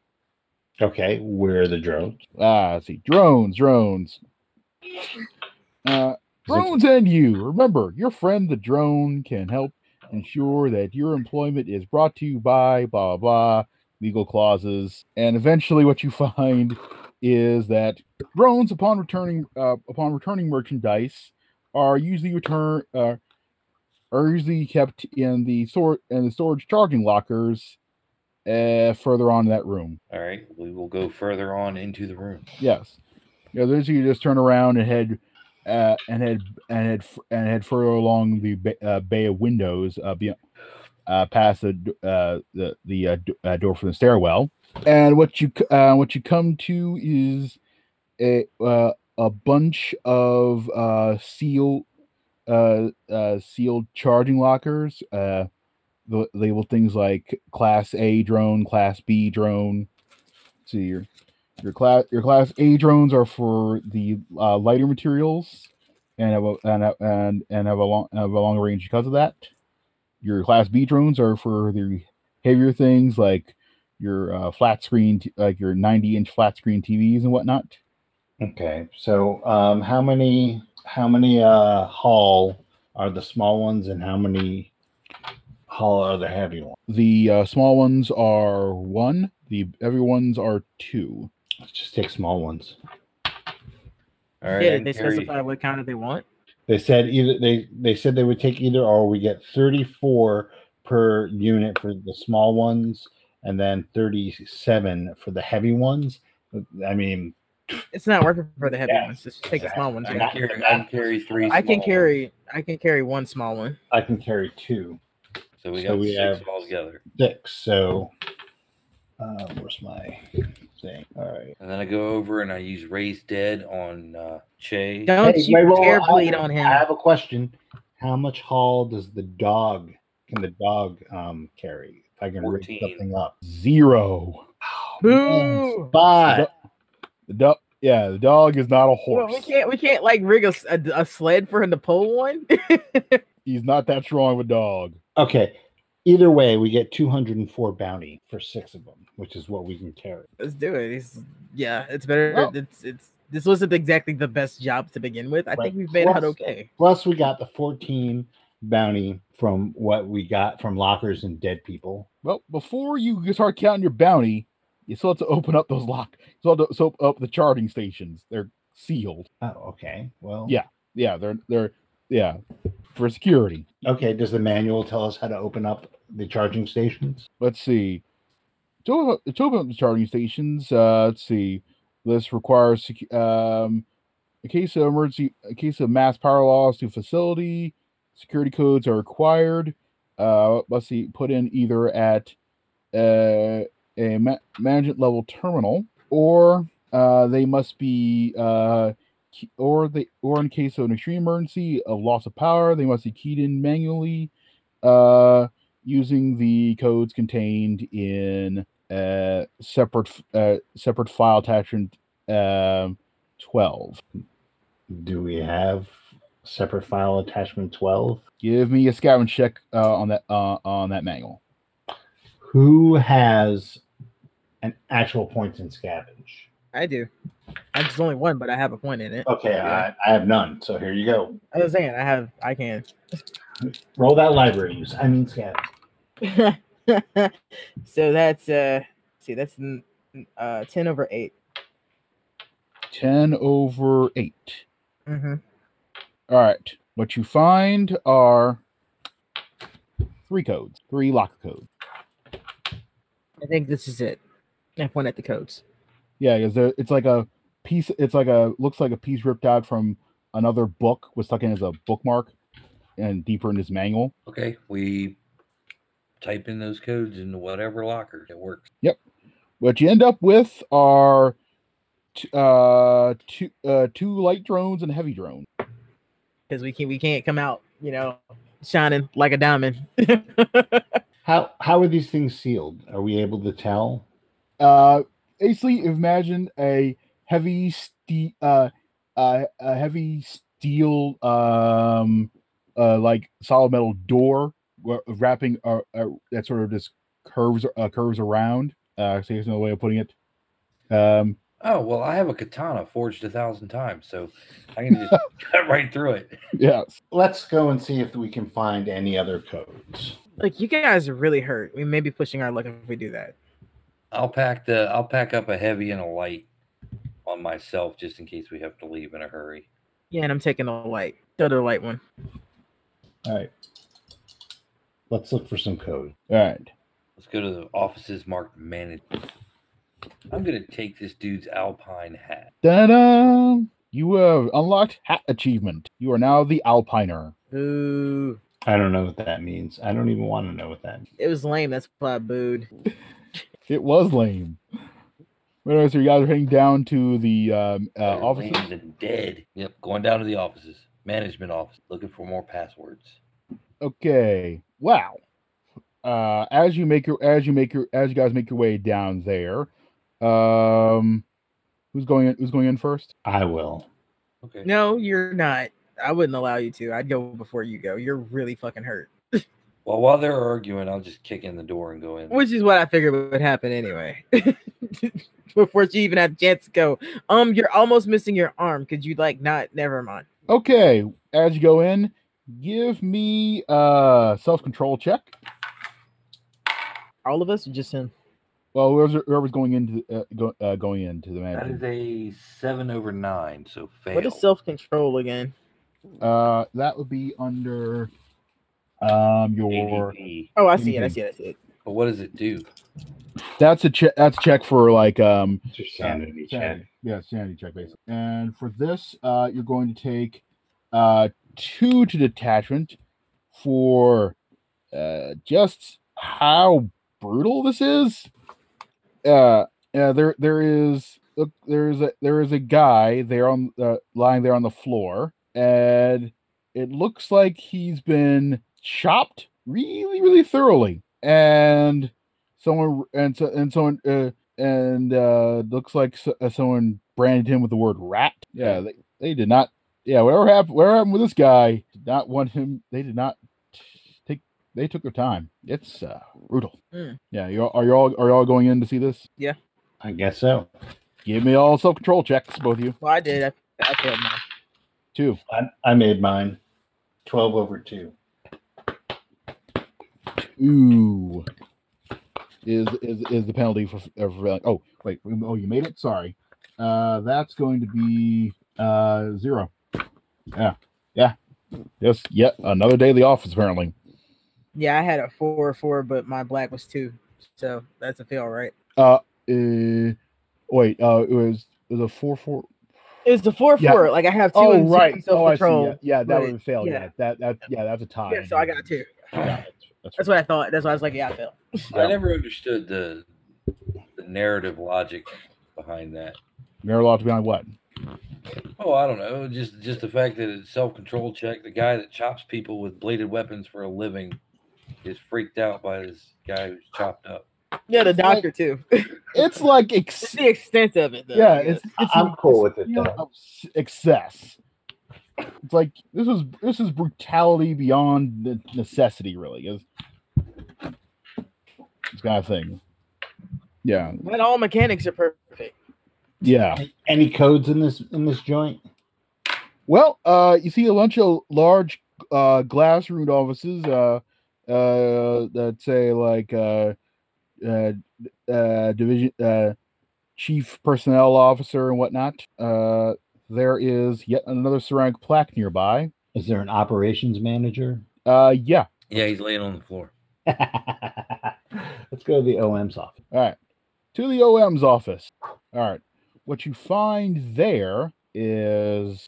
S1: Okay, where are the drones?
S2: Ah, let's see drones, drones. Uh, drones and you. Remember, your friend the drone can help ensure that your employment is brought to you by blah blah, blah legal clauses. And eventually, what you find is that drones, upon returning uh, upon returning merchandise, are usually return uh, are usually kept in the sort in the storage charging lockers uh, further on in that room.
S3: All right, we will go further on into the room.
S2: Yes. Yeah, those you just turn around and head, uh, and head and head f- and head further along the ba- uh, bay of windows, uh, beyond, uh, past the d- uh, the the uh, d- uh, door from the stairwell, and what you c- uh, what you come to is a uh, a bunch of uh, seal uh, uh, sealed charging lockers, uh, the, labeled things like Class A drone, Class B drone. So your your class your class A drones are for the uh, lighter materials, and have a, and have- and and have a long have a long range because of that. Your class B drones are for the heavier things like your uh, flat screen, t- like your ninety inch flat screen TVs and whatnot.
S1: Okay, so um, how many how many uh hall are the small ones, and how many hall are the heavy ones?
S2: The uh, small ones are one. The heavy ones are two.
S1: Let's just take small ones.
S3: All right,
S4: yeah,
S3: I
S4: did they
S3: carry-
S4: specify what kind of they want?
S1: They said either they they said they would take either or. We get thirty four per unit for the small ones, and then thirty seven for the heavy ones. I mean,
S4: It's not working for the heavy
S1: Yeah.
S4: ones. Just take the small ones.
S3: I
S1: I'm
S4: yeah.
S3: can
S1: not-
S3: carry, I can carry three.
S4: I can
S3: small
S4: carry. I can carry one small one.
S1: I can carry two.
S3: ones. So we
S1: so
S3: got
S1: we
S3: six
S1: have-
S3: all together,
S1: six. So, uh, where's my thing? All right.
S3: and then I go over and I use raise dead on uh, Che.
S4: Don't
S1: Hey,
S4: you
S1: wait, wait, wait,
S4: dare
S1: I-
S4: bleed on him.
S1: I have a question. How much haul does the dog can the dog um carry? If I can rig
S3: 14.
S1: something up.
S2: Zero.
S4: Boo!
S1: But
S2: The dog. Yeah, the dog is not a
S4: Well,
S2: horse.
S4: we can't. We can't like rig a, s- a- a sled for him to pull one.
S2: He's not that strong of a dog.
S1: okay. Either way, we get 204 bounty for six of them, which is what we can carry.
S4: Let's do it. It's, yeah, it's better.
S2: Well-
S4: it's it's. This wasn't exactly the best job to begin with. I
S1: Right.
S4: think we've made out
S1: Plus-
S4: okay.
S1: Plus, we got the 14 bounty from what we got from lockers and dead people.
S2: Well, before you can start counting your bounty, you still have to open up those lock. You still have to soap up the charging stations. They're sealed.
S1: Oh, okay. Well,
S2: Yeah. Yeah, they're they're yeah for security.
S1: Okay. Does the manual tell us how to open up the charging stations?
S2: Let's see. To open, to open up the charging stations, uh, let's see. This requires secu- um, a case of emergency, a case of mass power loss to facility. Security codes are required. Uh, let's see. Put in either at uh, a ma- management level terminal, or uh, they must be, uh, key- or they, or in case of an extreme emergency of loss of power, they must be keyed in manually. Uh, using the codes contained in uh, separate f- uh, separate file attachment um, twelve.
S1: Do we have separate file attachment 12?
S2: Give me a scavenge check uh, on that uh, on that manual.
S1: Who has an actual points in scavenge?
S4: I do. I'm just only one, but I have a point in it.
S1: Okay,
S4: Yeah.
S1: I, I have none. So here you go.
S4: I was saying I have. I can.
S1: Roll that library use. I mean scavenge.
S4: so that's uh. See, that's n- n- uh ten over 8
S2: Ten over eight.
S4: Mm-hmm.
S2: All right. What you find are three codes, three locker codes.
S4: I think this is it. I point at the codes.
S2: Yeah, because there- it's like a piece. It's like a looks like a piece ripped out from another book was stuck in as a bookmark and deeper in this manual.
S3: Okay, we type in those codes into whatever locker that works.
S2: what you end up with are t- uh two uh two light drones and a heavy drone
S4: because we can we can't come out, you know, shining like a diamond.
S1: How how are these things sealed? Are we able to tell?
S2: Uh, basically, imagine a heavy steel, uh, uh, a heavy steel, um, uh, like solid metal door wra- wrapping uh, uh, that sort of just curves uh, curves around. Uh, so here's another way of putting it. Um,
S3: Oh well, I have a katana forged a thousand times, so I can just cut right through it.
S2: yes.
S1: Let's go and see if we can find any other codes.
S4: Like you guys are really hurt. We may be pushing our luck if we do that.
S3: I'll pack the I'll pack up a heavy and a light on myself just in case we have to leave in a hurry.
S4: Yeah, and I'm taking the light, the other light one.
S1: All right. Let's look for some code.
S2: All right.
S3: Let's go to the offices marked manage. I'm gonna take this dude's alpine hat.
S2: Da-da! You have unlocked hat achievement. You are now the Alpiner.
S4: Ooh,
S1: I don't know what that means. I don't even want to know what that means.
S4: it was lame. That's why I booed.
S2: It was lame. All right, so you guys are heading down to the um, uh,
S3: They're
S2: offices.
S3: lame and dead. Yep, going down to the offices, management office, looking for more passwords.
S2: Okay. Wow. Uh, as you make your, as you make your, as you guys make your way down there, um, who's going? In, who's going in first?
S1: I will.
S3: Okay.
S4: No, you're not. I wouldn't allow you to. I'd go before you go. You're really fucking hurt,
S3: Well, while they're arguing, I'll just kick in the door and go in.
S4: which is what I figured would happen anyway. before she even had a chance to go, um, you're almost missing your arm. Could you like not? Never mind.
S2: Okay. As you go in, give me uh self control check.
S4: All of us, or just him.
S2: Well, whoever's, whoever's going into the- uh, go, uh, going into the
S3: that
S2: manager.
S3: is a seven over nine, so fail.
S4: What is self control again?
S2: Uh, that would be under um your
S3: ADP.
S4: Oh, I see it. I see it. I see it.
S3: But what does it do?
S2: that's a check that's a check for like um
S1: It's your sanity check.
S2: sanity. yeah sanity check basically and for this uh you're going to take uh two to detachment for uh just how brutal this is uh yeah there there is look there is a there is a guy there on uh, lying there on the floor and it looks like he's been chopped really really thoroughly and someone and so and someone uh, and uh looks like so, uh, someone branded him with the word rat yeah they, they did not yeah whatever happened whatever happened with this guy did not want him they did not take they took their time it's uh brutal
S4: Mm.
S2: yeah you all- are you all are you all going in to see this
S1: I guess so.
S2: give me all self-control checks both of you
S4: Well, I did. I, I failed mine.
S2: too
S1: I, I made mine. Twelve over two.
S2: Ooh. Is is is the penalty for, uh, for uh, oh wait oh you made it sorry, uh that's going to be uh zero, yeah yeah yes yet another day of the office apparently
S4: Yeah, I had a four or four, but my black was two. So that's a fail, right?
S2: uh wait uh it was it was a four four
S4: It's the four
S2: Yeah.
S4: four. Like I have two
S2: oh
S4: and
S2: right
S4: self
S2: oh I see
S4: control.
S2: yeah, yeah that
S4: but-
S2: would fail yeah.
S4: yeah.
S2: that that yeah that's a tie
S4: yeah. so I got two.
S2: Yeah, that's,
S4: That's what I thought. That's why I was like, yeah, I failed.
S3: I never understood the the narrative logic behind that.
S2: Marilotte behind what
S3: Oh, I don't know. Just just the fact that it's self control check. The guy that chops people with bladed weapons for a living is freaked out by this guy who's chopped up.
S4: Yeah, the
S2: It's like-
S4: doctor too.
S2: it's like
S4: That's
S2: ex-
S4: the extent of it. Though.
S2: yeah,
S4: I guess.
S2: it's, it's
S1: I'm cool with it,
S2: fear
S1: though.
S2: of s- excess. It's like this is this is brutality beyond the necessity, really. Is this kind of thing? Yeah,
S4: Not all mechanics are perfect.
S2: yeah.
S1: Any codes in this in this joint?
S2: Well, uh, you see a bunch of large uh, glass room offices uh, uh, that say like uh, uh, uh, division uh, chief personnel officer and whatnot. Uh, there is yet another ceramic plaque nearby.
S1: Is there an operations manager?
S2: Uh, yeah.
S3: Yeah, he's laying on the floor.
S1: Let's go to the OM's office.
S2: All right. To the OM's office. All right. What you find there is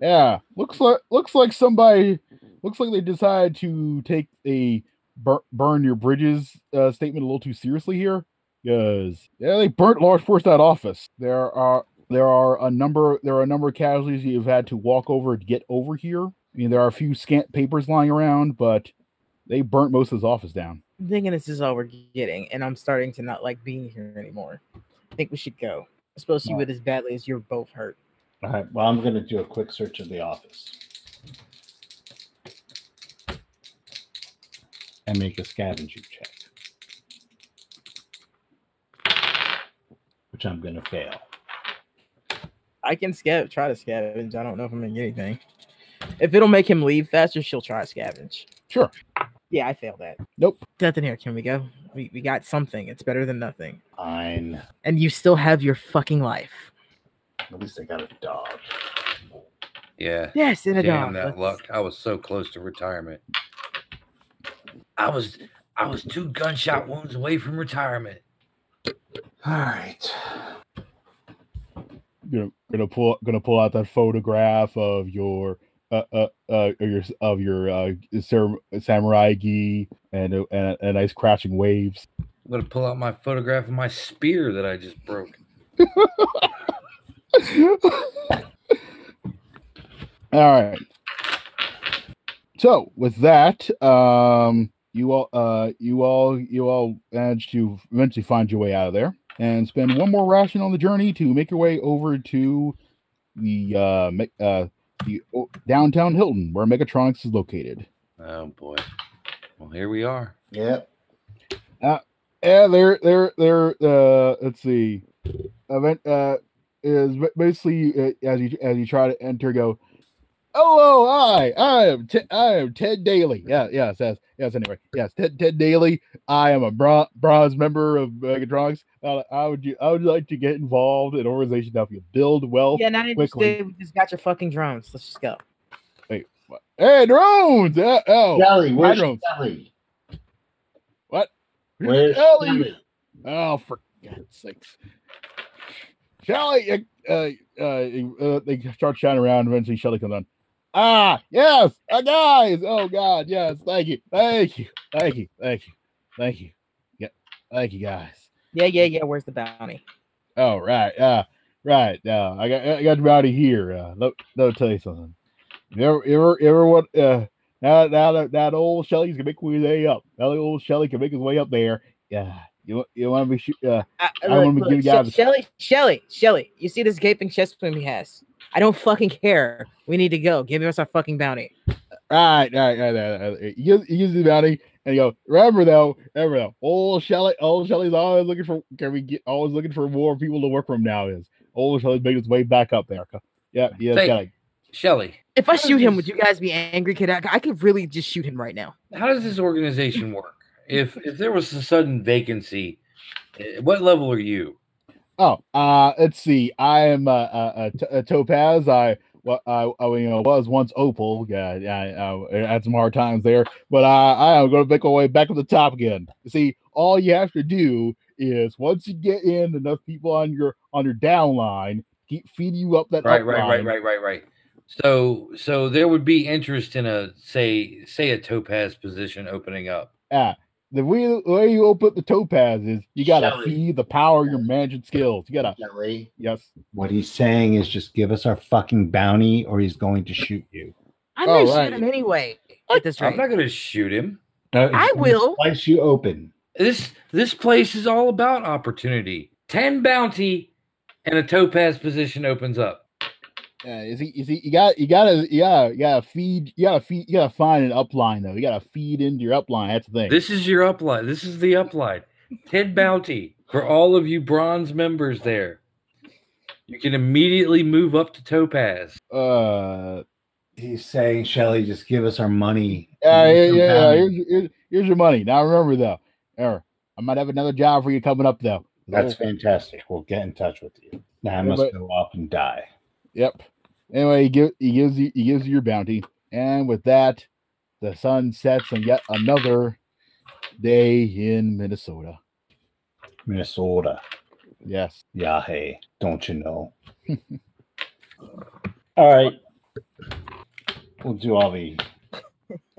S2: yeah, looks like looks like somebody looks like they decided to take a bur- burn your bridges uh, statement a little too seriously here. Yes. Yeah, they burnt large parts of that office. There are there are a number there are a number of casualties you've had to walk over to get over here. I mean, there are a few scant papers lying around, but they burnt most of his office down.
S4: I'm thinking this is all we're getting, and I'm starting to not like being here anymore. I think we should go, especially
S1: Right.
S4: with as badly as you're both hurt.
S1: All right. Well, I'm going to do a quick search of the office and make a scavenging check, which I'm going to fail.
S4: I can scavenge, try to scavenge. I don't know if I'm gonna get anything. If it'll make him leave faster, she'll try to scavenge.
S2: Sure.
S4: Yeah, I failed that.
S2: Nope.
S4: Nothing here. Can we go? We, we got something. It's better than nothing.
S1: Fine.
S4: And you still have your fucking life.
S1: At least I got a dog.
S3: Yeah.
S4: Yes, in a
S3: Damn
S4: dog.
S3: that
S4: Let's-
S3: luck. I was so close to retirement. I was I was two gunshot wounds away from retirement.
S1: All right.
S2: Gonna, gonna pull gonna pull out that photograph of your uh uh, uh of your of your uh sam- samurai gi and a, and a, a nice crashing waves.
S3: I'm gonna pull out my photograph of my spear that I just broke.
S2: all right. So with that, um, you all, uh, you all, you all managed to eventually find your way out of there and spend one more ration on the journey to make your way over to the uh, me- uh, the o- downtown Hilton, where Megatronics is located.
S3: Oh boy. Well, here we are.
S1: Yep.
S2: Yeah, they're they're they're uh let's see. Event uh is ba- basically uh, as you as you try to enter go Hello, I I am Te- I am Ted Daly. Yeah, yes, yes, yes. Anyway, yes, Ted Ted Daly. I am a bron- bronze member of Megatronics. Uh, I would you I would like to get involved in an organization that you build wealth.
S4: Yeah, not interested.
S2: quickly.
S4: We just got your fucking drones. Let's just go.
S2: Hey, drones! Uh, oh,
S1: Shelly, where's
S2: Hydros.
S1: Shelly?
S2: What?
S1: Where's
S2: Shelly?
S1: Shelly?
S2: Oh, for God's sakes. Shelly, uh, uh, uh, they start shouting around. Eventually, Shelly comes on. Ah, yes, uh, guys. Oh, God, yes. Thank you. Thank you. Thank you. Thank you. Thank you. Yeah. Thank you, guys.
S4: Yeah, yeah, yeah. Where's the bounty?
S2: Oh, right. Uh, right. Uh, I got I got you out of here. Uh, let, let me tell you something. If You ever, ever, ever what? Uh, now, now that that old Shelly's gonna make his way up. Now that old Shelly can make his way up there. Yeah. You wa- you want to be shoo- uh,
S4: I,
S2: I wanna be giving you guys-
S4: Shelly, Shelly, Shelly. You see this gaping chest wound he has? I don't fucking care. We need to go. Give us our fucking bounty.
S2: Right, right, right, right, right, right. You, you use the bounty and you go, remember though, remember though, old Shelly, old Shelly's always looking for can we get always looking for more people to work from now is old Shelly's making his way back up there. Co- Yeah, yeah,
S3: Thank-
S2: Shelly.
S3: Shelly,
S4: If I shoot him, would you guys be angry? Could I, I could really just shoot him right now.
S3: how does this organization work? If if there was a sudden vacancy, eh, what level are you?
S2: Oh, uh let's see. I am uh, uh, uh, t- uh Topaz. I well, I, I you know was once Opal. Yeah, I, I, I had some hard times there, but I I am going to make my way back to the top again. You See, all you have to do is once you get in enough people on your on your down line, keep feeding you up that
S3: Right,
S2: up
S3: right, right,
S2: line.
S3: right, right, right. So so there would be interest in a say say a topaz position opening up.
S2: Ah, the way the way you open the Topaz is you got to
S1: Shelly.
S2: feed the power of your magic skills. You got to
S1: Shelly.
S2: yes.
S1: What he's saying is just give us our fucking bounty or he's going to shoot you.
S4: I may
S2: Oh,
S4: shoot
S2: right.
S4: him anyway.
S2: I-
S4: At this
S3: I'm
S4: rate,
S3: not gonna shoot him.
S1: Uh, he's
S4: I
S1: gonna
S4: will.
S1: Slice you open.
S3: This this place is all about opportunity. Ten bounty and a topaz position opens up.
S2: Yeah, you see, you see, you got, you gotta, yeah, you gotta feed, you gotta feed, you gotta find an upline though. You gotta feed into your upline. That's the thing.
S3: This is your upline. This is the upline. Ten bounty for all of you bronze members there. You can immediately move up to topaz.
S2: uh,
S1: He's saying, Shelly, just give us our money.
S2: yeah, yeah,
S1: Give us our
S2: yeah.
S1: bounty.
S2: Here's, your- here's, here's your money. Now remember though, er, I might have another job for you coming up though.
S1: That's fantastic. We'll get in touch with you. Now I
S2: Yeah,
S1: must
S2: but-
S1: go up and die.
S2: Yep. Anyway, he, give, he gives you, he gives you your bounty, and with that, the sun sets on yet another day in Minnesota.
S1: Minnesota.
S2: Yes.
S1: Yeah, hey, don't you know? all right. We'll do all the. the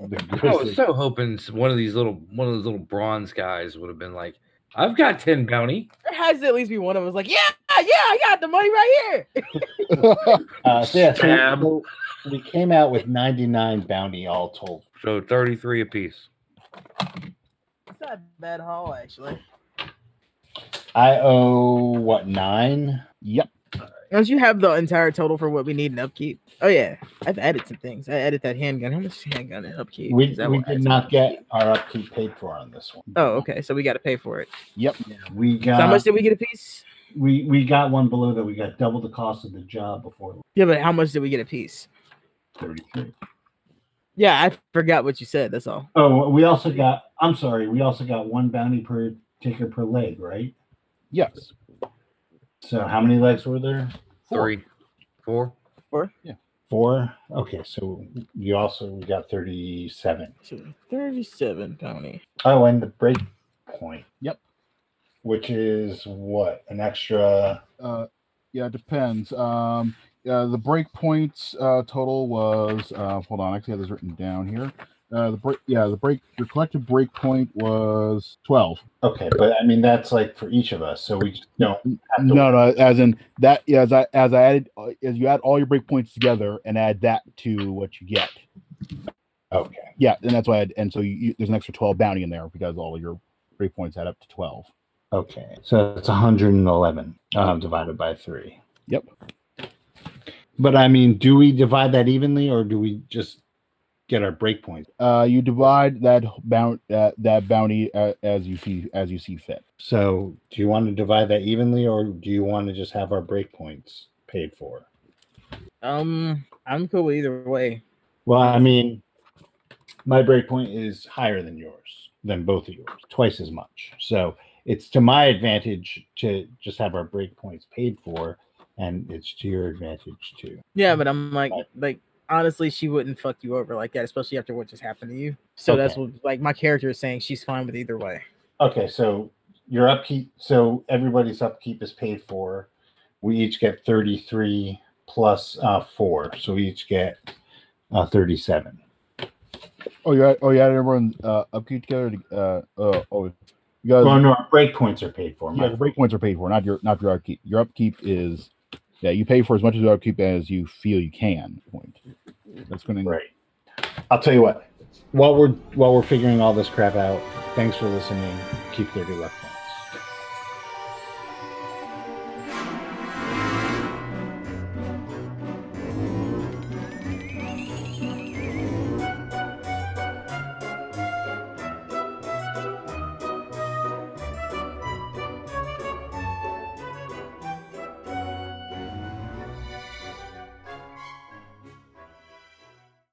S3: I was
S1: grizzly-
S3: so hoping s- one of these little one of those little bronze guys would have been like, I've got 10 bounty.
S4: there has to at least be one of us like, yeah, yeah, I got the money right here.
S1: Uh, so yeah, so
S3: Stab.
S1: we- we came out with 99 bounty all told.
S3: So 33 apiece.
S4: not a bad haul actually.
S1: I owe what nine?
S2: Yep.
S4: Don't you have the entire total for what we need in upkeep? Oh yeah, I've added some things. I added that handgun. How much is handgun in upkeep?
S1: We,
S4: Is that
S1: we
S4: what I-
S1: did not get our upkeep paid for on this one.
S4: Oh, okay. So we got to pay for it.
S1: We
S4: So
S1: got
S4: how much did we get a piece?
S1: we we got one below that. We got double the cost of the job before
S4: Yeah, but how much did we get a piece?
S1: thirty three.
S4: Yeah, I forgot what you said. That's all.
S1: Oh, we also got. I'm sorry. We also got one bounty per ticker per leg, right?
S2: Yes.
S1: So how many legs were there?
S3: Three, four.
S1: Four. Okay, so you also we got thirty seven.
S4: So, Thirty-seven bounty.
S1: Oh, and the break point.
S2: Yep.
S1: Which is what an extra.
S2: Uh, yeah, it depends. Um, uh, the break points uh, total was uh, hold on, I actually have this written down here. Uh, the break, yeah, the break, your collective break point was twelve.
S1: Okay, but I mean that's like for each of us, so we just don't have to
S2: No, no, as in that, yeah, as I as I added, uh, as you add all your break points together and add that to what you get.
S1: Okay.
S2: Yeah, and that's why, I'd, and so you, you, there's an extra twelve bounty in there because all your break points add up to twelve.
S1: Okay. So it's 111 um, divided by three.
S2: Yep.
S1: But I mean, do we divide that evenly or do we just get our breakpoint?
S2: Uh, you divide that bounty uh, that bounty uh, as you see as you see fit.
S1: So do you want to divide that evenly or do you want to just have our breakpoints paid for?
S4: Um, I'm cool with either way.
S1: Well, I mean, my breakpoint is higher than yours, than both of yours, twice as much. So it's to my advantage to just have our breakpoints paid for, and it's to your advantage too.
S4: Yeah, but I'm like, like honestly, she wouldn't fuck you over like that, especially after what just happened to you. So that's what like my character is saying. She's fine with either way.
S1: Okay, so your upkeep, so everybody's upkeep is paid for. We each get 33 plus uh, four, so we each get uh, 37.
S2: Oh, you add, oh, you added everyone uh, upkeep together. To, uh, uh, oh, you guys,
S1: Well, no, our break points are paid for.
S2: yeah,
S1: My,
S2: the break points are paid for, not your not your upkeep. Your upkeep is yeah, you pay for as much of your upkeep as you feel you can. Point. That's going
S1: right. I'll tell you what. While we're while we're figuring all this crap out, thanks for listening. Keep 30 left. points.